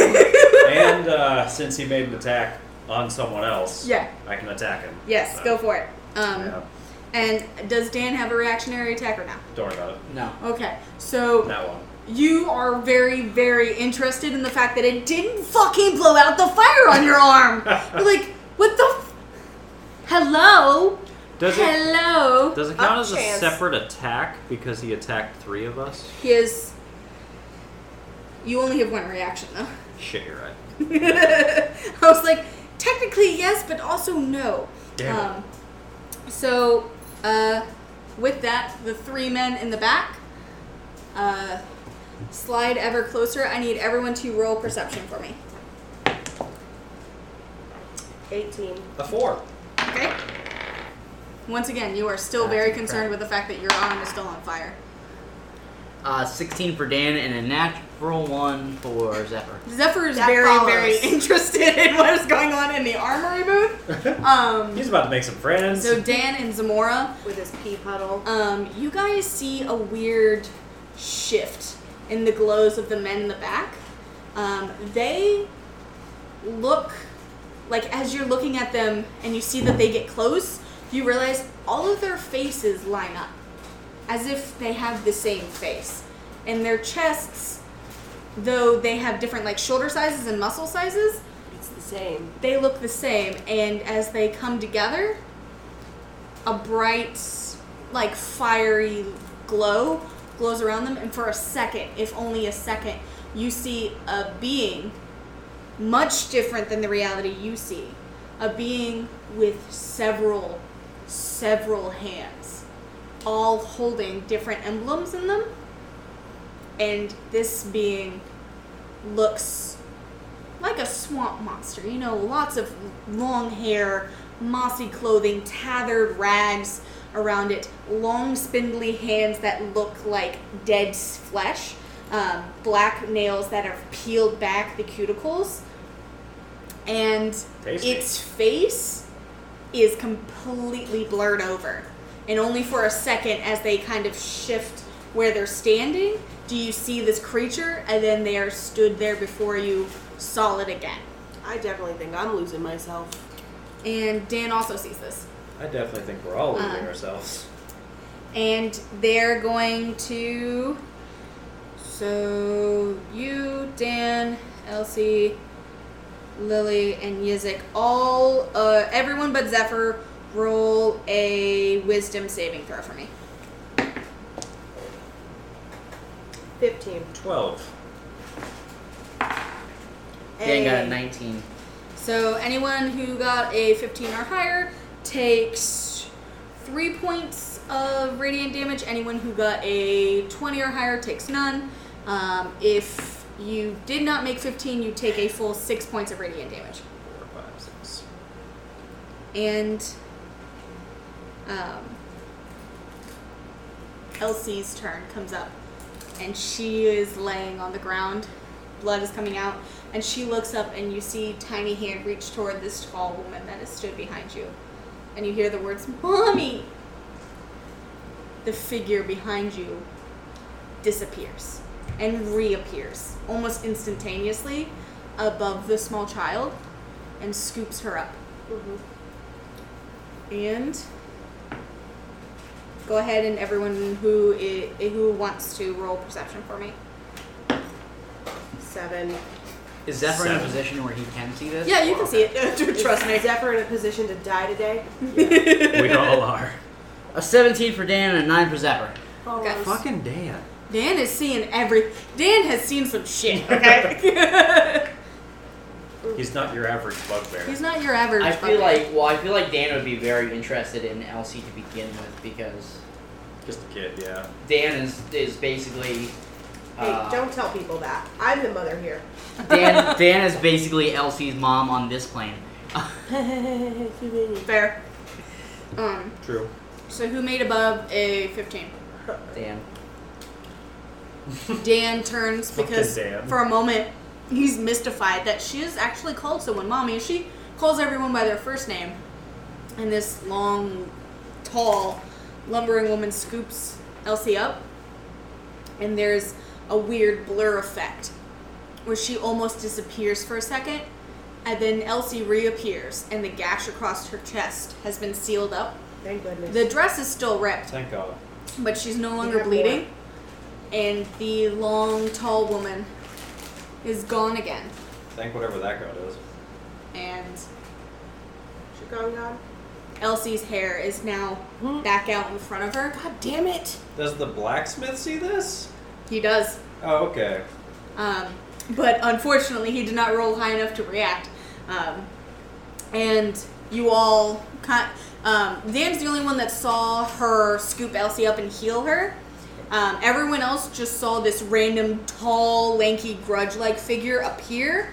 [SPEAKER 5] and uh, since he made an attack on someone else,
[SPEAKER 2] Yeah.
[SPEAKER 5] I can attack him.
[SPEAKER 2] Yes,
[SPEAKER 5] So,
[SPEAKER 2] go for it. Um,
[SPEAKER 5] Yeah,
[SPEAKER 2] And does Dan have a reactionary attack or not?
[SPEAKER 5] don't worry about it.
[SPEAKER 6] No.
[SPEAKER 2] Okay, so
[SPEAKER 5] That one.
[SPEAKER 2] You are very, very interested in the fact that it didn't fucking blow out the fire on your arm. You're like, what the? F- Hello.
[SPEAKER 5] Does it?
[SPEAKER 2] Hello.
[SPEAKER 5] Does it count
[SPEAKER 3] Up
[SPEAKER 5] as a
[SPEAKER 3] chance.
[SPEAKER 5] separate attack because he attacked three of us?
[SPEAKER 2] His. You only have one reaction though.
[SPEAKER 5] Shit, you're right.
[SPEAKER 2] Mm-hmm. I was like, technically yes, but also no. Um,
[SPEAKER 5] Damn it.
[SPEAKER 2] so, uh, with that, the three men in the back uh, slide ever closer. I need everyone to roll perception for me.
[SPEAKER 3] 18.
[SPEAKER 5] A four.
[SPEAKER 2] Okay. Once again, you are still very concerned with the fact that your arm is still on fire.
[SPEAKER 6] Uh, 16 for Dan and a natural one for Zephyr.
[SPEAKER 2] Zephyr is
[SPEAKER 3] That
[SPEAKER 2] very, very
[SPEAKER 3] follows.
[SPEAKER 2] interested in what is going on in the armory booth. Um,
[SPEAKER 5] He's about to make some friends.
[SPEAKER 2] so Dan and Zamora,
[SPEAKER 3] With his pee puddle.
[SPEAKER 2] um, you guys see a weird shift in the glows of the men in the back. Um, they look like as you're looking at them and you see that they get close, you realize all of their faces line up as if they have the same face. And their chests, though they have different like shoulder sizes and muscle sizes,
[SPEAKER 3] It's the same.
[SPEAKER 2] they look the same and as they come together a bright like fiery glow glows around them and for a second if only a second you see a being much different than the reality you see a being with several several hands all holding different emblems in them and this being looks like a swamp monster. You know, lots of long hair, mossy clothing, tattered rags around it, long spindly hands that look like dead s- flesh. um, black nails that have peeled back the cuticles, and
[SPEAKER 5] Tasty.
[SPEAKER 2] its face is completely blurred over. And only for a second, as they kind of shift where they're standing, do you see this creature, and then they are stood there before you, solid again.
[SPEAKER 3] I definitely think I'm losing myself.
[SPEAKER 2] And Dan also sees this.
[SPEAKER 5] I definitely think we're all losing
[SPEAKER 2] Uh.
[SPEAKER 5] ourselves.
[SPEAKER 2] And they're going to. So you, Dan, Elsie, Lily, and Yizik, all, uh, everyone but Zephyr, roll a wisdom saving throw for me.
[SPEAKER 3] 15.
[SPEAKER 5] Twelve.
[SPEAKER 6] Dan got
[SPEAKER 3] Hey.
[SPEAKER 6] a 19.
[SPEAKER 2] So anyone who got a 15 or higher takes three points of radiant damage. Anyone who got a 20 or higher takes none. Um, if you did not make 15, you take a full six points of radiant damage.
[SPEAKER 5] Four, five, six.
[SPEAKER 2] And um, Elsie's turn comes up, and she is laying on the ground. Blood is coming out, and she looks up, and you see tiny hand reach toward this tall woman that has stood behind you, and you hear the words "mommy." The figure behind you disappears and reappears almost instantaneously above the small child, and scoops her up. And go ahead and everyone who i who wants to roll perception for me.
[SPEAKER 3] 7.
[SPEAKER 6] Is Zephyr in a
[SPEAKER 5] Seven.
[SPEAKER 6] position where he can see this?
[SPEAKER 2] Yeah, you can see it. Trust me.
[SPEAKER 3] Is Zephyr in a position to die today?
[SPEAKER 5] we all are.
[SPEAKER 6] A 17 for Dan and a 9 for Zephyr.
[SPEAKER 2] Okay.
[SPEAKER 5] Fucking Dan.
[SPEAKER 2] Dan is seeing every. Dan has seen some shit. Okay.
[SPEAKER 5] He's not your average bugbear.
[SPEAKER 2] He's not your average.
[SPEAKER 6] I
[SPEAKER 2] fucker.
[SPEAKER 6] feel like, well, I feel like Dan would be very interested in Elsie to begin with because
[SPEAKER 5] Just a kid, yeah.
[SPEAKER 6] Dan is is basically.
[SPEAKER 3] Hey,
[SPEAKER 6] Uh,
[SPEAKER 3] don't tell people that. I'm the mother here.
[SPEAKER 6] Dan Dan is basically Elsie's mom on this plane.
[SPEAKER 2] fair. Um.
[SPEAKER 5] True.
[SPEAKER 2] So who made above a fifteen?
[SPEAKER 6] Dan.
[SPEAKER 2] Dan turns
[SPEAKER 5] Fucking
[SPEAKER 2] because
[SPEAKER 5] Dan.
[SPEAKER 2] for a moment he's mystified that she has actually called someone mommy. She calls everyone by their first name. And this long, tall, lumbering woman scoops Elsie up. And there's a weird blur effect where she almost disappears for a second. And then Elsie reappears, and the gash across her chest has been sealed up.
[SPEAKER 3] Thank goodness.
[SPEAKER 2] The dress is still ripped,
[SPEAKER 5] Thank God.
[SPEAKER 2] but she's no
[SPEAKER 3] You
[SPEAKER 2] longer
[SPEAKER 3] have
[SPEAKER 2] bleeding. And the long, tall woman is gone again.
[SPEAKER 5] Thank whatever that god is.
[SPEAKER 2] And
[SPEAKER 3] Shukong God.
[SPEAKER 2] Elsie's hair is now
[SPEAKER 3] Hmm.
[SPEAKER 2] back out in front of her.
[SPEAKER 3] God damn it.
[SPEAKER 5] Does the blacksmith see this?
[SPEAKER 2] He does.
[SPEAKER 5] Oh, okay.
[SPEAKER 2] Um, but unfortunately, he did not roll high enough to react. Um, and you all. Kind um, Dan's the only one that saw her scoop Elsie up and heal her. Um, everyone else just saw this random tall, lanky, grudge like figure appear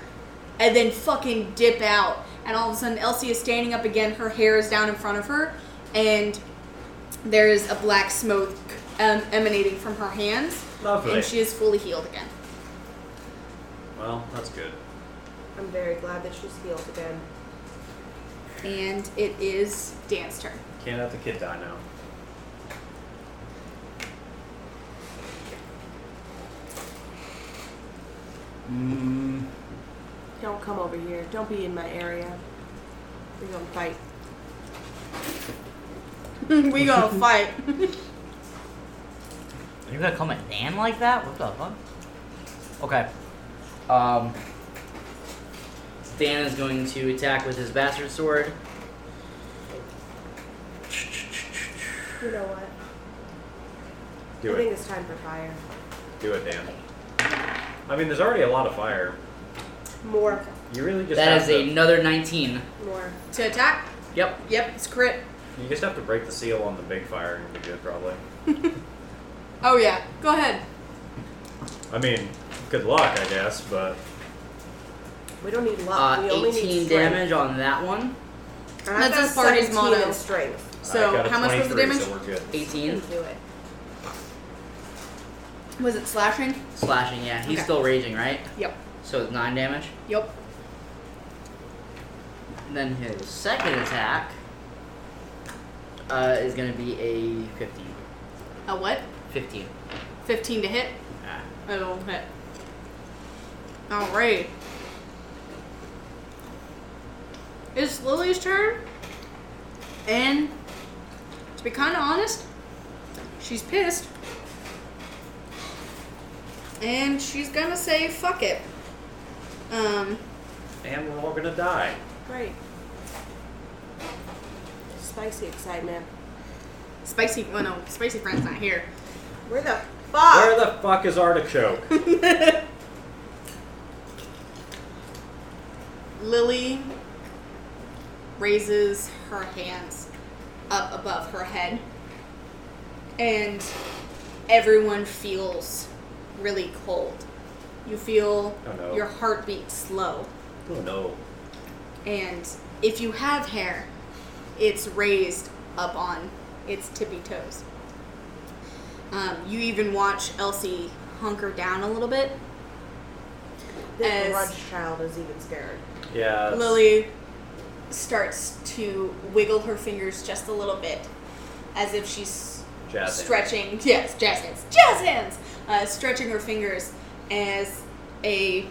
[SPEAKER 2] and then fucking dip out. And all of a sudden, Elsie is standing up again. Her hair is down in front of her. And there is a black smoke um, emanating from her hands.
[SPEAKER 5] Lovely.
[SPEAKER 2] And she is fully healed again.
[SPEAKER 5] Well, that's good.
[SPEAKER 3] I'm very glad that she's healed again.
[SPEAKER 2] And it is Dan's turn.
[SPEAKER 5] Can't let the kid die now.
[SPEAKER 6] Mm,
[SPEAKER 3] Don't come over here. Don't be in my area. We're gonna fight.
[SPEAKER 2] we gonna fight.
[SPEAKER 6] you gonna call me Dan like that? What the fuck? Okay. Um. Dan is going to attack with his bastard sword.
[SPEAKER 3] You know what?
[SPEAKER 5] Do
[SPEAKER 3] I think
[SPEAKER 5] it.
[SPEAKER 3] it's time for fire.
[SPEAKER 5] Do it, Dan. I mean, there's already a lot of fire.
[SPEAKER 3] More.
[SPEAKER 5] You really just
[SPEAKER 6] That
[SPEAKER 5] have
[SPEAKER 6] is
[SPEAKER 5] to,
[SPEAKER 6] another 19.
[SPEAKER 3] More.
[SPEAKER 2] to attack?
[SPEAKER 6] Yep.
[SPEAKER 2] Yep, it's crit.
[SPEAKER 5] you just have to break the seal on the big fire and you'll be good, probably.
[SPEAKER 2] Oh yeah, go ahead.
[SPEAKER 5] I mean, good luck, I guess, but
[SPEAKER 3] We don't need luck.
[SPEAKER 6] Uh,
[SPEAKER 3] we only need
[SPEAKER 6] 18
[SPEAKER 3] strength.
[SPEAKER 6] damage on that one.
[SPEAKER 3] And I've
[SPEAKER 2] That's
[SPEAKER 3] got
[SPEAKER 2] his party's
[SPEAKER 3] 17
[SPEAKER 2] motto.
[SPEAKER 3] in strength.
[SPEAKER 5] I
[SPEAKER 2] So
[SPEAKER 5] got a
[SPEAKER 2] how much was the
[SPEAKER 5] 23,
[SPEAKER 2] damage?
[SPEAKER 5] So we're good.
[SPEAKER 6] 18.
[SPEAKER 3] Can do it.
[SPEAKER 2] Was it slashing?
[SPEAKER 6] Slashing, yeah. He's
[SPEAKER 2] Okay.
[SPEAKER 6] still raging, right?
[SPEAKER 2] Yep.
[SPEAKER 6] So it's nine damage.
[SPEAKER 2] Yep.
[SPEAKER 6] And then his second attack uh, is going to be a 15.
[SPEAKER 2] A what?
[SPEAKER 6] 15.
[SPEAKER 2] 15 to hit?
[SPEAKER 6] Ah.
[SPEAKER 2] It'll hit. Alright. It's Lily's turn. And to be kind of honest, she's pissed. And she's gonna say, fuck it. Um,
[SPEAKER 5] And we're all gonna die.
[SPEAKER 3] Right. Spicy excitement.
[SPEAKER 2] spicy, well, no, spicy friend's not here.
[SPEAKER 3] Where the fuck?
[SPEAKER 5] Where the fuck is Artichoke?
[SPEAKER 2] Lily raises her hands up above her head, and everyone feels really cold. You feel
[SPEAKER 5] Oh, no.
[SPEAKER 2] your heartbeat slow,
[SPEAKER 5] oh no.
[SPEAKER 2] and if you have hair, it's raised up on its tippy toes. Um, you even watch Elsie hunker down a little bit
[SPEAKER 3] this
[SPEAKER 2] As-
[SPEAKER 3] grudge child is even scared.
[SPEAKER 5] Yeah. it's-
[SPEAKER 2] Lily starts to wiggle her fingers just a little bit, as if she's
[SPEAKER 5] Jazz hands.
[SPEAKER 2] stretching. Yes, jazz hands, jazz hands. Uh, stretching her fingers as a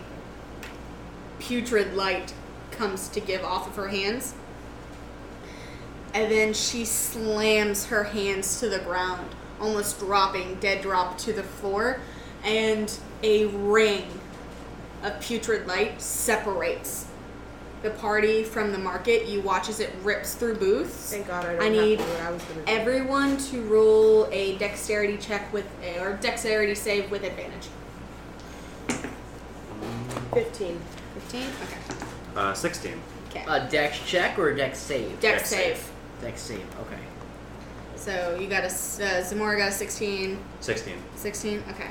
[SPEAKER 2] putrid light comes to give off of her hands, and then she slams her hands to the ground, almost dropping, dead drop to the floor, and a ring of putrid light separates the party from the market. You watch as it rips through booths.
[SPEAKER 3] Thank God I don't
[SPEAKER 2] I
[SPEAKER 3] have
[SPEAKER 2] need
[SPEAKER 3] to do what I was gonna do.
[SPEAKER 2] Everyone to roll a dexterity check with or dexterity save with advantage.
[SPEAKER 3] 15.
[SPEAKER 2] Fifteen. Okay.
[SPEAKER 5] Uh, 16.
[SPEAKER 2] Okay.
[SPEAKER 6] A dex check or a dex save?
[SPEAKER 2] Dex
[SPEAKER 5] dex
[SPEAKER 2] save.
[SPEAKER 5] save.
[SPEAKER 6] Dex save, okay.
[SPEAKER 2] So you got a s- uh, Zamora got a 16,
[SPEAKER 5] 16.
[SPEAKER 2] 16. Okay.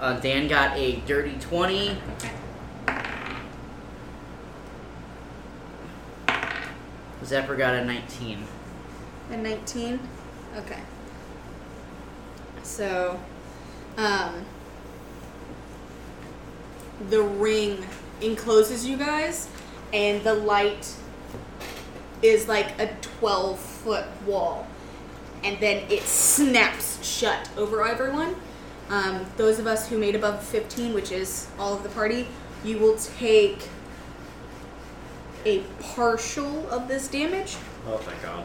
[SPEAKER 6] Uh, Dan got a dirty 20.
[SPEAKER 2] Okay.
[SPEAKER 6] Zephyr got a 19.
[SPEAKER 2] And 19. Okay. So, um, the ring encloses you guys, and the light is like a 12 foot wall. And then it snaps shut over everyone. Um, those of us who made above 15, which is all of the party, you will take a partial of this damage.
[SPEAKER 5] Oh, thank God.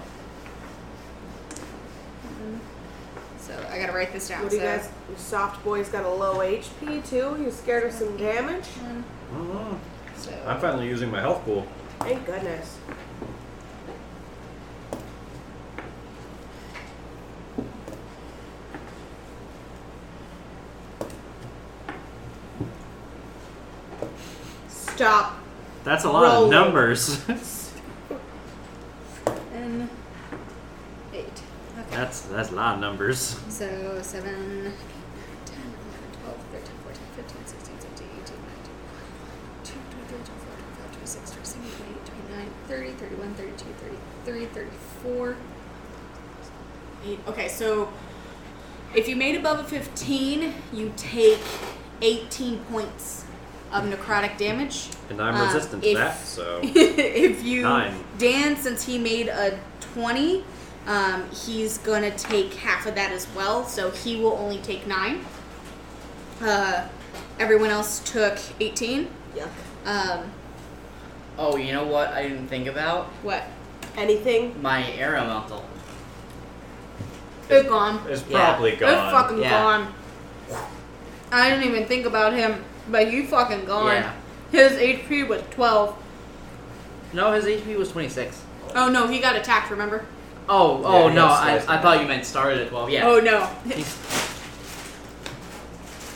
[SPEAKER 2] So I gotta write this down.
[SPEAKER 3] What do you
[SPEAKER 2] so-
[SPEAKER 3] guys? your Soft boy's got a low HP too. You scared of some damage?
[SPEAKER 5] Mm.
[SPEAKER 2] So
[SPEAKER 5] I'm finally using my health pool.
[SPEAKER 3] Thank goodness.
[SPEAKER 2] stop.
[SPEAKER 5] That's a lot
[SPEAKER 2] Roll.
[SPEAKER 5] of numbers.
[SPEAKER 2] And eight. Okay.
[SPEAKER 5] that's that's a lot of numbers.
[SPEAKER 2] So seven, 10, 11, 12, 13, 14, 15, 16, 17, 18, 19, 22, 23, 24, 25, 26, 27, 28, 29, 30, 31, 32, 33, 34. Eight. Okay, so if you made above a 15, you take 18 points of necrotic damage.
[SPEAKER 5] And I'm
[SPEAKER 2] Um,
[SPEAKER 5] resistant
[SPEAKER 2] if-
[SPEAKER 5] to that, so.
[SPEAKER 2] if you
[SPEAKER 5] Oh. Nine.
[SPEAKER 2] Dan, since he made a twenty, um, he's gonna take half of that as well. So he will only take nine. Uh, everyone else took eighteen.
[SPEAKER 3] Yuck.
[SPEAKER 2] Um,
[SPEAKER 6] Oh, you know what I didn't think about?
[SPEAKER 2] what?
[SPEAKER 3] Anything?
[SPEAKER 6] My aeromantle.
[SPEAKER 2] They're gone.
[SPEAKER 5] It's
[SPEAKER 6] Yeah.
[SPEAKER 5] probably
[SPEAKER 2] They're
[SPEAKER 5] gone.
[SPEAKER 2] fucking
[SPEAKER 6] Yeah.
[SPEAKER 2] gone. I didn't even think about him, but he fucking gone.
[SPEAKER 6] Yeah.
[SPEAKER 2] His HP was twelve.
[SPEAKER 6] No, his HP was 26.
[SPEAKER 2] Oh no, he got attacked. Remember?
[SPEAKER 6] Oh, oh
[SPEAKER 5] Yeah,
[SPEAKER 6] no,
[SPEAKER 5] yes,
[SPEAKER 6] I,
[SPEAKER 5] yes,
[SPEAKER 6] I
[SPEAKER 5] yes.
[SPEAKER 6] thought you meant started at 12. Yeah.
[SPEAKER 2] Oh no.
[SPEAKER 6] He's-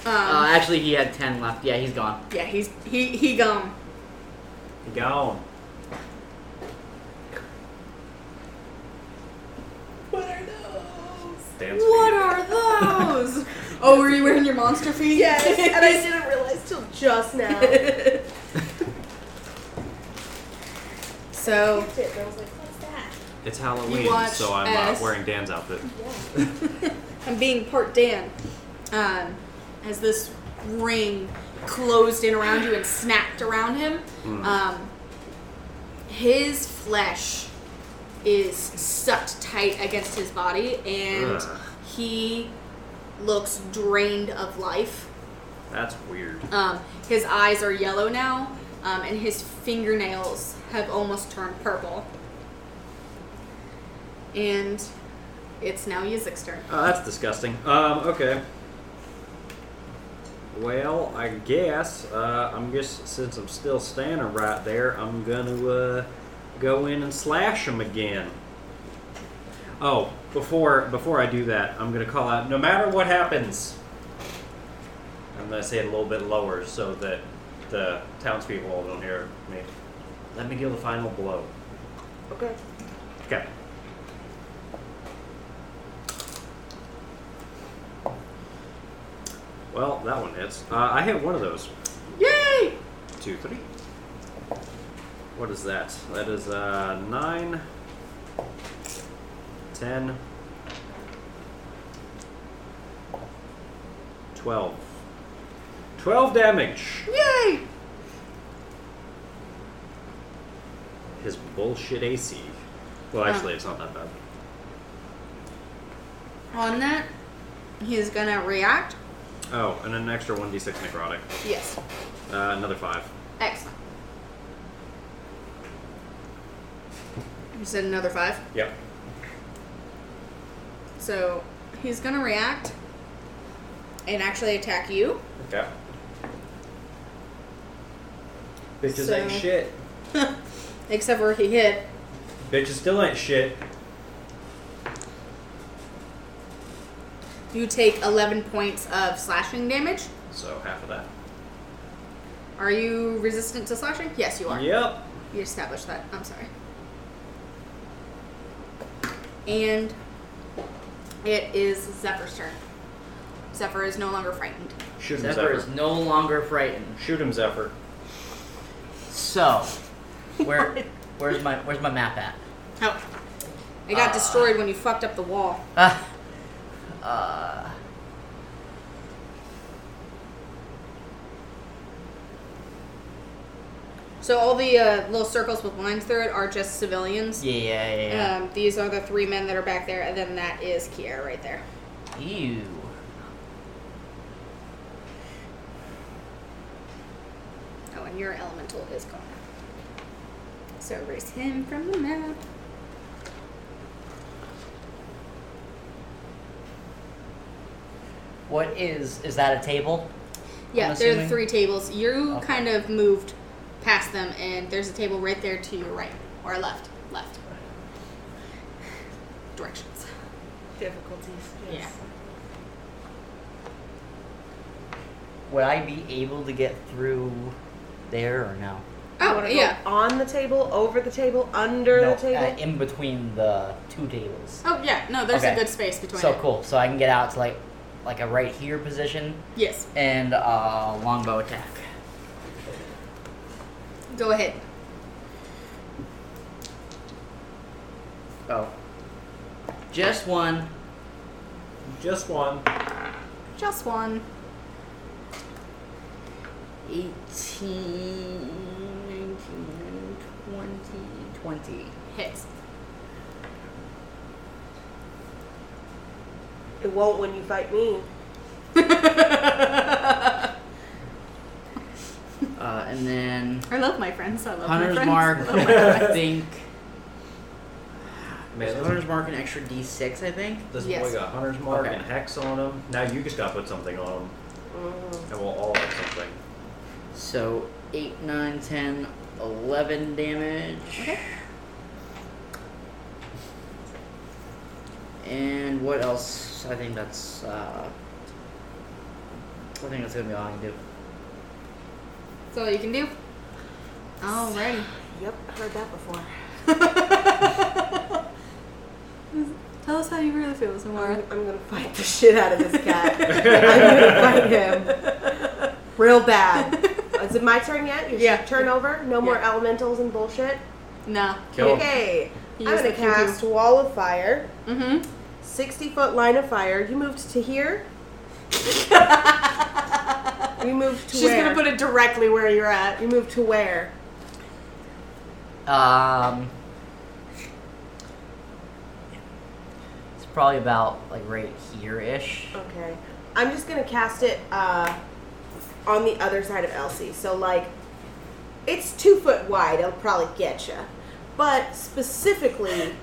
[SPEAKER 6] uh,
[SPEAKER 2] Um,
[SPEAKER 6] actually, he had 10 left. Yeah, he's gone.
[SPEAKER 2] yeah, he's he he gone.
[SPEAKER 5] Gone.
[SPEAKER 2] What are those?
[SPEAKER 5] Dance
[SPEAKER 2] What
[SPEAKER 5] feet.
[SPEAKER 2] are those? oh, were you wearing your monster feet?
[SPEAKER 3] Yes, and I didn't realize till just now. Tipped,
[SPEAKER 2] so,
[SPEAKER 3] and I was like, what's that?
[SPEAKER 5] It's Halloween,
[SPEAKER 2] watched
[SPEAKER 5] so I'm uh,
[SPEAKER 2] us.
[SPEAKER 5] wearing Dan's outfit.
[SPEAKER 2] I'm being Port Dan. Um, as this ring closed in around you and snapped around him, um, his flesh is sucked tight against his body and
[SPEAKER 5] Ugh.
[SPEAKER 2] he looks drained of life.
[SPEAKER 5] That's weird.
[SPEAKER 2] Um, his eyes are yellow now, um, and his fingernails have almost turned purple. And it's now Yazik's turn.
[SPEAKER 5] Oh, that's disgusting. Um, okay. Well, I guess uh, I'm just since I'm still standing right there, I'm gonna uh, go in and slash him again. Oh, before before I do that, I'm gonna call out. No matter what happens, I'm gonna say it a little bit lower so that the townspeople don't hear me. Let me give the final blow.
[SPEAKER 3] Okay.
[SPEAKER 5] Okay. Well, that one hits. Uh, I hit one of those.
[SPEAKER 3] Yay!
[SPEAKER 5] Two, three. What is that? That is uh, nine, ten, twelve. Twelve damage.
[SPEAKER 3] Yay!
[SPEAKER 5] His bullshit AC.
[SPEAKER 3] Oh.
[SPEAKER 5] Well, actually, it's not that bad.
[SPEAKER 2] On that, he's gonna react.
[SPEAKER 5] Oh, and an extra one d six necrotic.
[SPEAKER 2] Yes.
[SPEAKER 5] Uh, another five.
[SPEAKER 2] Excellent. You said another five.
[SPEAKER 5] Yep.
[SPEAKER 2] So he's gonna react and actually attack you.
[SPEAKER 5] Okay. Bitches
[SPEAKER 2] So-
[SPEAKER 5] ain't shit.
[SPEAKER 2] Except for he hit.
[SPEAKER 5] Bitches still ain't shit.
[SPEAKER 2] You take 11 points of slashing damage.
[SPEAKER 5] So half of that.
[SPEAKER 2] Are you resistant to slashing? Yes, you are.
[SPEAKER 5] Yep.
[SPEAKER 2] You established that. I'm sorry. And it is Zephyr's turn. Zephyr is no longer frightened.
[SPEAKER 5] Shoot
[SPEAKER 8] Zephyr
[SPEAKER 5] him, Zephyr.
[SPEAKER 8] is no longer frightened.
[SPEAKER 5] Shoot him, Zephyr.
[SPEAKER 4] So, where, where's my where's my map at?
[SPEAKER 2] Oh. It got
[SPEAKER 4] Ah.
[SPEAKER 2] destroyed when you fucked up the wall.
[SPEAKER 4] Uh, uh,
[SPEAKER 2] So all the uh, little circles with lines through it are just civilians.
[SPEAKER 4] yeah, yeah, yeah, yeah.
[SPEAKER 2] Um, these are the three men that are back there, and then that is Kiera right there.
[SPEAKER 4] Ew.
[SPEAKER 2] Oh, and your elemental is gone. So erase him from the map.
[SPEAKER 4] What is is that a table?
[SPEAKER 2] Yeah,
[SPEAKER 4] I'm
[SPEAKER 2] there are the
[SPEAKER 4] assuming?
[SPEAKER 2] three tables. You
[SPEAKER 4] Okay.
[SPEAKER 2] kind of moved past them, and there's a table right there to your right or left. Left. Directions.
[SPEAKER 3] Difficulties. Yes.
[SPEAKER 4] Would I be able to get through there or no?
[SPEAKER 3] You
[SPEAKER 2] Oh,
[SPEAKER 3] wanna go
[SPEAKER 2] yeah.
[SPEAKER 3] on the table, over the table, under
[SPEAKER 4] no,
[SPEAKER 3] the table.
[SPEAKER 4] Uh, in between the two tables.
[SPEAKER 2] Oh, yeah. No, there's a
[SPEAKER 4] Okay.
[SPEAKER 2] good space between
[SPEAKER 4] So
[SPEAKER 2] it.
[SPEAKER 4] cool. So I can get out to like like a right here position
[SPEAKER 2] Yes.
[SPEAKER 4] and uh, longbow attack.
[SPEAKER 2] Go ahead.
[SPEAKER 4] Oh. Just one.
[SPEAKER 5] Just one.
[SPEAKER 2] Just one.
[SPEAKER 4] 18, 19, 20, 20.
[SPEAKER 2] Hits.
[SPEAKER 3] it won't when you fight me.
[SPEAKER 4] Uh, and then
[SPEAKER 2] I love my friends. I love my
[SPEAKER 4] Hunter's
[SPEAKER 2] friends.
[SPEAKER 4] Mark, I think.
[SPEAKER 5] Man,
[SPEAKER 4] is Hunter's Mark an extra d6, I think?
[SPEAKER 5] This
[SPEAKER 2] Yes.
[SPEAKER 5] boy got Hunter's Mark
[SPEAKER 4] Okay.
[SPEAKER 5] and Hex on him. Now you just gotta put something on him.
[SPEAKER 3] Mm-hmm.
[SPEAKER 5] And we'll all have something.
[SPEAKER 4] So 8, 9, 10, 11 damage.
[SPEAKER 2] Okay.
[SPEAKER 4] And what else? I think that's. Uh, I think that's gonna be all I can do.
[SPEAKER 2] That's all you can do. Alrighty.
[SPEAKER 3] Yep, heard that before.
[SPEAKER 2] Tell us how you really feel, Samara.
[SPEAKER 3] I'm, I'm gonna fight the shit out of this cat. I'm gonna fight him. Real bad. Is it my turn yet? Your
[SPEAKER 2] Yeah.
[SPEAKER 3] turn over? No more
[SPEAKER 2] Yeah.
[SPEAKER 3] elementals and bullshit?
[SPEAKER 2] No.
[SPEAKER 5] Kill him.
[SPEAKER 3] okay. I'm gonna cast Wall of Fire,
[SPEAKER 2] Mm-hmm.
[SPEAKER 3] 60 foot line of fire. You moved to here. You moved to
[SPEAKER 2] She's
[SPEAKER 3] where?
[SPEAKER 2] gonna put it directly where you're at.
[SPEAKER 3] You moved to where?
[SPEAKER 6] Um, it's probably about like right here ish.
[SPEAKER 3] Okay. I'm just gonna cast it uh, on the other side of Elsie. So like, it's two foot wide. It'll probably get you. But specifically,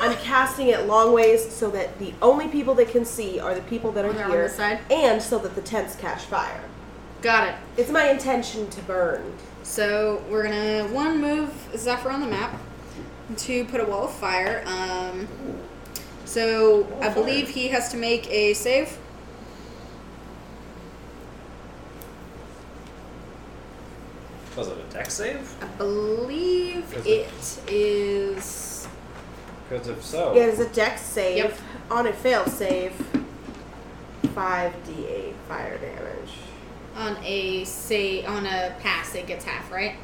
[SPEAKER 3] I'm casting it long ways so that the only people that can see are the people that are
[SPEAKER 2] They're on
[SPEAKER 3] here,
[SPEAKER 2] this side?
[SPEAKER 3] and so that the tents catch fire.
[SPEAKER 2] Got it.
[SPEAKER 3] It's my intention to burn.
[SPEAKER 2] So we're gonna one move Zephyr on the map, to put a wall of fire. Um, so I believe he has to make a save.
[SPEAKER 5] Was it a deck save?
[SPEAKER 2] I believe
[SPEAKER 5] Okay.
[SPEAKER 2] it is.
[SPEAKER 5] Because if so,
[SPEAKER 3] Yeah, it's a dex save.
[SPEAKER 2] Yep.
[SPEAKER 3] On a fail save, five d8 fire damage
[SPEAKER 2] on a say on a pass it gets half right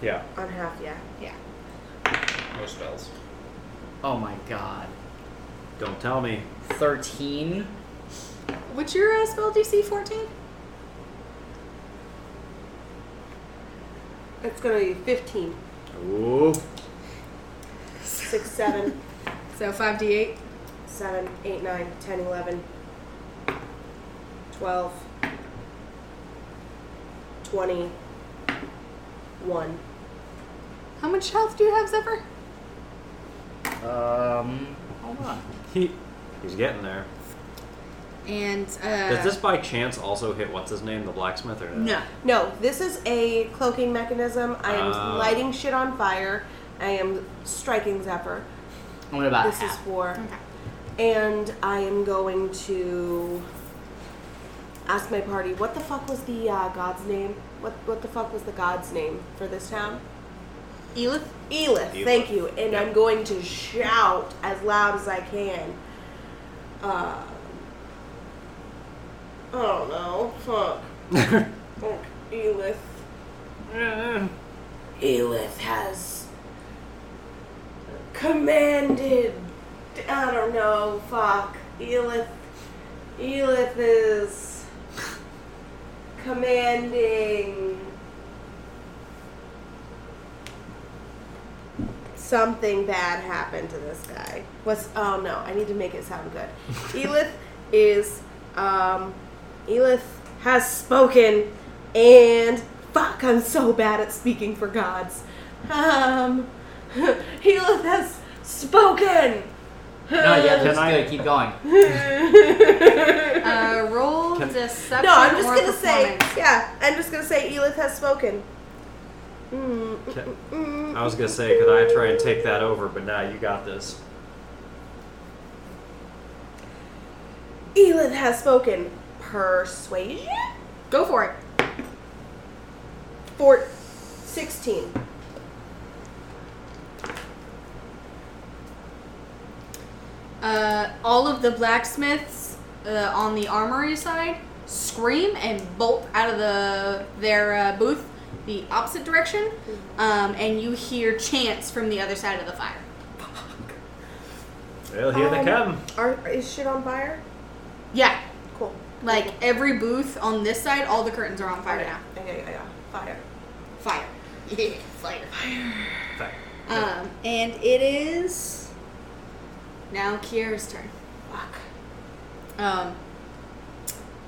[SPEAKER 5] yeah,
[SPEAKER 3] on half. Yeah.
[SPEAKER 2] yeah
[SPEAKER 5] no spells.
[SPEAKER 6] Oh my god.
[SPEAKER 5] Don't tell me.
[SPEAKER 6] 13?
[SPEAKER 2] what's your uh, spell dc 14
[SPEAKER 3] It's gonna be 15,
[SPEAKER 5] Ooh.
[SPEAKER 3] 6, 7,
[SPEAKER 2] so 5d8
[SPEAKER 3] 7, 8, 9, 10, 11, 12, 21.
[SPEAKER 2] how much health do you have zephyr
[SPEAKER 6] Um, hold on.
[SPEAKER 5] He, he's getting there.
[SPEAKER 2] and uh
[SPEAKER 5] Does this by chance also hit what's his name, the blacksmith, or
[SPEAKER 2] no
[SPEAKER 3] No, this is a cloaking mechanism. I am
[SPEAKER 5] Ah.
[SPEAKER 3] lighting shit on fire. I am striking Zephyr.
[SPEAKER 6] I'm at about
[SPEAKER 3] This is
[SPEAKER 6] half.
[SPEAKER 3] for.
[SPEAKER 2] okay
[SPEAKER 3] And I am going to ask my party, what the fuck was the uh, god's name? What what the fuck was the god's name for this town? Elith? Elith,
[SPEAKER 5] Elith.
[SPEAKER 3] thank you. And
[SPEAKER 5] Yeah.
[SPEAKER 3] I'm going to shout as loud as I can. Uh, I don't know. Fuck. Fuck Elith. Elith has commanded. I don't know. Fuck. Elith. Elith is commanding something bad happened to this guy. What's oh no, I need to make it sound good. Elith is um Elith has spoken and fuck I'm so bad at speaking for gods. Um Elith has spoken.
[SPEAKER 6] No, yeah, this
[SPEAKER 5] Can
[SPEAKER 6] is
[SPEAKER 5] I-
[SPEAKER 6] good. Keep going.
[SPEAKER 2] uh roll deception
[SPEAKER 3] No, I'm just
[SPEAKER 2] or
[SPEAKER 3] gonna say
[SPEAKER 2] performance.
[SPEAKER 3] yeah, I'm just gonna say Elith has spoken. Mm,
[SPEAKER 5] Can-
[SPEAKER 3] mm,
[SPEAKER 5] I was gonna say, could I try and take that over? But now you got this.
[SPEAKER 3] Elith has spoken. Persuasion?
[SPEAKER 2] go for it
[SPEAKER 3] Four, 16.
[SPEAKER 2] uh all of the blacksmiths uh, on the armory side scream and bolt out of the their uh, booth the opposite direction um, and you hear chants from the other side of the fire
[SPEAKER 5] Well, here they
[SPEAKER 3] Um,
[SPEAKER 5] come.
[SPEAKER 3] Are, is shit on fire?
[SPEAKER 2] yeah
[SPEAKER 3] Cool.
[SPEAKER 2] Like every booth on this side, all the curtains are on fire now.
[SPEAKER 3] Okay, yeah, yeah. Fire.
[SPEAKER 2] Fire. Yeah, fire.
[SPEAKER 5] Fire.
[SPEAKER 2] Um, and it is now Kiera's turn.
[SPEAKER 3] Fuck.
[SPEAKER 2] Um,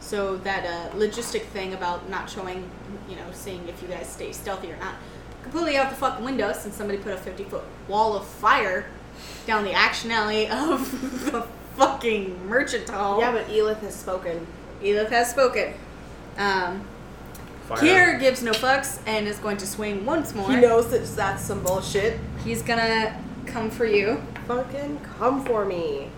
[SPEAKER 2] so that uh, logistic thing about not showing, you know, seeing if you guys stay stealthy or not, completely out the fucking window since somebody put a 50 foot wall of fire down the action alley of the fucking merchant hall.
[SPEAKER 3] Yeah, but Elith has spoken.
[SPEAKER 2] Elith has spoken. Um,
[SPEAKER 5] Fire.
[SPEAKER 2] Kier gives no fucks and is going to swing once more.
[SPEAKER 3] He knows that that's some bullshit.
[SPEAKER 2] He's gonna come for you.
[SPEAKER 3] Fucking come for me.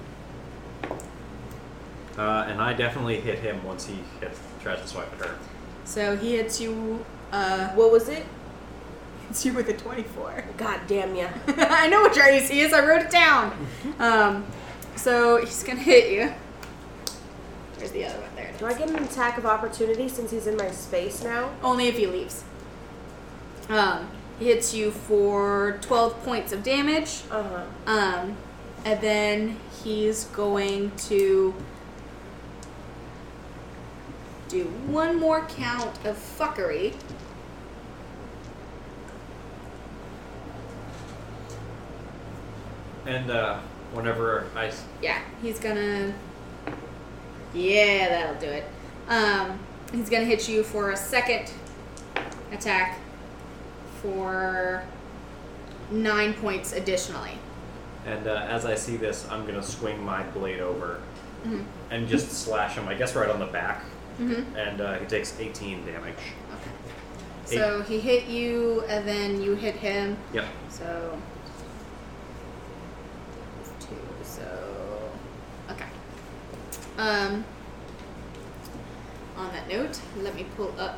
[SPEAKER 5] Uh, and I definitely hit him once he hit, tries to swipe at her.
[SPEAKER 2] So he hits you. Uh,
[SPEAKER 3] What was it?
[SPEAKER 2] hits you with a twenty-four.
[SPEAKER 3] God damn ya.
[SPEAKER 2] I know what your AC is. I wrote it down. Um, so he's gonna hit you. There's the other one there.
[SPEAKER 3] Do I get an attack of opportunity since he's in my space now?
[SPEAKER 2] Only if he leaves. Um, hits you for 12 points of damage.
[SPEAKER 3] Uh huh.
[SPEAKER 2] Um, and then he's going to do one more count of fuckery.
[SPEAKER 5] And uh, whenever I s-
[SPEAKER 2] Yeah, he's gonna. Yeah, that'll do it. Um, he's gonna hit you for a second attack for nine points additionally.
[SPEAKER 5] and uh, as I see this, I'm gonna swing my blade over and just slash him. I guess right on the back,
[SPEAKER 2] Mm-hmm.
[SPEAKER 5] and uh, he takes 18 damage.
[SPEAKER 2] So he hit you, and then you hit him.
[SPEAKER 5] Yep.
[SPEAKER 2] So two. So okay. Um. On that note, let me pull up.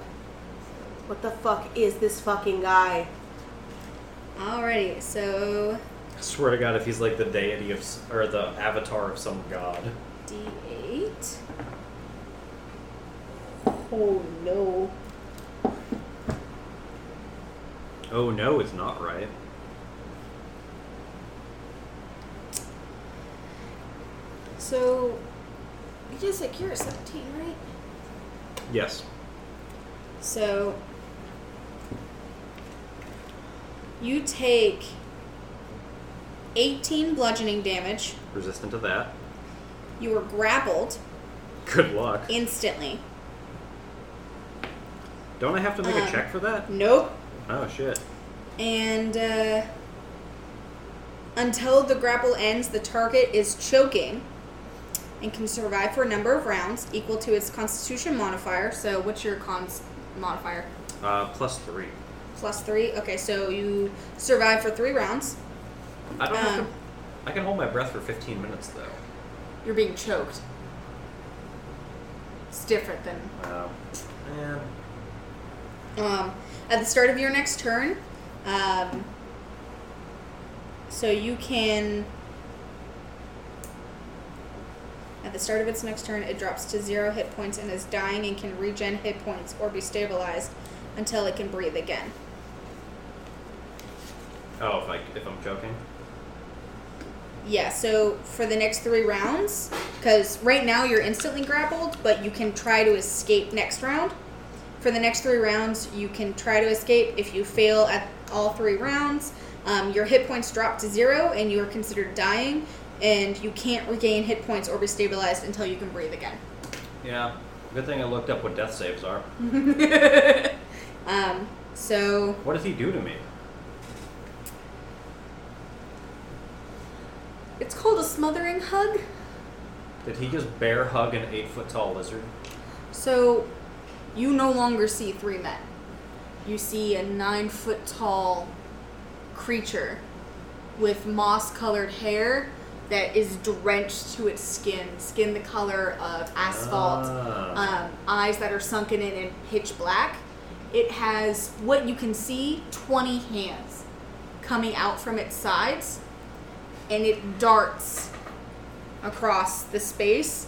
[SPEAKER 3] What the fuck is this fucking guy?
[SPEAKER 2] Alrighty. So
[SPEAKER 5] I swear to God, if he's like the deity of s- or the avatar of some god.
[SPEAKER 2] d8.
[SPEAKER 3] Oh no.
[SPEAKER 5] Oh no, it's not right.
[SPEAKER 2] So you just like you're a 17, right?
[SPEAKER 5] Yes.
[SPEAKER 2] So you take 18 bludgeoning damage.
[SPEAKER 5] Resistant to that.
[SPEAKER 2] You were grappled
[SPEAKER 5] Good luck.
[SPEAKER 2] instantly.
[SPEAKER 5] Don't I have to make
[SPEAKER 2] Um,
[SPEAKER 5] a check for that?
[SPEAKER 2] Nope.
[SPEAKER 5] Oh shit.
[SPEAKER 2] And uh, until the grapple ends, the target is choking and can survive for a number of rounds equal to its constitution modifier. So, what's your cons modifier?
[SPEAKER 5] Uh, plus three.
[SPEAKER 2] Plus three. Okay, so you survive for three rounds.
[SPEAKER 5] I don't have
[SPEAKER 2] Um.
[SPEAKER 5] to. I can hold my breath for 15 minutes though.
[SPEAKER 2] You're being choked. It's different than.
[SPEAKER 5] Uh, man.
[SPEAKER 2] Um, at the start of your next turn, um, so you can. At the start of its next turn, it drops to zero hit points and is dying and can regen hit points or be stabilized until it can breathe again.
[SPEAKER 5] Oh, if I if I'm joking.
[SPEAKER 2] Yeah, so for the next three rounds, because right now you're instantly grappled, but you can try to escape next round. For the next three rounds, you can try to escape. If you fail at all three rounds, um, your hit points drop to zero and you are considered dying, and you can't regain hit points or be stabilized until you can breathe again.
[SPEAKER 5] Yeah. Good thing I looked up what death saves are.
[SPEAKER 2] Um, so
[SPEAKER 5] What does he do to me?
[SPEAKER 2] it's called a smothering hug.
[SPEAKER 5] Did he just bear hug an eight foot tall lizard?
[SPEAKER 2] So you no longer see three men. You see a nine foot tall creature with moss colored hair that is drenched to its skin, skin the color of asphalt,
[SPEAKER 5] Ah.
[SPEAKER 2] um, eyes that are sunken in and pitch black. It has what you can see 20 hands coming out from its sides, and it darts across the space.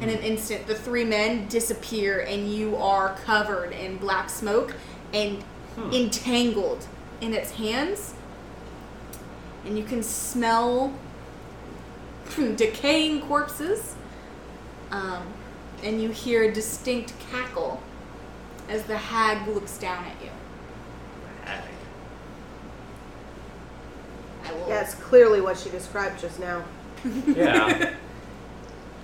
[SPEAKER 2] In an instant, the three men disappear, and you are covered in black smoke and
[SPEAKER 5] Hmm.
[SPEAKER 2] entangled in its hands. And you can smell decaying corpses. Um, and you hear a distinct cackle as the hag looks down at you. Uh.
[SPEAKER 5] Hag.
[SPEAKER 2] I will.
[SPEAKER 3] That's clearly what she described just now.
[SPEAKER 5] Yeah.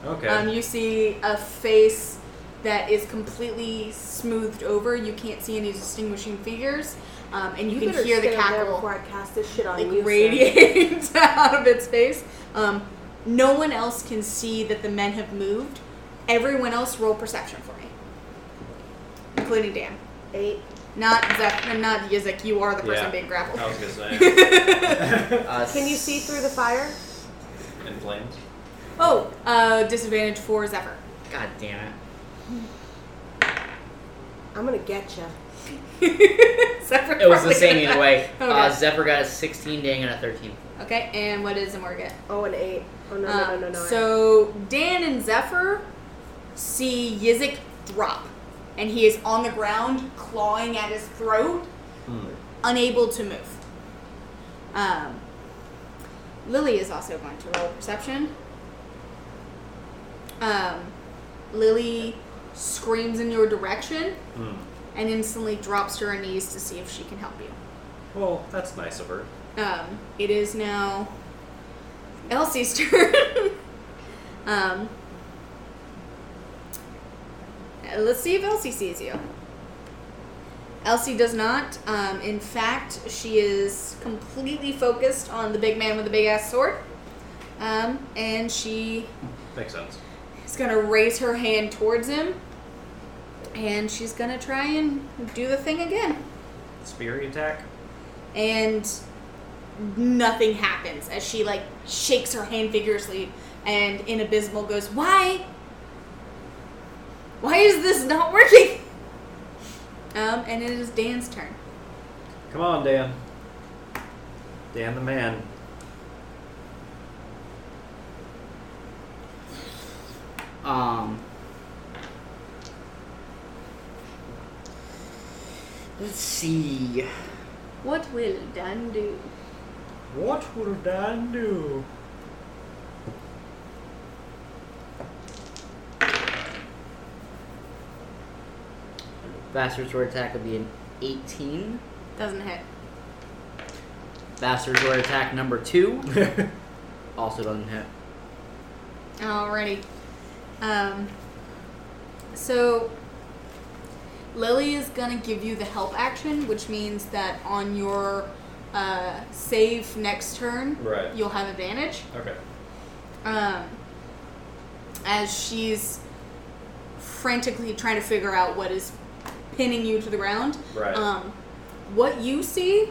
[SPEAKER 5] okay.
[SPEAKER 2] Um, you see a face that is completely smoothed over. You can't see any distinguishing figures, um, and you,
[SPEAKER 3] better
[SPEAKER 2] can hear the
[SPEAKER 3] stay over there before
[SPEAKER 2] cackle
[SPEAKER 3] I cast this shit on
[SPEAKER 2] like
[SPEAKER 3] you. sir.
[SPEAKER 2] radiate out of its face. Um, no one else can see that the men have moved. Everyone else, roll perception for me, including Dan.
[SPEAKER 3] Eight.
[SPEAKER 2] Not Zach, not Yizik. You are the person
[SPEAKER 5] Yeah.
[SPEAKER 2] being grappled.
[SPEAKER 6] Oh,
[SPEAKER 5] I was gonna say.
[SPEAKER 6] Uh,
[SPEAKER 3] Can you see through the fire?
[SPEAKER 5] In flames.
[SPEAKER 2] Oh, uh, disadvantage for Zephyr.
[SPEAKER 6] God damn it.
[SPEAKER 3] I'm gonna get you.
[SPEAKER 2] Zephyr.
[SPEAKER 6] It was the
[SPEAKER 2] probably
[SPEAKER 6] same
[SPEAKER 2] got-
[SPEAKER 6] either way. Uh,
[SPEAKER 2] Okay.
[SPEAKER 6] Zephyr got a 16 dang and a 13.
[SPEAKER 2] okay, and what does Zamora get?
[SPEAKER 3] Oh, an eight. Oh no,
[SPEAKER 2] Uh,
[SPEAKER 3] no, no, no, no.
[SPEAKER 2] So Dan and Zephyr see Yizik drop, and he is on the ground clawing at his throat.
[SPEAKER 5] Hmm.
[SPEAKER 2] unable to move. Um, Lily is also going to roll perception. Um, Lily screams in your direction
[SPEAKER 5] Hmm.
[SPEAKER 2] and instantly drops to her knees to see if she can help you.
[SPEAKER 5] Well, that's nice of her.
[SPEAKER 2] Um, it is now Elsie's turn. um, uh, let's see if Elsie sees you. Elsie does not. Um, in fact, she is completely focused on the big man with the big ass sword. Um, and she
[SPEAKER 5] Makes sense.
[SPEAKER 2] is going to raise her hand towards him. And she's going to try and do the thing again.
[SPEAKER 5] Speary attack.
[SPEAKER 2] and nothing happens as she like shakes her hand vigorously and in abysmal goes why why is this not working um and it is dan's turn
[SPEAKER 5] Come on, Dan. Dan the man.
[SPEAKER 4] Um. Let's see.
[SPEAKER 2] what will dan do
[SPEAKER 5] What will Dan do?
[SPEAKER 4] Bastard sword attack would be an 18.
[SPEAKER 2] doesn't hit
[SPEAKER 4] Bastard sword attack number two also doesn't hit.
[SPEAKER 2] alrighty um so lily is gonna give you the help action which means that on your uh save next turn
[SPEAKER 5] Right.
[SPEAKER 2] you'll have advantage
[SPEAKER 5] Okay.
[SPEAKER 2] um, as she's frantically trying to figure out what is pinning you to the ground.
[SPEAKER 5] Right.
[SPEAKER 2] Um, what you see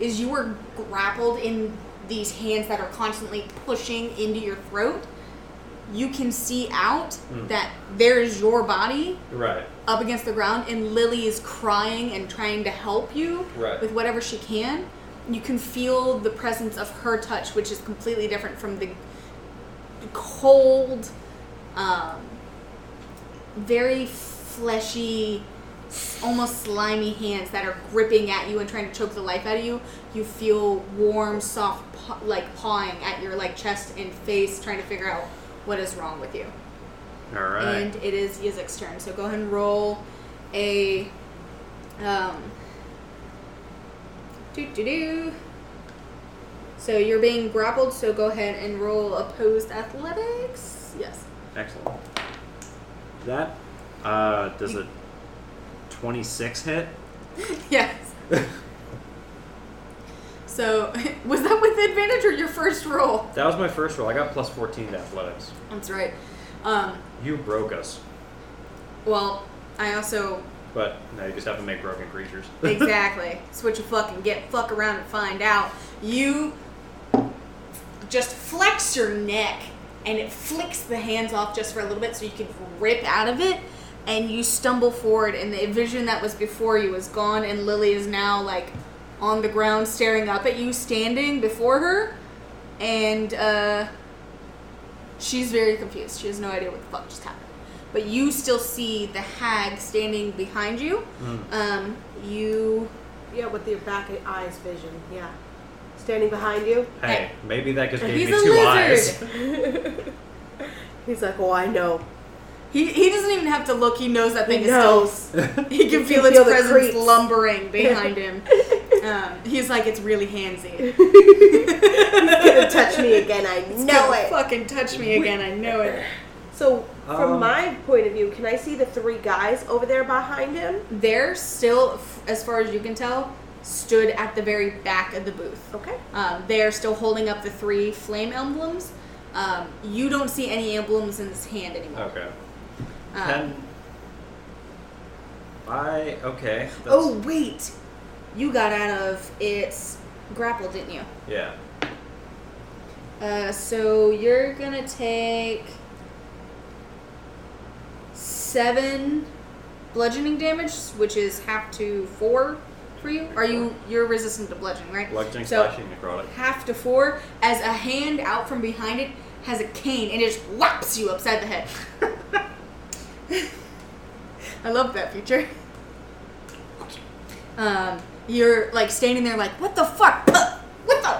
[SPEAKER 2] is you are grappled in these hands that are constantly pushing into your throat. You can see out
[SPEAKER 5] Mm.
[SPEAKER 2] that there is your body
[SPEAKER 5] Right.
[SPEAKER 2] up against the ground, and Lily is crying and trying to help you
[SPEAKER 5] Right.
[SPEAKER 2] with whatever she can. You can feel the presence of her touch, which is completely different from the cold, um, very fleshy, s- almost slimy hands that are gripping at you and trying to choke the life out of you. You feel warm, soft, paw- like pawing at your like chest and face, trying to figure out what is wrong with you.
[SPEAKER 5] All right.
[SPEAKER 2] And it is Yazik's turn. So go ahead and roll a. Um, doo doo doo. So you're being grappled, so go ahead and roll opposed athletics. Yes.
[SPEAKER 5] Excellent. That uh, does a twenty-six hit.
[SPEAKER 2] Yes. so was that with advantage or your first roll?
[SPEAKER 5] That was my first roll. I got plus fourteen to athletics.
[SPEAKER 2] That's right. Um,
[SPEAKER 5] You broke us,
[SPEAKER 2] well, I also
[SPEAKER 5] but now you just have to make broken creatures.
[SPEAKER 2] exactly. Switch a fucking get fuck around and find out. You just flex your neck and it flicks the hands off just for a little bit so you can rip out of it and you stumble forward and the vision that was before you is gone and Lily is now like on the ground staring up at you standing before her and uh she's very confused. She has no idea what the fuck just happened. But you still see the hag standing behind you.
[SPEAKER 5] Hmm.
[SPEAKER 2] Um, you
[SPEAKER 3] Yeah, with your back eyes vision. Yeah. Standing behind you.
[SPEAKER 5] hey, maybe that just gave
[SPEAKER 2] He's
[SPEAKER 5] me
[SPEAKER 2] a
[SPEAKER 5] two
[SPEAKER 2] lizard.
[SPEAKER 5] eyes.
[SPEAKER 3] He's like, oh, I know.
[SPEAKER 2] He, he doesn't even have to look. He knows that thing
[SPEAKER 3] He
[SPEAKER 2] is
[SPEAKER 3] knows.
[SPEAKER 2] still. He can
[SPEAKER 3] can
[SPEAKER 2] feel its
[SPEAKER 3] feel the
[SPEAKER 2] presence
[SPEAKER 3] creeps.
[SPEAKER 2] lumbering behind him. um, he's like, it's really handsy.
[SPEAKER 3] Gonna touch me again. I know
[SPEAKER 2] Don't
[SPEAKER 3] it.
[SPEAKER 2] Fucking touch me again. I know it.
[SPEAKER 3] So, from
[SPEAKER 5] Um,
[SPEAKER 3] my point of view, can I see the three guys over there behind him?
[SPEAKER 2] They're still, f- as far as you can tell, stood at the very back of the booth.
[SPEAKER 3] Okay.
[SPEAKER 2] Um, they are still holding up the three flame emblems. Um, you don't see any emblems in his hand anymore.
[SPEAKER 5] Okay.
[SPEAKER 2] Um,
[SPEAKER 5] Oh, Ten. I okay. That's,
[SPEAKER 2] oh wait, you got out of its grapple, didn't you?
[SPEAKER 5] yeah.
[SPEAKER 2] Uh, so you're gonna take seven bludgeoning damage, which is half to four for you. Are you you're resistant to bludgeoning, right?
[SPEAKER 5] Bludgeoning,
[SPEAKER 2] So-
[SPEAKER 5] slashing, necrotic.
[SPEAKER 2] Half to four as a hand out from behind it has a cane and it just whaps you upside the head. I love that feature. Um, You're like standing there, like, what the fuck? What the?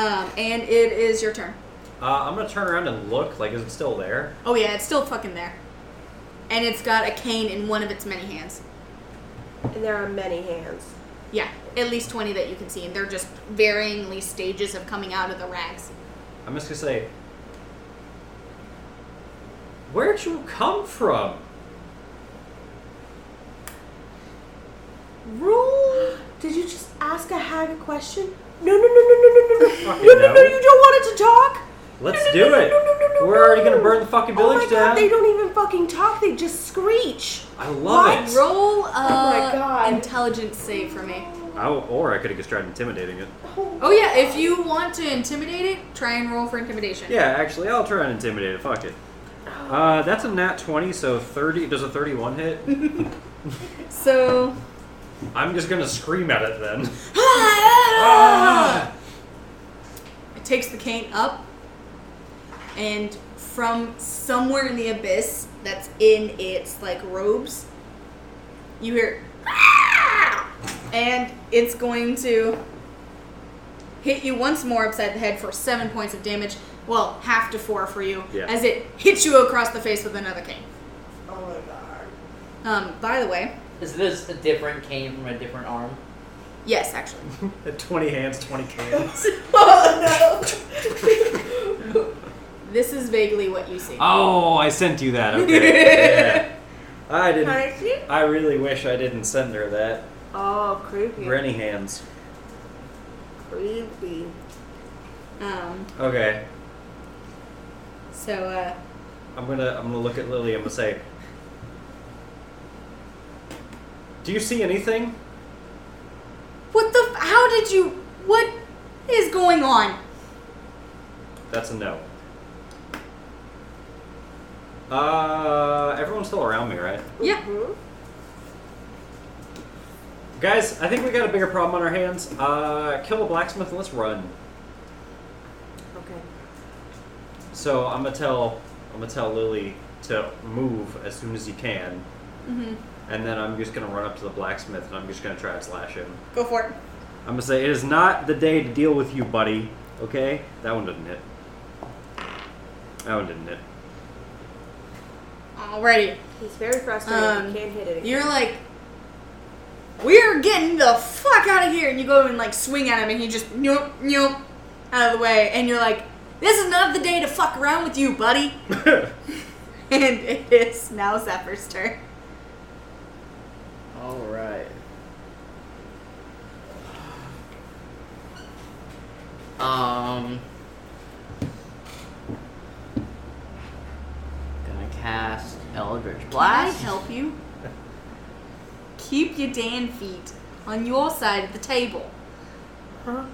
[SPEAKER 2] Um, and it is your turn.
[SPEAKER 5] Uh, I'm gonna turn around and look. Like, is it still there?
[SPEAKER 2] Oh yeah, it's still fucking there. And it's got a cane in one of its many hands.
[SPEAKER 3] And there are many hands.
[SPEAKER 2] Yeah, at least 20 that you can see, and they're just varyingly stages of coming out of the rags.
[SPEAKER 5] I'm just gonna say, where'd you come from?
[SPEAKER 3] Roll. Did you just ask a hag a question? No, no, no, no, no, no, no, no, no, no, no.
[SPEAKER 5] no.
[SPEAKER 3] You don't want it to talk.
[SPEAKER 5] Let's
[SPEAKER 3] No, no,
[SPEAKER 5] do
[SPEAKER 3] no, no,
[SPEAKER 5] it.
[SPEAKER 3] no, no, no, no,
[SPEAKER 5] We're already gonna
[SPEAKER 3] no.
[SPEAKER 5] burn the fucking
[SPEAKER 3] Oh
[SPEAKER 5] village
[SPEAKER 3] my god,
[SPEAKER 5] down.
[SPEAKER 3] they don't even fucking talk. They just screech.
[SPEAKER 5] I love
[SPEAKER 3] What? Oh
[SPEAKER 5] it.
[SPEAKER 2] Roll uh,
[SPEAKER 3] my God.
[SPEAKER 2] intelligence save for me.
[SPEAKER 5] I, or I could have just tried intimidating it.
[SPEAKER 2] Oh yeah, if you want to intimidate it, try and roll for intimidation.
[SPEAKER 5] Yeah, actually, I'll try and intimidate it. Fuck it.
[SPEAKER 3] Oh.
[SPEAKER 5] Uh, that's a nat 20, so 30. Does a 31 hit?
[SPEAKER 2] So
[SPEAKER 5] I'm just gonna scream at it then.
[SPEAKER 3] Ah.
[SPEAKER 2] It takes the cane up, and from somewhere in the abyss that's in its like robes, you hear, "Ah!" and it's going to hit you once more upside the head for seven points of damage. Well, half to four for you,
[SPEAKER 5] Yeah.
[SPEAKER 2] as it hits you across the face with another cane.
[SPEAKER 3] Oh my god.
[SPEAKER 2] Um, by the way,
[SPEAKER 6] Is this a different cane from a different arm?
[SPEAKER 2] yes, actually.
[SPEAKER 5] At 20 hands, 20 cans.
[SPEAKER 2] Oh, This is vaguely what you see.
[SPEAKER 5] oh, I sent you that. Okay. Yeah. I didn't.
[SPEAKER 3] Honestly?
[SPEAKER 5] I really wish I didn't send her that.
[SPEAKER 3] Oh, creepy.
[SPEAKER 5] Granny hands.
[SPEAKER 3] Creepy.
[SPEAKER 2] Um,
[SPEAKER 5] Okay.
[SPEAKER 2] so, uh,
[SPEAKER 5] I'm gonna I'm gonna look at Lily. I'm gonna say, Do you see anything?
[SPEAKER 2] what the? f- How did you? What is going on?
[SPEAKER 5] That's a no. Uh, everyone's still around me, right?
[SPEAKER 2] Yeah.
[SPEAKER 3] Hmm?
[SPEAKER 5] Guys, I think we got a bigger problem on our hands. Uh, kill the blacksmith and let's run.
[SPEAKER 3] Okay.
[SPEAKER 5] So I'm gonna tell I'm gonna tell Lily to move as soon as he can,
[SPEAKER 2] Mm-hmm.
[SPEAKER 5] and then I'm just gonna run up to the blacksmith and I'm just gonna try and slash him.
[SPEAKER 2] Go for it.
[SPEAKER 5] I'm gonna say it is not the day to deal with you, buddy. Okay, that one didn't hit. That one didn't hit.
[SPEAKER 2] Alrighty.
[SPEAKER 3] He's very frustrated.
[SPEAKER 2] Um,
[SPEAKER 3] he can't hit it.
[SPEAKER 2] You're like, we're getting the fuck out of here, and you go and like swing at him, and he just nope, nope, out of the way, and you're like, this is not the day to fuck around with you, buddy. and it is now Zephyr's turn.
[SPEAKER 6] All right. Um, gonna cast Eldritch
[SPEAKER 2] I
[SPEAKER 6] Blast.
[SPEAKER 2] help you. Keep your damn feet on your side of the table.
[SPEAKER 3] Huh?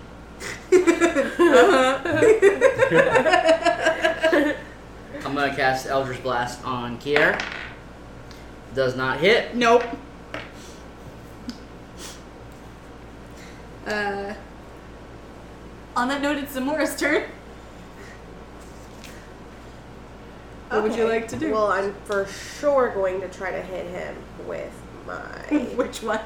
[SPEAKER 6] I'm gonna cast Eldritch Blast on Kier. Does not hit.
[SPEAKER 2] nope. Uh, on that note, it's Zamora's turn. What would you
[SPEAKER 3] Okay.
[SPEAKER 2] like to do?
[SPEAKER 3] Well, I'm for sure going to try to hit him with my.
[SPEAKER 2] Which one?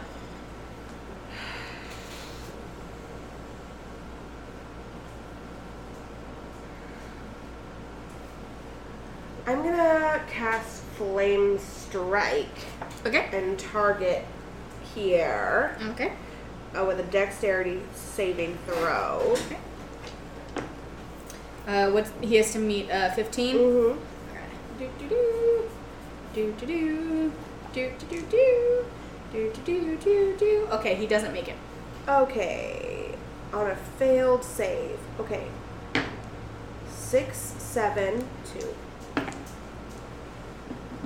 [SPEAKER 3] I'm gonna cast Flame Strike
[SPEAKER 2] Okay.
[SPEAKER 3] and target here
[SPEAKER 2] Okay.
[SPEAKER 3] uh, with a Dexterity saving throw.
[SPEAKER 2] Uh, what's he has to meet? Uh, fifteen.
[SPEAKER 3] Mm-hmm.
[SPEAKER 2] Do do do do do do do do do do do do do. Okay, he doesn't make it.
[SPEAKER 3] Okay. On a failed save. Okay. Six, seven, two.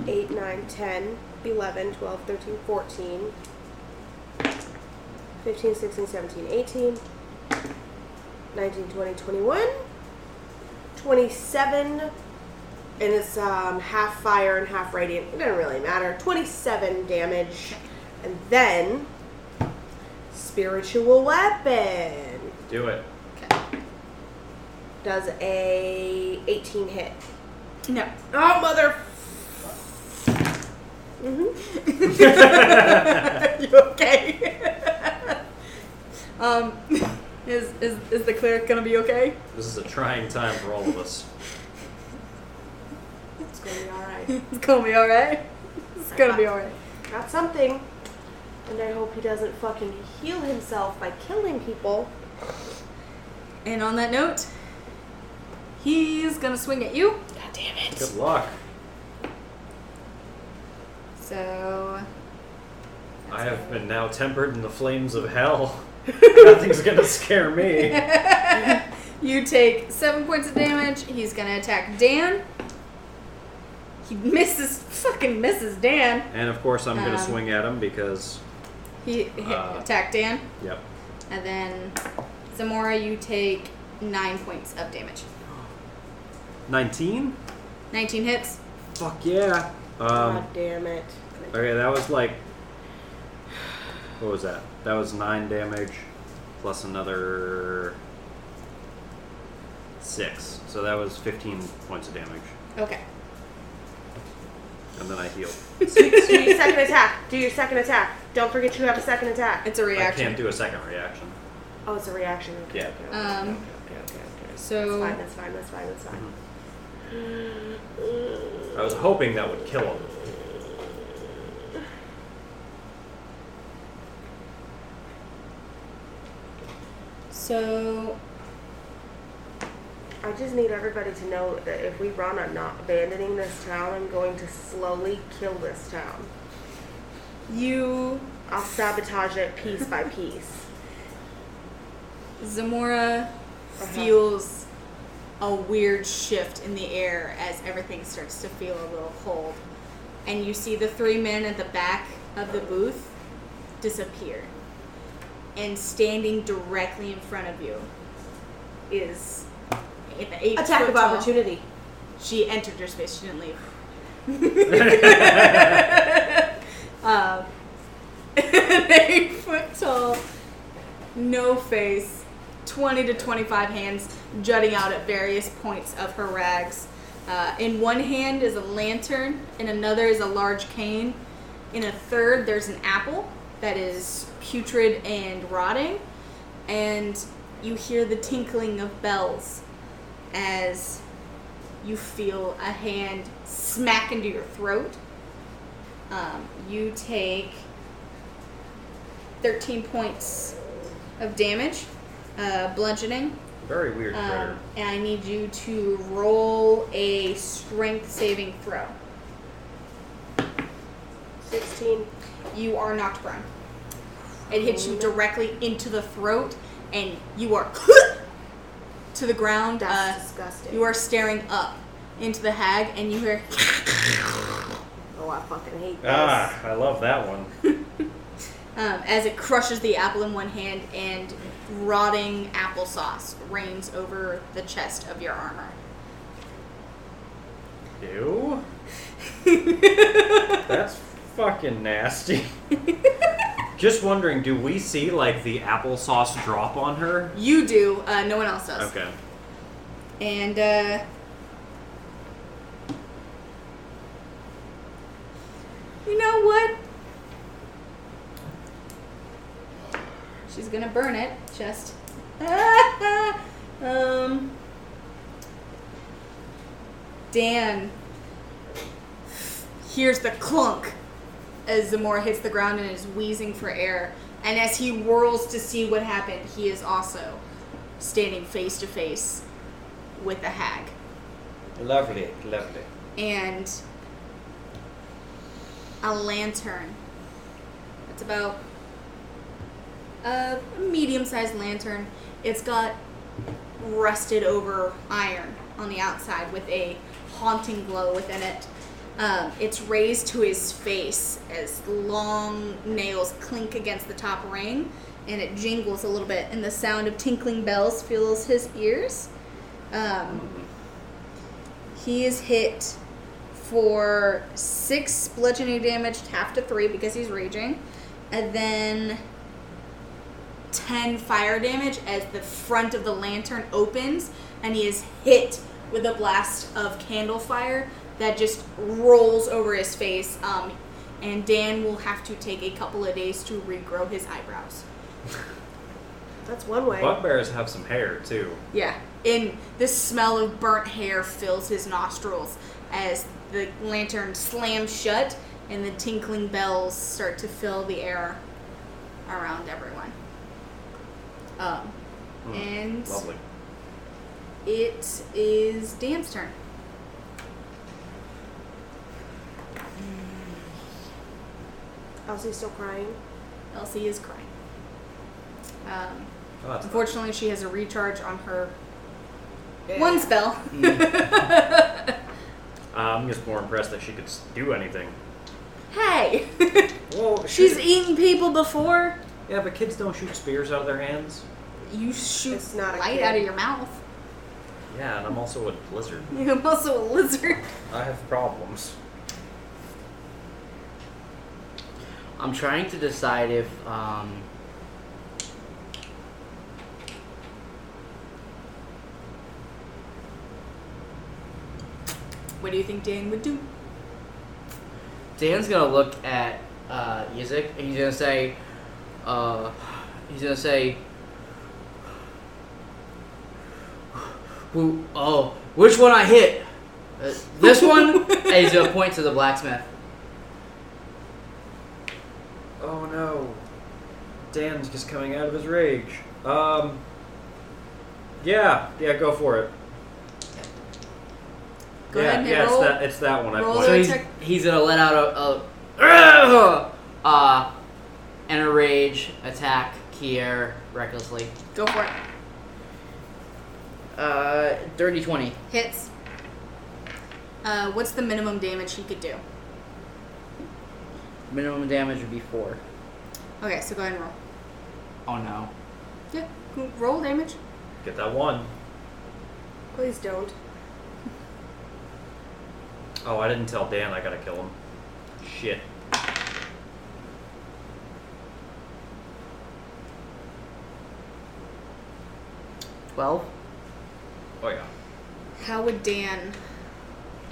[SPEAKER 3] Eight, nine, ten, eleven, twelve, thirteen, fourteen. Fifteen, sixteen, seventeen, eighteen. Nineteen, twenty, twenty-one. Twenty-seven. And it's um, half fire and half radiant. It doesn't really matter. Twenty-seven damage. And then Spiritual weapon.
[SPEAKER 5] Do it.
[SPEAKER 3] Does a 18 hit.
[SPEAKER 2] No.
[SPEAKER 3] Oh, mother. hmm
[SPEAKER 2] you okay? Um, is, is, is the cleric gonna be okay?
[SPEAKER 5] This is a trying time for all of us.
[SPEAKER 3] It's gonna be alright.
[SPEAKER 2] It's gonna be alright. It's gonna be alright.
[SPEAKER 3] Got something. And I hope he doesn't fucking heal himself by killing people.
[SPEAKER 2] And on that note, he's gonna swing at you.
[SPEAKER 3] God damn it.
[SPEAKER 5] Good luck.
[SPEAKER 2] So
[SPEAKER 5] I have been now tempered in the flames of hell. Nothing's gonna scare me.
[SPEAKER 2] you take seven points of damage. He's gonna attack Dan. He misses, fucking misses Dan.
[SPEAKER 5] And of course, I'm gonna
[SPEAKER 2] Um,
[SPEAKER 5] swing at him because,
[SPEAKER 2] He hit,
[SPEAKER 5] Uh.
[SPEAKER 2] attacked Dan,
[SPEAKER 5] yep.
[SPEAKER 2] and then Zamora, you take nine points of damage.
[SPEAKER 5] 19?
[SPEAKER 2] Nineteen hits.
[SPEAKER 5] Fuck yeah. Um,
[SPEAKER 3] God damn it.
[SPEAKER 5] okay, that was like. What was that? That was 9 damage plus another. 6. So that was 15 points of damage.
[SPEAKER 2] Okay.
[SPEAKER 5] And then I healed.
[SPEAKER 3] Do your second attack. Do your second attack. Don't forget you have a second attack.
[SPEAKER 2] It's a
[SPEAKER 5] I
[SPEAKER 2] reaction.
[SPEAKER 5] can't do a second reaction.
[SPEAKER 3] Oh, it's a reaction. Okay,
[SPEAKER 5] Yeah.
[SPEAKER 3] Okay, okay,
[SPEAKER 2] Um,
[SPEAKER 3] okay, okay, okay, okay. That's
[SPEAKER 2] So
[SPEAKER 3] fine, that's fine, that's fine, that's fine.
[SPEAKER 5] I was hoping that would kill him.
[SPEAKER 2] so
[SPEAKER 3] I just need everybody to know that if we run, I'm not abandoning this town. I'm going to slowly kill this town.
[SPEAKER 2] you
[SPEAKER 3] I'll sabotage it piece by piece.
[SPEAKER 2] Zamora feels a weird shift in the air as everything starts to feel a little cold. And you see the three men at the back of the booth disappear. And standing directly in front of you is an eight
[SPEAKER 3] Attack
[SPEAKER 2] foot
[SPEAKER 3] of
[SPEAKER 2] tall-
[SPEAKER 3] opportunity.
[SPEAKER 2] She entered your space, she didn't leave. um, an eight foot tall, no face, 20 to 25 hands jutting out at various points of her rags. Uh, in one hand is a lantern, in another is a large cane. In a third, there's an apple that is putrid and rotting. And you hear the tinkling of bells as you feel a hand smack into your throat. Um, you take 13 points of damage, uh, bludgeoning.
[SPEAKER 5] Very weird critter.
[SPEAKER 2] Um, and I need you to roll a strength saving throw.
[SPEAKER 3] 16.
[SPEAKER 2] You are knocked prone. It hits you directly into the throat, and you are to the ground.
[SPEAKER 3] That's
[SPEAKER 2] uh,
[SPEAKER 3] disgusting.
[SPEAKER 2] you are staring up into the hag, and you hear
[SPEAKER 3] oh, I fucking hate this.
[SPEAKER 5] ah, I love that one.
[SPEAKER 2] um, as it crushes the apple in one hand and rotting applesauce rains over the chest of your armor.
[SPEAKER 5] Ew. That's fucking nasty. Just wondering, do we see like the applesauce drop on her?
[SPEAKER 2] You do, uh, no one else does.
[SPEAKER 5] Okay.
[SPEAKER 2] And uh, you know what? She's gonna burn it. Just um, Dan hears the clunk as Zamora hits the ground and is wheezing for air. And as he whirls to see what happened, he is also standing face to face with the hag.
[SPEAKER 5] Lovely, lovely.
[SPEAKER 2] And a lantern. It's about a medium sized lantern. It's got rusted over iron on the outside with a haunting glow within it. Um, it's raised to his face as long nails clink against the top ring and it jingles a little bit, and the sound of tinkling bells fills his ears. Um, he is hit for six bludgeoning damage, half to three because he's raging, and then ten fire damage as the front of the lantern opens and he is hit with a blast of candle fire that just rolls over his face. Um, and Dan will have to take a couple of days to regrow his eyebrows.
[SPEAKER 3] That's one way.
[SPEAKER 5] Bugbears have some hair too.
[SPEAKER 2] Yeah, and the smell of burnt hair fills his nostrils as the lantern slams shut and the tinkling bells start to fill the air around everyone. Um,
[SPEAKER 5] Hmm,
[SPEAKER 2] and
[SPEAKER 5] Lovely.
[SPEAKER 2] it is Dan's turn.
[SPEAKER 3] Elsie's still crying.
[SPEAKER 2] Elsie is crying. Um,
[SPEAKER 5] Oh, that's
[SPEAKER 2] unfortunately, she has a recharge on her
[SPEAKER 3] Yeah.
[SPEAKER 2] one spell.
[SPEAKER 5] Mm. I'm just more impressed that she could s- do anything.
[SPEAKER 2] hey,
[SPEAKER 5] Well,
[SPEAKER 2] she's e- eaten people before.
[SPEAKER 5] yeah, but kids don't shoot spears out of their hands.
[SPEAKER 2] You shoot
[SPEAKER 3] It's not a
[SPEAKER 2] light
[SPEAKER 3] kid.
[SPEAKER 2] out of your mouth.
[SPEAKER 5] Yeah, and I'm also a lizard.
[SPEAKER 2] I'm also a lizard.
[SPEAKER 5] I have problems.
[SPEAKER 4] I'm trying to decide if um,
[SPEAKER 2] What do you think Dan would do?
[SPEAKER 4] Dan's gonna look at uh, Yizik and he's gonna say, uh, he's gonna say, "Who- oh, which one I hit? Uh, this one? and he's gonna point to the blacksmith.
[SPEAKER 5] Oh no. Dan's just coming out of his rage. Um. Yeah, yeah, go for it.
[SPEAKER 2] Go
[SPEAKER 5] yeah,
[SPEAKER 2] ahead and
[SPEAKER 5] yeah,
[SPEAKER 2] roll.
[SPEAKER 5] it's that it's that one I
[SPEAKER 2] roll
[SPEAKER 5] played.
[SPEAKER 4] So
[SPEAKER 2] it.
[SPEAKER 4] he's,
[SPEAKER 2] Check.
[SPEAKER 4] he's gonna let out a, a uh, and a rage attack Kier recklessly.
[SPEAKER 2] Go for it.
[SPEAKER 4] Uh, dirty twenty.
[SPEAKER 2] Hits. Uh, what's the minimum damage he could do?
[SPEAKER 4] Minimum damage would be four.
[SPEAKER 2] Okay, so go ahead and roll.
[SPEAKER 4] Oh no.
[SPEAKER 2] Yeah, go- roll damage.
[SPEAKER 5] Get that one.
[SPEAKER 3] Please don't.
[SPEAKER 5] Oh, I didn't tell Dan I gotta kill him. Shit.
[SPEAKER 4] Twelve.
[SPEAKER 5] Oh yeah.
[SPEAKER 2] How would Dan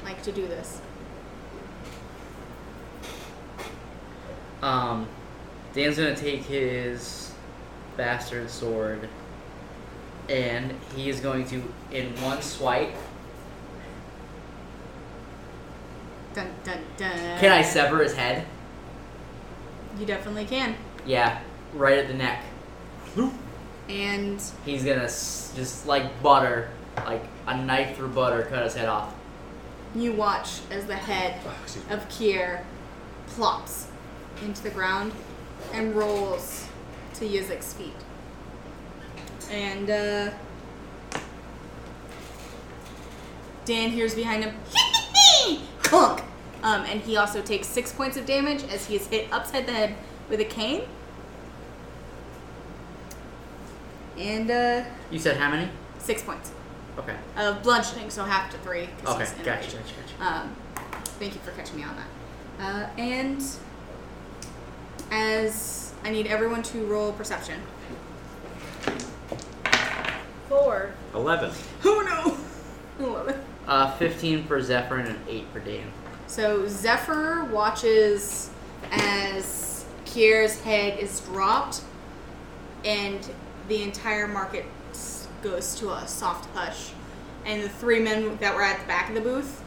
[SPEAKER 2] like to do this?
[SPEAKER 4] Um, Dan's gonna take his bastard sword, and he is going to, in one swipe,
[SPEAKER 2] Dun dun dun.
[SPEAKER 4] can I sever his head?
[SPEAKER 2] You definitely can.
[SPEAKER 4] Yeah, right at the neck.
[SPEAKER 2] And
[SPEAKER 4] He's gonna s- just like butter, like a knife through butter, cut his head off.
[SPEAKER 2] you watch as the head
[SPEAKER 5] Oh, excuse me.
[SPEAKER 2] of Kier plops into the ground and rolls to Yizik's feet. And uh, Dan hears behind him, clunk, um, and he also takes six points of damage as he is hit upside the head with a cane. And uh,
[SPEAKER 4] You said how many?
[SPEAKER 2] six points
[SPEAKER 4] Okay.
[SPEAKER 2] of bludgeoning, so half to three. 'cause
[SPEAKER 4] Okay.
[SPEAKER 2] he's enraged.
[SPEAKER 4] Gotcha. Gotcha. gotcha.
[SPEAKER 2] Um, thank you for catching me on that. Uh, and as I need everyone to roll perception.
[SPEAKER 3] Four.
[SPEAKER 5] Eleven.
[SPEAKER 2] Oh no! Eleven.
[SPEAKER 4] Uh, fifteen for Zephyr and an eight for Dan.
[SPEAKER 2] So Zephyr watches as Kier's head is dropped, and the entire market s- goes to a soft hush. And the three men that were at the back of the booth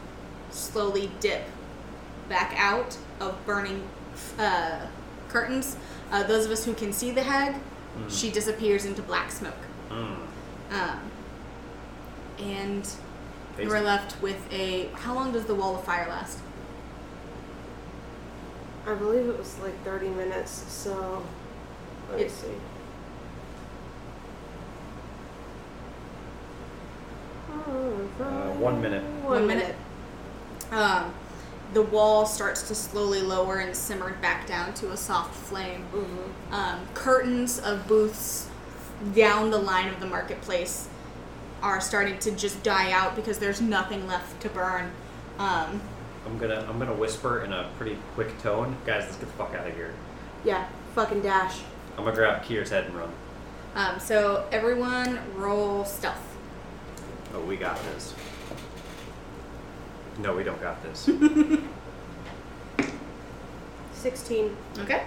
[SPEAKER 2] slowly dip back out of burning uh, curtains. Uh, those of us who can see the head,
[SPEAKER 5] Mm-hmm.
[SPEAKER 2] she disappears into black smoke.
[SPEAKER 5] Mm.
[SPEAKER 2] Um, and we
[SPEAKER 5] Tasty.
[SPEAKER 2] we're left with a. How long does the wall of fire last?
[SPEAKER 3] I believe it was like 30 minutes, so. Let me
[SPEAKER 2] It's-
[SPEAKER 3] see.
[SPEAKER 5] Uh, one minute.
[SPEAKER 2] One minute. Um, the wall starts to slowly lower and simmer back down to a soft flame.
[SPEAKER 3] Mm-hmm.
[SPEAKER 2] Um, curtains of booths down the line of the marketplace are starting to just die out because there's nothing left to burn. Um,
[SPEAKER 5] I'm gonna I'm gonna whisper in a pretty quick tone. Guys, let's get the fuck out of here.
[SPEAKER 3] Yeah, fucking dash.
[SPEAKER 5] I'm gonna grab Kier's head and run.
[SPEAKER 2] um, so everyone roll stealth.
[SPEAKER 5] Oh, we got this. No, we don't got this.
[SPEAKER 3] 16.
[SPEAKER 2] Okay.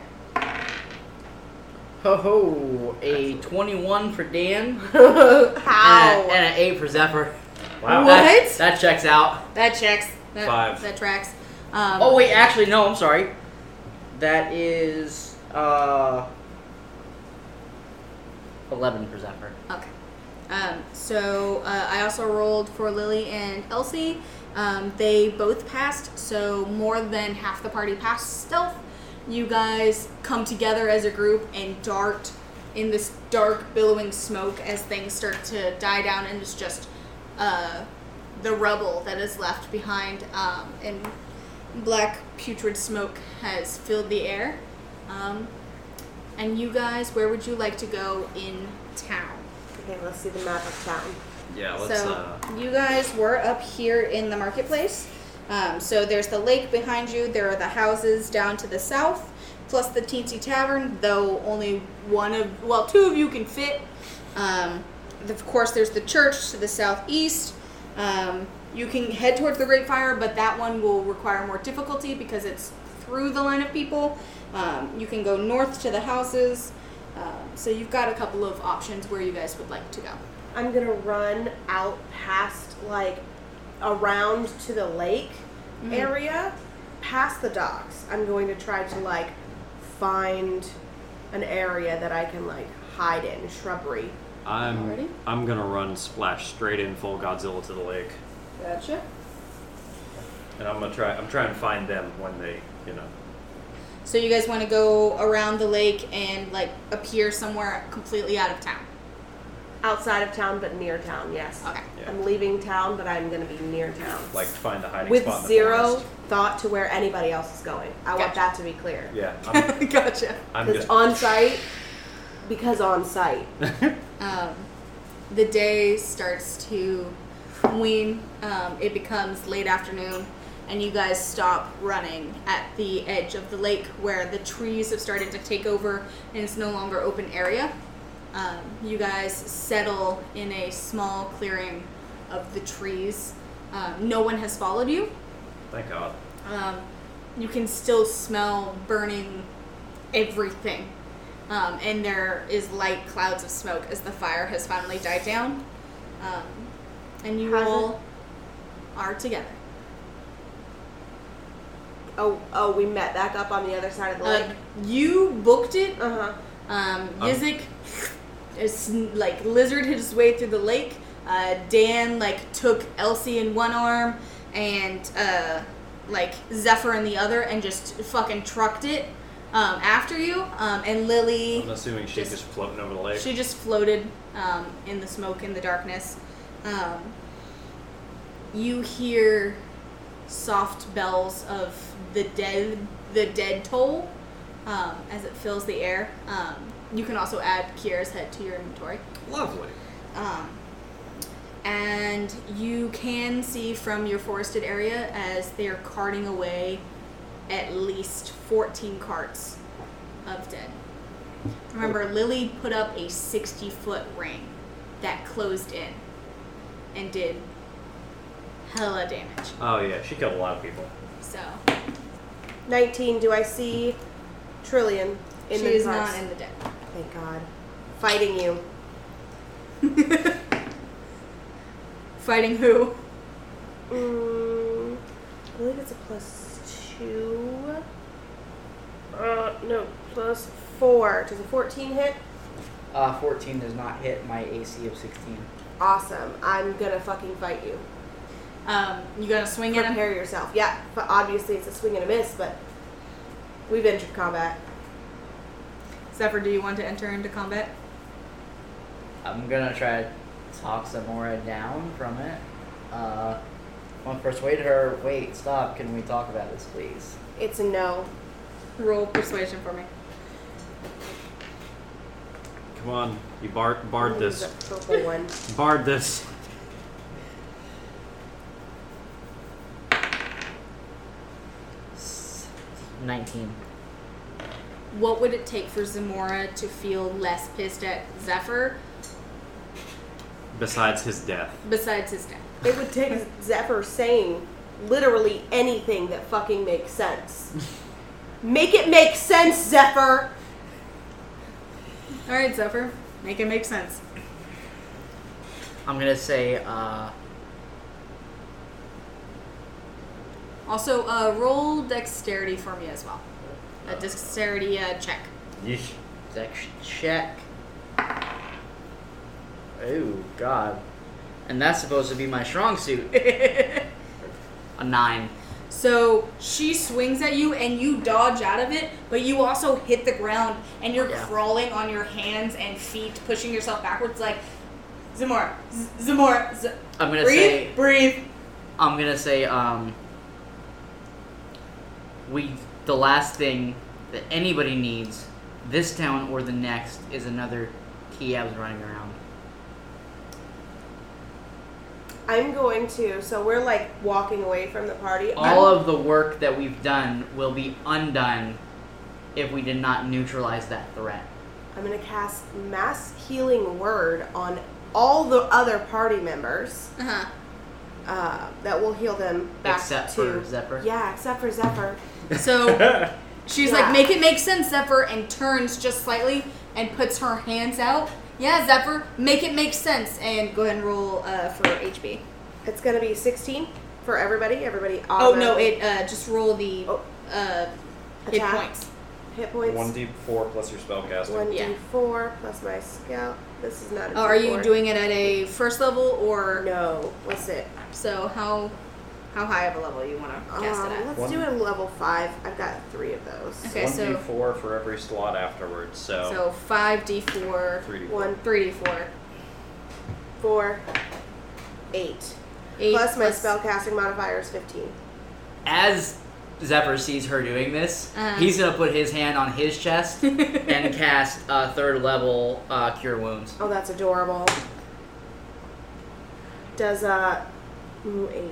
[SPEAKER 4] Ho ho! A 21 for Dan
[SPEAKER 3] How?
[SPEAKER 4] and, a, and an 8 for Zephyr.
[SPEAKER 5] Wow.
[SPEAKER 2] What?
[SPEAKER 4] That, that checks out.
[SPEAKER 2] That checks. That,
[SPEAKER 5] Five.
[SPEAKER 2] That tracks. Um,
[SPEAKER 4] Oh, wait, actually, no, I'm sorry. That is uh, 11 for Zephyr.
[SPEAKER 2] Okay. Um, so uh, I also rolled for Lily and Elsie. Um, they both passed, so more than half the party passed stealth. You guys come together as a group and dart in this dark, billowing smoke as things start to die down, and it's just uh, the rubble that is left behind. Um, and black, putrid smoke has filled the air. Um, and you guys, where would you like to go in town?
[SPEAKER 3] Okay, let's see the map of town.
[SPEAKER 5] Yeah, let's.
[SPEAKER 2] So
[SPEAKER 5] Uh,
[SPEAKER 2] you guys were up here in the marketplace. Um, so there's the lake behind you. There are the houses down to the south, plus the Teensy Tavern, though only one of well, two of you can fit. Um, of course, there's the church to the southeast. Um, you can head towards the Great Fire, but that one will require more difficulty because it's through the line of people. Um, you can go north to the houses. Um, so you've got a couple of options where you guys would like to go.
[SPEAKER 3] I'm gonna run out past like around to the lake
[SPEAKER 5] Mm-hmm.
[SPEAKER 3] area, past the docks. I'm going to try to like find an area that I can like hide in shrubbery.
[SPEAKER 5] I'm.
[SPEAKER 2] Already?
[SPEAKER 5] I'm gonna run splash straight in full Godzilla to the lake,
[SPEAKER 2] Gotcha.
[SPEAKER 5] and I'm gonna try. I'm trying to find them when they, you know.
[SPEAKER 2] So you guys want to go around the lake and like appear somewhere completely out of town.
[SPEAKER 3] Outside of town, but near town. Yes.
[SPEAKER 2] Okay.
[SPEAKER 5] Yeah.
[SPEAKER 3] I'm leaving town, but I'm gonna be near town.
[SPEAKER 5] Like find a hiding
[SPEAKER 3] with
[SPEAKER 5] spot. in the
[SPEAKER 3] zero
[SPEAKER 5] forest.
[SPEAKER 3] thought to where anybody else is going. I want
[SPEAKER 2] Gotcha.
[SPEAKER 3] that to be clear.
[SPEAKER 5] Yeah, I'm,
[SPEAKER 2] gotcha.
[SPEAKER 5] I'm
[SPEAKER 3] Because
[SPEAKER 5] just.
[SPEAKER 3] on site, because on site.
[SPEAKER 2] Um, the day starts to wane. Um, it becomes late afternoon, and you guys stop running at the edge of the lake where the trees have started to take over and it's no longer open area. Um, you guys settle in a small clearing of the trees. Um, no one has followed you.
[SPEAKER 5] Thank God.
[SPEAKER 2] um, you can still smell burning everything. Um, and there is light clouds of smoke as the fire has finally died down. Um, and you
[SPEAKER 3] How's
[SPEAKER 2] all are together.
[SPEAKER 3] Oh, oh, we met back up on the other side of the
[SPEAKER 2] Uh,
[SPEAKER 5] Uh-huh.
[SPEAKER 3] lake.
[SPEAKER 2] you booked it.
[SPEAKER 3] Uh huh.
[SPEAKER 2] Um, Yizik is like lizard his way through the lake. Uh, Dan like took Elsie in one arm and uh, like Zephyr in the other and just fucking trucked it um, after you. Um, and Lily,
[SPEAKER 5] I'm assuming she's
[SPEAKER 2] Just-
[SPEAKER 5] just floating over the lake.
[SPEAKER 2] she just floated um, in the smoke in the darkness. Um, you hear soft bells of the dead, the dead toll, um, as it fills the air. Um, you can also add Kira's head to your inventory.
[SPEAKER 5] Lovely.
[SPEAKER 2] Um, and you can see from your forested area as they are carting away at least 14 carts of dead. Remember, Lily put up a 60 foot ring that closed in and did hella damage.
[SPEAKER 5] Oh yeah, she killed a lot of people.
[SPEAKER 2] So
[SPEAKER 3] 19. Do I see Trillian
[SPEAKER 2] she
[SPEAKER 3] in the
[SPEAKER 2] is
[SPEAKER 3] cards?
[SPEAKER 2] not in the dead.
[SPEAKER 3] Thank God. Fighting you.
[SPEAKER 2] Fighting who?
[SPEAKER 3] Mm, I believe it's a plus two. Uh, no, plus four. Does a 14 hit?
[SPEAKER 6] Uh, 14 does not hit my AC of 16.
[SPEAKER 3] Awesome. I'm gonna fucking fight you.
[SPEAKER 2] Um, you gonna swing at him?
[SPEAKER 3] Prepare yourself. Yeah, but obviously it's a swing and a miss, but we've entered combat.
[SPEAKER 2] Zephyr, do you want to enter into combat?
[SPEAKER 6] I'm gonna try to talk Samora down from it. Uh, want to persuade her. Wait, stop. Can we talk about this, please?
[SPEAKER 3] It's a no.
[SPEAKER 2] Roll persuasion for me.
[SPEAKER 5] Come on, you barred barred this,
[SPEAKER 3] That purple one.
[SPEAKER 5] barred this.
[SPEAKER 6] S- 19.
[SPEAKER 2] What would it take for Zamora to feel less pissed at Zephyr
[SPEAKER 5] Besides his death.
[SPEAKER 2] besides his death?
[SPEAKER 3] It would take Zephyr saying literally anything that fucking makes sense. Make it make sense, Zephyr!
[SPEAKER 2] All right, Zephyr, make it make sense.
[SPEAKER 6] I'm gonna say, uh,
[SPEAKER 2] Also, uh, roll dexterity for me as well. A dexterity uh, check.
[SPEAKER 5] Yeesh.
[SPEAKER 6] dex check. Oh God, and that's supposed to be my strong suit. a nine.
[SPEAKER 2] So she swings at you and you dodge out of it, but you also hit the ground and you're
[SPEAKER 6] Yeah.
[SPEAKER 2] crawling on your hands and feet, pushing yourself backwards like Zamora, Z- Zamora, Z-
[SPEAKER 6] I'm gonna
[SPEAKER 2] breathe,
[SPEAKER 6] say.
[SPEAKER 2] breathe.
[SPEAKER 6] I'm gonna say, um, we the last thing that anybody needs, this town or the next, is another Kiabs running around.
[SPEAKER 3] I'm going to. So we're like walking away from the party.
[SPEAKER 6] All of the work that we've done will be undone if we did not neutralize that threat.
[SPEAKER 3] I'm gonna cast mass healing word on all the other party members.
[SPEAKER 2] Uh huh.
[SPEAKER 3] Uh, that will heal them back
[SPEAKER 6] Except
[SPEAKER 3] to
[SPEAKER 6] for Zephyr?
[SPEAKER 3] Yeah, except for Zephyr.
[SPEAKER 2] So she's
[SPEAKER 3] Yeah.
[SPEAKER 2] like, make it make sense, Zephyr, and turns just slightly and puts her hands out. Yeah, Zephyr, make it make sense, and go ahead and roll uh, for HB.
[SPEAKER 3] It's gonna be 16 for everybody. Everybody.
[SPEAKER 2] Oh no,
[SPEAKER 3] automatically-
[SPEAKER 2] it uh, just roll the
[SPEAKER 3] Oh.
[SPEAKER 2] uh, hit
[SPEAKER 3] Attack.
[SPEAKER 2] points.
[SPEAKER 3] hit points.
[SPEAKER 5] One D four plus your spellcasting.
[SPEAKER 3] One
[SPEAKER 2] Yeah.
[SPEAKER 3] D four plus my scout. This is not. A
[SPEAKER 2] Oh, are
[SPEAKER 3] D4.
[SPEAKER 2] you doing it at a first level or
[SPEAKER 3] No. What's it?
[SPEAKER 2] so? How how high of a level you want to
[SPEAKER 3] Um,
[SPEAKER 2] cast it at?
[SPEAKER 3] let's
[SPEAKER 5] One-
[SPEAKER 3] do it level five. I've got three of those.
[SPEAKER 2] Okay,
[SPEAKER 5] One
[SPEAKER 2] so-
[SPEAKER 5] D four for every slot afterwards. So,
[SPEAKER 2] So five d four,
[SPEAKER 5] three D
[SPEAKER 3] One,
[SPEAKER 2] three d four,
[SPEAKER 3] four, eight.
[SPEAKER 2] eight
[SPEAKER 3] plus my spellcasting modifier is 15.
[SPEAKER 6] As Zephyr sees her doing this,
[SPEAKER 2] Uh-huh.
[SPEAKER 6] he's gonna put his hand on his chest and cast uh, third level uh, Cure Wounds.
[SPEAKER 3] Oh, that's adorable. Does, uh, ooh, 8,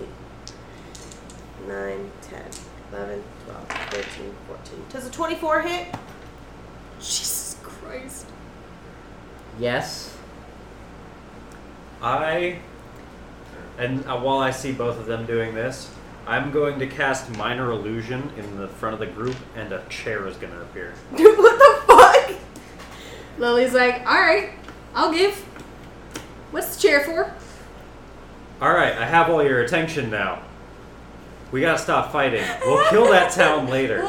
[SPEAKER 3] 9, 10, 11, 12, 13, 14. Does a 24 hit?
[SPEAKER 2] Jesus Christ!
[SPEAKER 6] Yes.
[SPEAKER 5] I and uh, while I see both of them doing this, I'm going to cast minor illusion in the front of the group, and a chair is going to appear.
[SPEAKER 3] Dude, what the fuck?
[SPEAKER 2] Lily's like, all right, I'll give. What's the chair for?
[SPEAKER 5] All right, I have all your attention now. We gotta stop fighting. We'll kill that town later.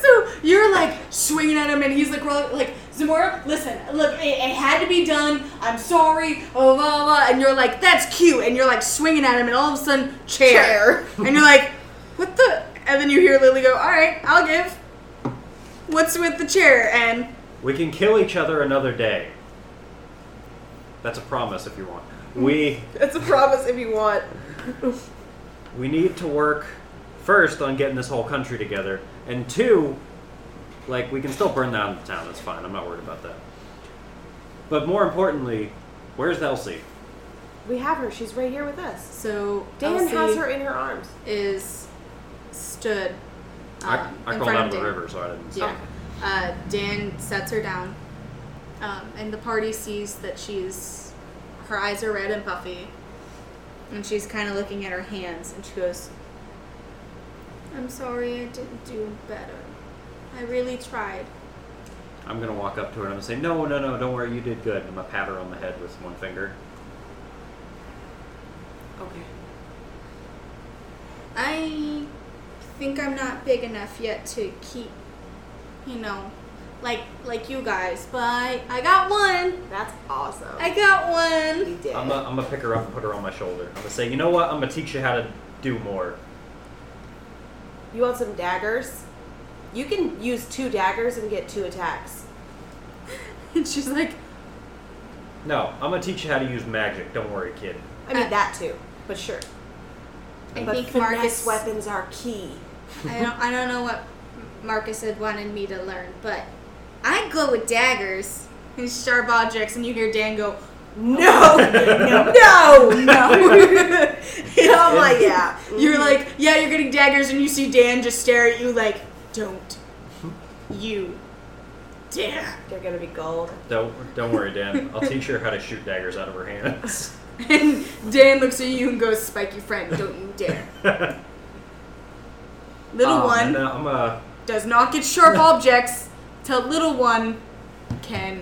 [SPEAKER 2] so you're like swinging at him, and he's like, rolling, like Zamora, listen, look, it, it had to be done. I'm sorry, oh blah blah, and you're like, that's cute, and you're like swinging at him, and all of a sudden, chair, and you're like, what the? And then you hear Lily go, all right, I'll give. What's with the chair? And
[SPEAKER 5] We can kill each other another day. That's a promise if you want. We
[SPEAKER 3] That's a promise if you want.
[SPEAKER 5] we need to work first on getting this whole country together, and two, like we can still burn down the town. That's fine. I'm not worried about that. But more importantly, where's Elsie?
[SPEAKER 3] We have her. She's right here with us.
[SPEAKER 2] so
[SPEAKER 3] Dan
[SPEAKER 2] Elsie
[SPEAKER 3] has her in her arms.
[SPEAKER 2] is stood.
[SPEAKER 5] I,
[SPEAKER 2] um,
[SPEAKER 5] I
[SPEAKER 2] in
[SPEAKER 5] crawled
[SPEAKER 2] front
[SPEAKER 5] out
[SPEAKER 2] of
[SPEAKER 5] of the
[SPEAKER 2] Dan.
[SPEAKER 5] river, so I didn't.
[SPEAKER 2] Yeah. Uh, Dan sets her down, um, and the party sees that she's her eyes are red and puffy, and she's kind of looking at her hands, and she goes, "I'm sorry, I didn't do better. I really tried."
[SPEAKER 5] I'm gonna walk up to her and I'm gonna say, "No, no, no, don't worry. You did good." And I'm gonna pat her on the head with one finger.
[SPEAKER 3] Okay.
[SPEAKER 2] I think I'm not big enough yet to keep, you know, like like you guys, but I, I got one.
[SPEAKER 3] That's awesome.
[SPEAKER 2] I got one.
[SPEAKER 3] we did.
[SPEAKER 5] I'm uh, gonna, I'm gonna pick her up and put her on my shoulder. I'm gonna say, you know what? I'm gonna teach you how to do more.
[SPEAKER 3] You want some daggers? You can use two daggers and get two attacks.
[SPEAKER 2] And she's like,
[SPEAKER 5] No, I'm gonna teach you how to use magic. Don't worry, kid.
[SPEAKER 3] I mean
[SPEAKER 2] Uh,
[SPEAKER 3] that too, but sure.
[SPEAKER 2] I
[SPEAKER 3] but
[SPEAKER 2] think
[SPEAKER 3] finesse
[SPEAKER 2] Marcus
[SPEAKER 3] weapons are key.
[SPEAKER 2] I don't, I don't know what Marcus had wanted me to learn, but I go with daggers and sharp objects, and you hear Dan go,
[SPEAKER 3] No, no, no, no. oh my yeah.
[SPEAKER 2] You're like, yeah, you're getting daggers, and you see Dan just stare at you like, don't you dare.
[SPEAKER 3] They're gonna be gold.
[SPEAKER 5] Don't don't worry, Dan. I'll teach her how to shoot daggers out of her hands.
[SPEAKER 2] And Dan looks at you and goes, Spike, your friend, don't you dare. Little
[SPEAKER 6] Aw,
[SPEAKER 2] one
[SPEAKER 5] And uh, I'm gonna
[SPEAKER 2] does not get sharp objects, to little one can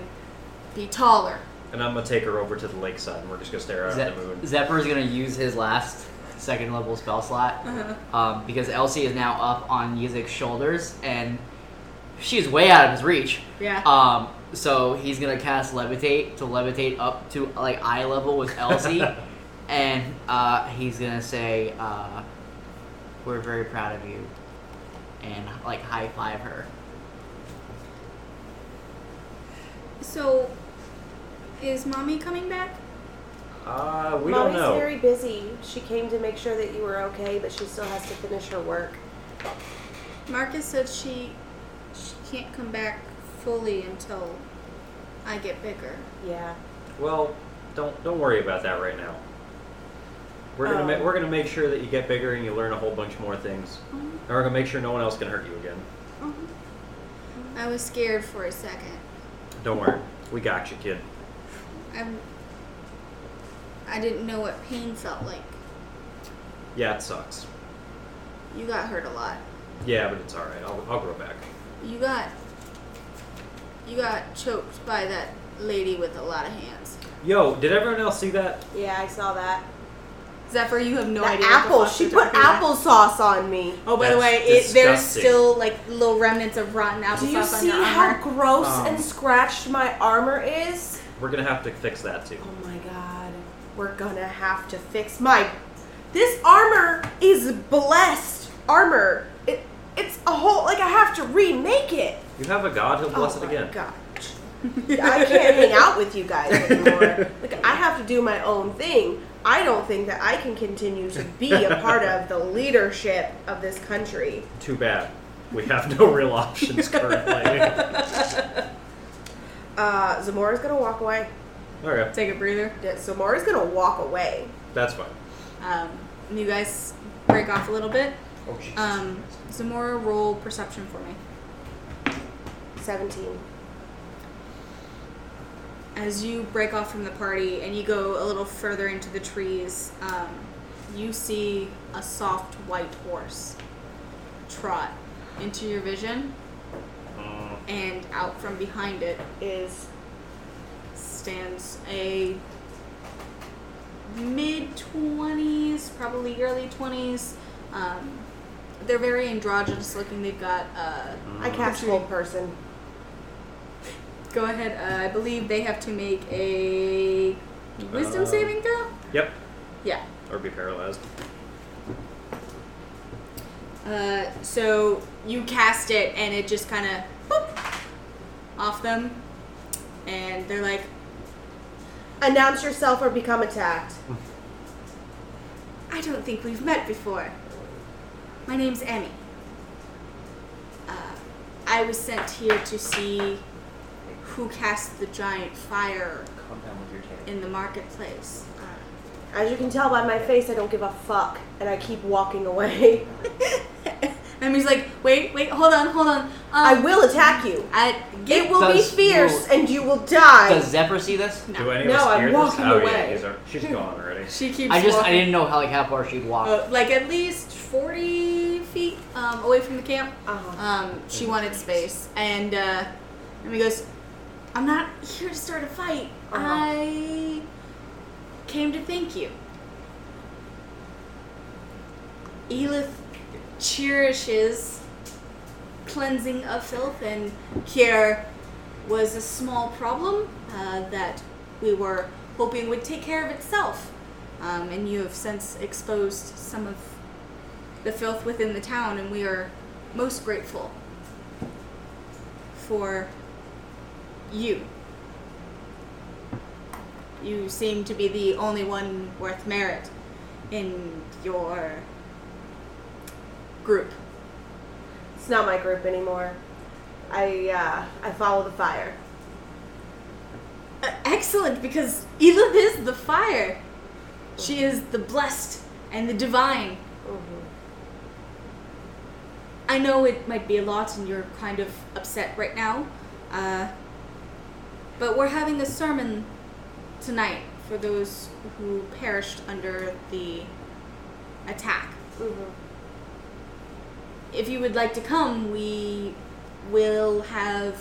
[SPEAKER 2] be taller.
[SPEAKER 5] And I'm gonna take her over to the lakeside, and we're just gonna stare out
[SPEAKER 4] Ze-
[SPEAKER 5] at the moon.
[SPEAKER 4] Zephyr's gonna use his last second level spell slot
[SPEAKER 2] Uh-huh.
[SPEAKER 4] um, because Elsie is now up on Yizik's shoulders and she's way out of his reach.
[SPEAKER 2] Yeah.
[SPEAKER 4] Um, so he's gonna cast levitate to levitate up to like eye level with Elsie, and uh, he's gonna say, uh, "We're very proud of you," and like high five her.
[SPEAKER 2] So, is mommy coming back?
[SPEAKER 5] Uh, we
[SPEAKER 3] Mommy's
[SPEAKER 5] don't know.
[SPEAKER 3] very busy. She came to make sure that you were okay, but she still has to finish her work.
[SPEAKER 2] Marcus said she she can't come back fully until I get bigger.
[SPEAKER 3] Yeah.
[SPEAKER 5] Well, don't don't worry about that right now. We're gonna
[SPEAKER 3] Oh. Mm-hmm.
[SPEAKER 5] ma- we're gonna make sure that you get bigger and you learn a whole bunch more things, and we're gonna make sure no one else can hurt you again.
[SPEAKER 2] I was scared for a second.
[SPEAKER 5] Don't worry, we got you, kid.
[SPEAKER 2] I'm. I didn't know what pain felt like.
[SPEAKER 5] Yeah, it sucks.
[SPEAKER 2] You got hurt a lot.
[SPEAKER 5] Yeah, but it's all right. I'll I'll grow back.
[SPEAKER 2] You got. You got choked by that lady with a lot of hands.
[SPEAKER 5] Yo, did everyone else see that?
[SPEAKER 3] Yeah, I saw that.
[SPEAKER 2] Zephyr, you have no
[SPEAKER 3] The
[SPEAKER 2] idea. what the
[SPEAKER 3] apple.
[SPEAKER 2] fuck
[SPEAKER 3] She
[SPEAKER 2] you're
[SPEAKER 3] put
[SPEAKER 2] talking about.
[SPEAKER 3] applesauce on me.
[SPEAKER 2] Oh, by the
[SPEAKER 5] That's
[SPEAKER 2] way, it, there's
[SPEAKER 5] disgusting.
[SPEAKER 2] still like little remnants of rotten
[SPEAKER 3] Do you
[SPEAKER 2] applesauce on
[SPEAKER 3] see
[SPEAKER 2] your
[SPEAKER 3] how
[SPEAKER 2] armor.
[SPEAKER 3] gross
[SPEAKER 5] Um.
[SPEAKER 3] and scratched my armor is?
[SPEAKER 5] We're gonna have to fix that too.
[SPEAKER 3] Oh my god. We're gonna have to fix my. This armor is blessed armor. It, it's a whole. Like, I have to remake it.
[SPEAKER 5] You have a god, he'll bless it again.
[SPEAKER 3] Oh God. I can't hang out with you guys anymore. Like I have to do my own thing. I don't think that I can continue to be a part of the leadership of this country.
[SPEAKER 5] Too bad. We have no real options currently.
[SPEAKER 3] Uh, Zamora's gonna walk away.
[SPEAKER 5] okay,
[SPEAKER 2] Take a breather.
[SPEAKER 3] Yeah, Zamora's gonna walk away.
[SPEAKER 5] that's fine.
[SPEAKER 2] Um, and you guys break off a little bit.
[SPEAKER 5] Oh, Jesus.
[SPEAKER 2] Um, Zamora, roll perception for me.
[SPEAKER 3] Seventeen.
[SPEAKER 2] As you break off from the party and you go a little further into the trees, um, you see a soft white horse trot into your vision,
[SPEAKER 5] Mm,
[SPEAKER 2] and out from behind it
[SPEAKER 3] Is
[SPEAKER 2] stands a mid 20s, probably early 20s. Um, they're very androgynous looking. They've got, uh,
[SPEAKER 5] Mm.
[SPEAKER 3] I cast old person.
[SPEAKER 2] go ahead, uh, I believe they have to make a wisdom
[SPEAKER 5] Uh,
[SPEAKER 2] saving throw?
[SPEAKER 5] yep,
[SPEAKER 2] Yeah.
[SPEAKER 5] or be paralyzed.
[SPEAKER 2] Uh, so you cast it and it just kind of boop off them. And they're like,
[SPEAKER 3] Announce yourself or become attacked.
[SPEAKER 2] I don't think we've met before. My name's Emmy. Uh, I was sent here to see who cast the giant fire
[SPEAKER 6] Calm down with your tail.
[SPEAKER 2] in the marketplace. Uh,
[SPEAKER 3] As you can tell by my face, I don't give a fuck, and I keep walking away.
[SPEAKER 2] Um. Emmy's like, wait, wait, hold on, hold on. Um,
[SPEAKER 3] I will attack you.
[SPEAKER 2] I
[SPEAKER 3] It
[SPEAKER 2] get
[SPEAKER 3] will be
[SPEAKER 4] Does-
[SPEAKER 3] fierce, and you will die.
[SPEAKER 4] Does Zephyr see this?
[SPEAKER 5] Do any
[SPEAKER 3] No,
[SPEAKER 5] of us
[SPEAKER 3] I'm
[SPEAKER 5] hear this?
[SPEAKER 3] walking
[SPEAKER 5] Oh yeah,
[SPEAKER 3] away.
[SPEAKER 5] he's al- she's gone already.
[SPEAKER 2] She keeps.
[SPEAKER 4] I just I
[SPEAKER 2] walking.
[SPEAKER 4] didn't know how like how far she'd walk.
[SPEAKER 2] Uh, like at least 40 feet um, away from the camp.
[SPEAKER 3] Uh-huh.
[SPEAKER 2] Um, she wanted space, and uh, and he goes, "I'm not here to start a fight.
[SPEAKER 3] Uh-huh.
[SPEAKER 2] I came to thank you." Elith cherishes cleansing of filth, and here was a small problem uh, that we were hoping would take care of itself. Um, and you have since exposed some of the filth within the town, and we are most grateful for you. You seem to be the only one worth merit in your group.
[SPEAKER 3] It's not my group anymore. I uh, I follow the fire.
[SPEAKER 2] Uh, excellent, because Elith is the fire. She is the blessed and the divine. I know it might be a lot and you're kind of upset right now, uh, but we're having a sermon tonight for those who perished under the attack.
[SPEAKER 3] Mm-hmm.
[SPEAKER 2] If you would like to come, we will have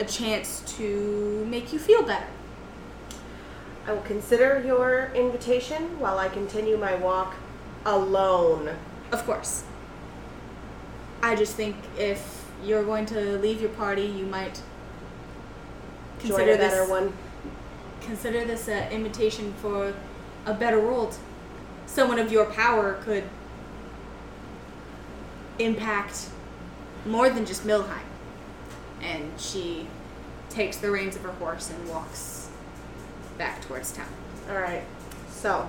[SPEAKER 2] a chance to make you feel better.
[SPEAKER 3] I will consider your invitation while I continue my walk alone.
[SPEAKER 2] Of course. I just think if you're going to leave your party, you might
[SPEAKER 3] Join a
[SPEAKER 2] consider
[SPEAKER 3] better
[SPEAKER 2] this
[SPEAKER 3] one.
[SPEAKER 2] consider this an invitation for a better world. Someone of your power could impact more than just Milheim. And she takes the reins of her horse and walks back towards town.
[SPEAKER 3] All right. So,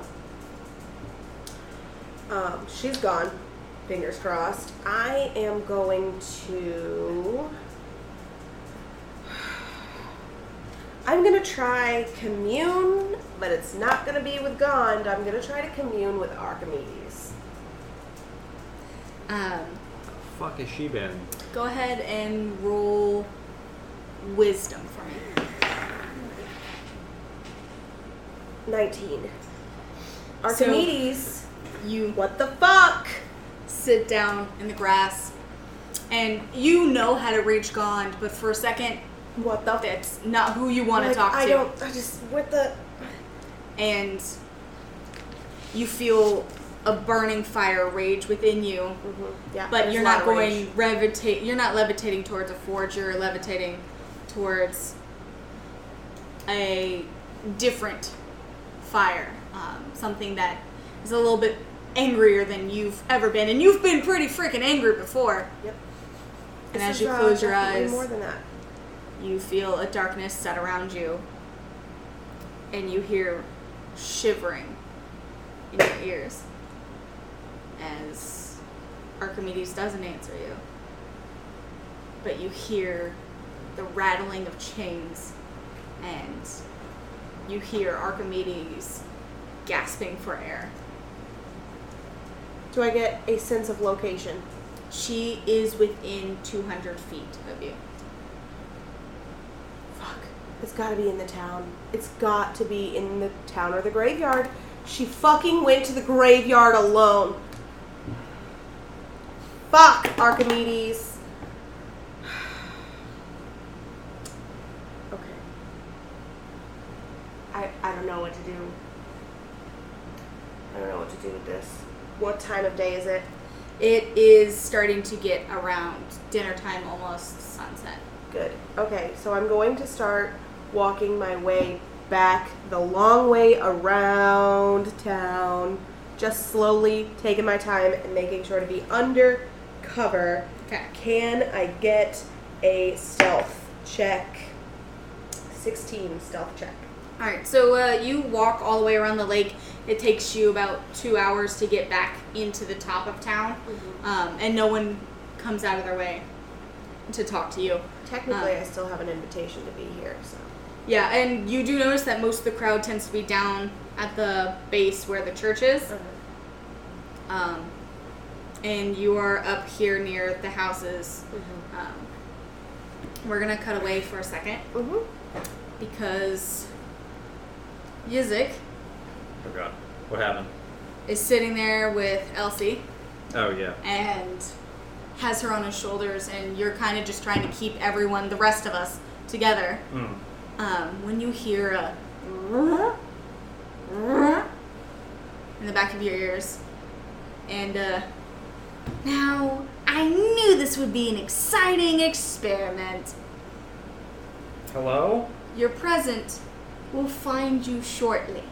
[SPEAKER 3] um, she's gone. Fingers crossed. I am going to. I'm gonna try commune, but it's not gonna be with Gond. I'm gonna try to commune with Archimedes.
[SPEAKER 2] Um,
[SPEAKER 5] Fuck has she been?
[SPEAKER 2] go ahead and roll wisdom for me.
[SPEAKER 3] 19. Archimedes,
[SPEAKER 2] You
[SPEAKER 3] what the fuck?
[SPEAKER 2] sit down in the grass, and you know how to reach Gond, but for a second,
[SPEAKER 3] What the fuck?
[SPEAKER 2] that's not who you want to talk to.
[SPEAKER 3] I don't. I just. What the.
[SPEAKER 2] and you feel a burning fire rage within you,
[SPEAKER 3] Mhm, Yeah.
[SPEAKER 2] but
[SPEAKER 3] there's
[SPEAKER 2] you're
[SPEAKER 3] a lot
[SPEAKER 2] not
[SPEAKER 3] of
[SPEAKER 2] going
[SPEAKER 3] rage.
[SPEAKER 2] levitate. You're not levitating towards a forge. You're levitating towards a different fire, um, something that is a little bit angrier than you've ever been, and you've been pretty freaking angry before.
[SPEAKER 3] Yep.
[SPEAKER 2] And
[SPEAKER 3] This
[SPEAKER 2] as
[SPEAKER 3] is,
[SPEAKER 2] you
[SPEAKER 3] uh,
[SPEAKER 2] close your
[SPEAKER 3] definitely
[SPEAKER 2] eyes,
[SPEAKER 3] More than that.
[SPEAKER 2] you feel a darkness set around you, and you hear shivering in your ears as Archimedes doesn't answer you. But you hear the rattling of chains, and you hear Archimedes gasping for air.
[SPEAKER 3] Do I get a sense of location?
[SPEAKER 2] She is within 200 feet of you.
[SPEAKER 3] Fuck. It's gotta be in the town. It's got to be in the town or the graveyard. She fucking went to the graveyard alone. Fuck, Archimedes. okay. I, I don't know what to do. I don't know what to do with this. What time of day is it?
[SPEAKER 2] It is starting to get around dinner time, almost sunset.
[SPEAKER 3] Good. Okay, so I'm going to start walking my way back the long way around town, just slowly taking my time and making sure to be under cover.
[SPEAKER 2] Okay.
[SPEAKER 3] Can I get a stealth check? 16 stealth check.
[SPEAKER 2] All right, so uh, you walk all the way around the lake. It takes you about two hours to get back into the top of town, um, and no one comes out of their way to talk to you.
[SPEAKER 3] Technically,
[SPEAKER 2] Uh.
[SPEAKER 3] I still have an invitation to be here, so.
[SPEAKER 2] Yeah, and you do notice that most of the crowd tends to be down at the base where the church is, um, and you are up here near the houses. Um, we're gonna cut away for a second
[SPEAKER 3] Mhm.
[SPEAKER 2] because Yizik
[SPEAKER 5] Oh god. What happened?
[SPEAKER 2] is sitting there with Elsie.
[SPEAKER 5] Oh yeah.
[SPEAKER 2] and has her on his shoulders, and you're kind of just trying to keep everyone, the rest of us, together.
[SPEAKER 5] Mm.
[SPEAKER 2] Um, when you hear a in the back of your ears, and uh, now I knew this would be an exciting experiment.
[SPEAKER 5] Hello?
[SPEAKER 2] Your present will find you shortly,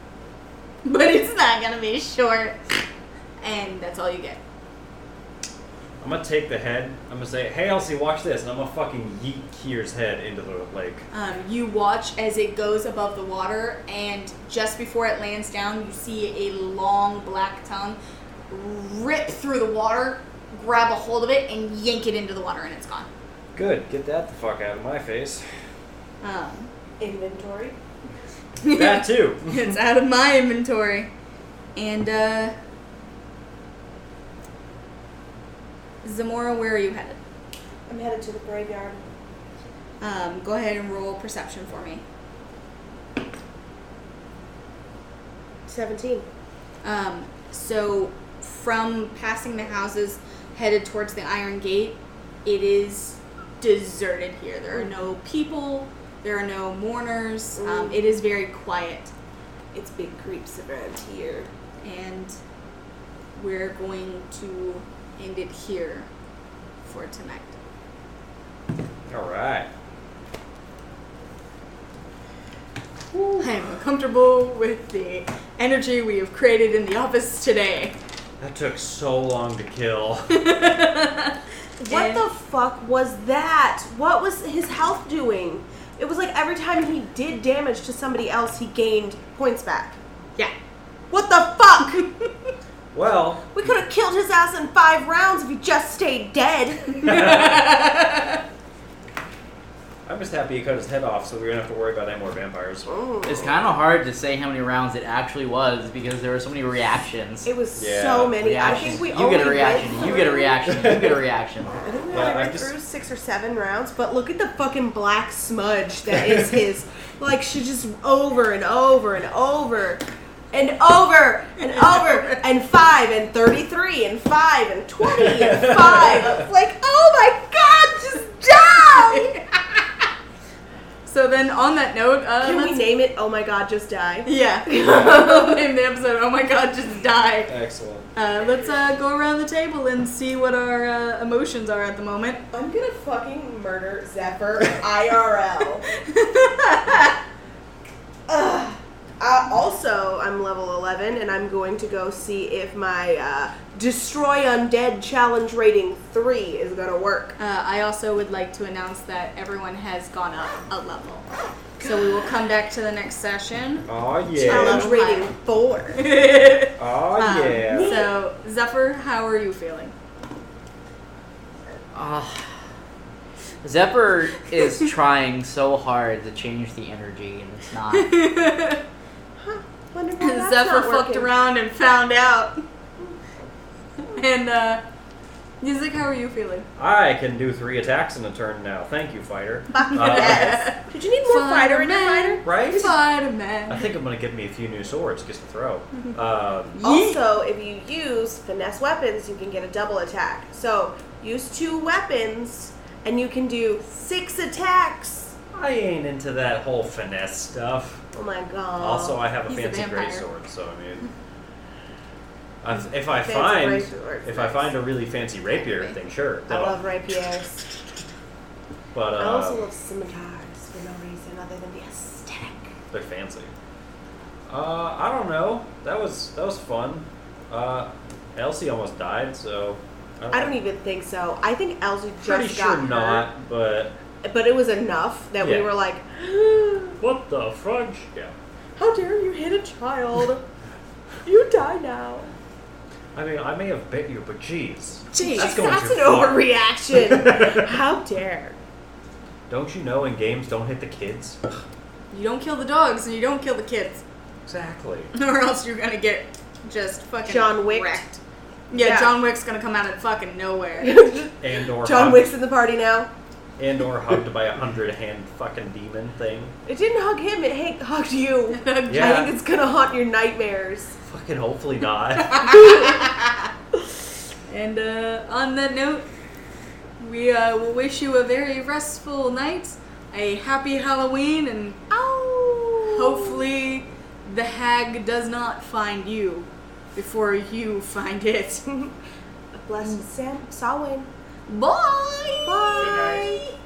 [SPEAKER 2] but it's not gonna be short. And that's all you get.
[SPEAKER 5] I'm gonna take the head. I'm gonna say, "Hey, Elsie, watch this," and I'm gonna fucking yeet Kier's head into the lake.
[SPEAKER 2] Um, you watch as it goes above the water, and just before it lands down, you see a long black tongue rip through the water, grab a hold of it, and yank it into the water, and it's gone.
[SPEAKER 5] Good. Get that the fuck out of my face.
[SPEAKER 2] Um,
[SPEAKER 3] Inventory.
[SPEAKER 5] that too.
[SPEAKER 2] it's out of my inventory. And, uh. Zamora, where are you headed?
[SPEAKER 3] I'm headed to the graveyard.
[SPEAKER 2] Um, go ahead and roll perception for me.
[SPEAKER 3] 17.
[SPEAKER 2] Um, so from passing the houses headed towards the iron gate, it is deserted here. There are no people. There are no mourners. Um, it is very quiet. It's big creeps around here, and we're going to end it here for tonight.
[SPEAKER 5] All right.
[SPEAKER 2] I am uncomfortable with the energy we have created in the office today.
[SPEAKER 5] That took so long to kill.
[SPEAKER 3] What
[SPEAKER 2] And-
[SPEAKER 3] the fuck was that? What was his health doing? It was like every time he did damage to somebody else, he gained points back.
[SPEAKER 2] Yeah.
[SPEAKER 3] What the fuck?
[SPEAKER 5] well,
[SPEAKER 3] we could have killed his ass in five rounds if he just stayed dead.
[SPEAKER 5] I'm just happy he cut his head off, so we don't have to worry about any more vampires.
[SPEAKER 4] It's kind of hard to say how many rounds it actually was because there were so many reactions.
[SPEAKER 3] It was
[SPEAKER 5] Yeah.
[SPEAKER 3] so many. I
[SPEAKER 4] Reactions.
[SPEAKER 3] think we
[SPEAKER 4] you
[SPEAKER 3] only
[SPEAKER 4] get a reaction.
[SPEAKER 3] went
[SPEAKER 4] You get a
[SPEAKER 3] through-
[SPEAKER 4] reaction. You get a reaction.
[SPEAKER 3] I think we
[SPEAKER 5] Yeah,
[SPEAKER 3] only
[SPEAKER 5] I
[SPEAKER 3] went
[SPEAKER 5] just-
[SPEAKER 3] through six or seven rounds, but look at the fucking black smudge that is his. Like she just over and over and over and over and over and five and thirty-three and five and twenty and five. Like oh my god, just die!
[SPEAKER 2] So then, on that note, uh,
[SPEAKER 3] Can we
[SPEAKER 2] let's-
[SPEAKER 3] name it? Oh my god, just die.
[SPEAKER 2] yeah, We'll name the episode. Oh my god, just die.
[SPEAKER 5] Excellent.
[SPEAKER 2] Uh, let's uh, go around the table and see what our uh, emotions are at the moment.
[SPEAKER 3] I'm gonna fucking murder Zephyr IRL. Ugh. Uh, also, I'm level 11, and I'm going to go see if my uh, Destroy Undead Challenge Rating 3 is going to work.
[SPEAKER 2] Uh, I also would like to announce that everyone has gone up a level. So we will come back to the next session.
[SPEAKER 5] Oh
[SPEAKER 3] Challenge
[SPEAKER 5] yeah.
[SPEAKER 2] Hello.
[SPEAKER 3] Rating 4.
[SPEAKER 5] Oh
[SPEAKER 2] Um,
[SPEAKER 5] yeah.
[SPEAKER 2] So, Zephyr, how are you feeling?
[SPEAKER 4] Ah. Zephyr is trying so hard to change the energy, and it's not.
[SPEAKER 3] Wonder why that's
[SPEAKER 2] Zephyr
[SPEAKER 3] not
[SPEAKER 2] fucked
[SPEAKER 3] working.
[SPEAKER 2] around and found out. and, uh, Yuzik, how are you feeling?
[SPEAKER 5] I can do three attacks in a turn now. Thank you, fighter. Uh,
[SPEAKER 3] Yes. Did you need more fighter in your fighter?
[SPEAKER 2] Spider-Man.
[SPEAKER 5] right? I
[SPEAKER 2] Spider-Man.
[SPEAKER 5] think I'm gonna give me a few new swords just to throw. Uh,
[SPEAKER 3] Also, if you use finesse weapons, you can get a double attack. So, use two weapons, and you can do six attacks.
[SPEAKER 5] I ain't into that whole finesse stuff.
[SPEAKER 3] Oh my god.
[SPEAKER 5] Also, I have a
[SPEAKER 2] He's a
[SPEAKER 5] fancy
[SPEAKER 2] vampire.
[SPEAKER 5] great sword, so I mean, I- if I
[SPEAKER 3] Fancy
[SPEAKER 5] find
[SPEAKER 3] greatsword's
[SPEAKER 5] if I
[SPEAKER 3] nice.
[SPEAKER 5] find a really fancy rapier,
[SPEAKER 2] Anyway.
[SPEAKER 5] then sure.
[SPEAKER 3] I
[SPEAKER 5] I'll-
[SPEAKER 3] love rapiers.
[SPEAKER 5] But
[SPEAKER 3] I
[SPEAKER 5] uh,
[SPEAKER 3] also love scimitars for no reason other than the aesthetic.
[SPEAKER 5] they're fancy. Uh, I don't know. That was that was fun. Uh, Elsie almost died, so
[SPEAKER 3] I don't even think so. I think Elsie just
[SPEAKER 5] Pretty
[SPEAKER 3] got
[SPEAKER 5] sure
[SPEAKER 3] hurt,
[SPEAKER 5] not, but
[SPEAKER 3] but it was enough that
[SPEAKER 5] Yeah.
[SPEAKER 3] we were like,
[SPEAKER 5] what the fudge? Yeah.
[SPEAKER 3] "How dare you hit a child? you die now."
[SPEAKER 5] I mean, I may have bit you, but jeez,
[SPEAKER 3] Jeez,
[SPEAKER 5] that's
[SPEAKER 3] that's,
[SPEAKER 5] going too
[SPEAKER 3] an
[SPEAKER 5] far.
[SPEAKER 3] overreaction. How dare?
[SPEAKER 5] Don't you know in games don't hit the kids?
[SPEAKER 2] You don't kill the dogs and you don't kill the kids.
[SPEAKER 5] Exactly.
[SPEAKER 2] or else you're gonna get just fucking
[SPEAKER 3] John Wick.
[SPEAKER 2] wrecked. Yeah,
[SPEAKER 3] Yeah.
[SPEAKER 2] John Wick's gonna come out of fucking nowhere.
[SPEAKER 3] John
[SPEAKER 5] And or hugged,
[SPEAKER 3] Wick's in the party now.
[SPEAKER 5] and or hugged by a hundred hand fucking demon thing.
[SPEAKER 3] It didn't hug him. It ha- hugged you. I
[SPEAKER 5] Yeah.
[SPEAKER 3] think it's gonna haunt your nightmares.
[SPEAKER 5] Fucking hopefully not.
[SPEAKER 2] and uh, on that note, we uh, will wish you a very restful night, a happy Halloween, and
[SPEAKER 3] Oh.
[SPEAKER 2] hopefully the hag does not find you before you find it.
[SPEAKER 3] Blessed Sam Samhain.
[SPEAKER 2] Bye.
[SPEAKER 3] Bye.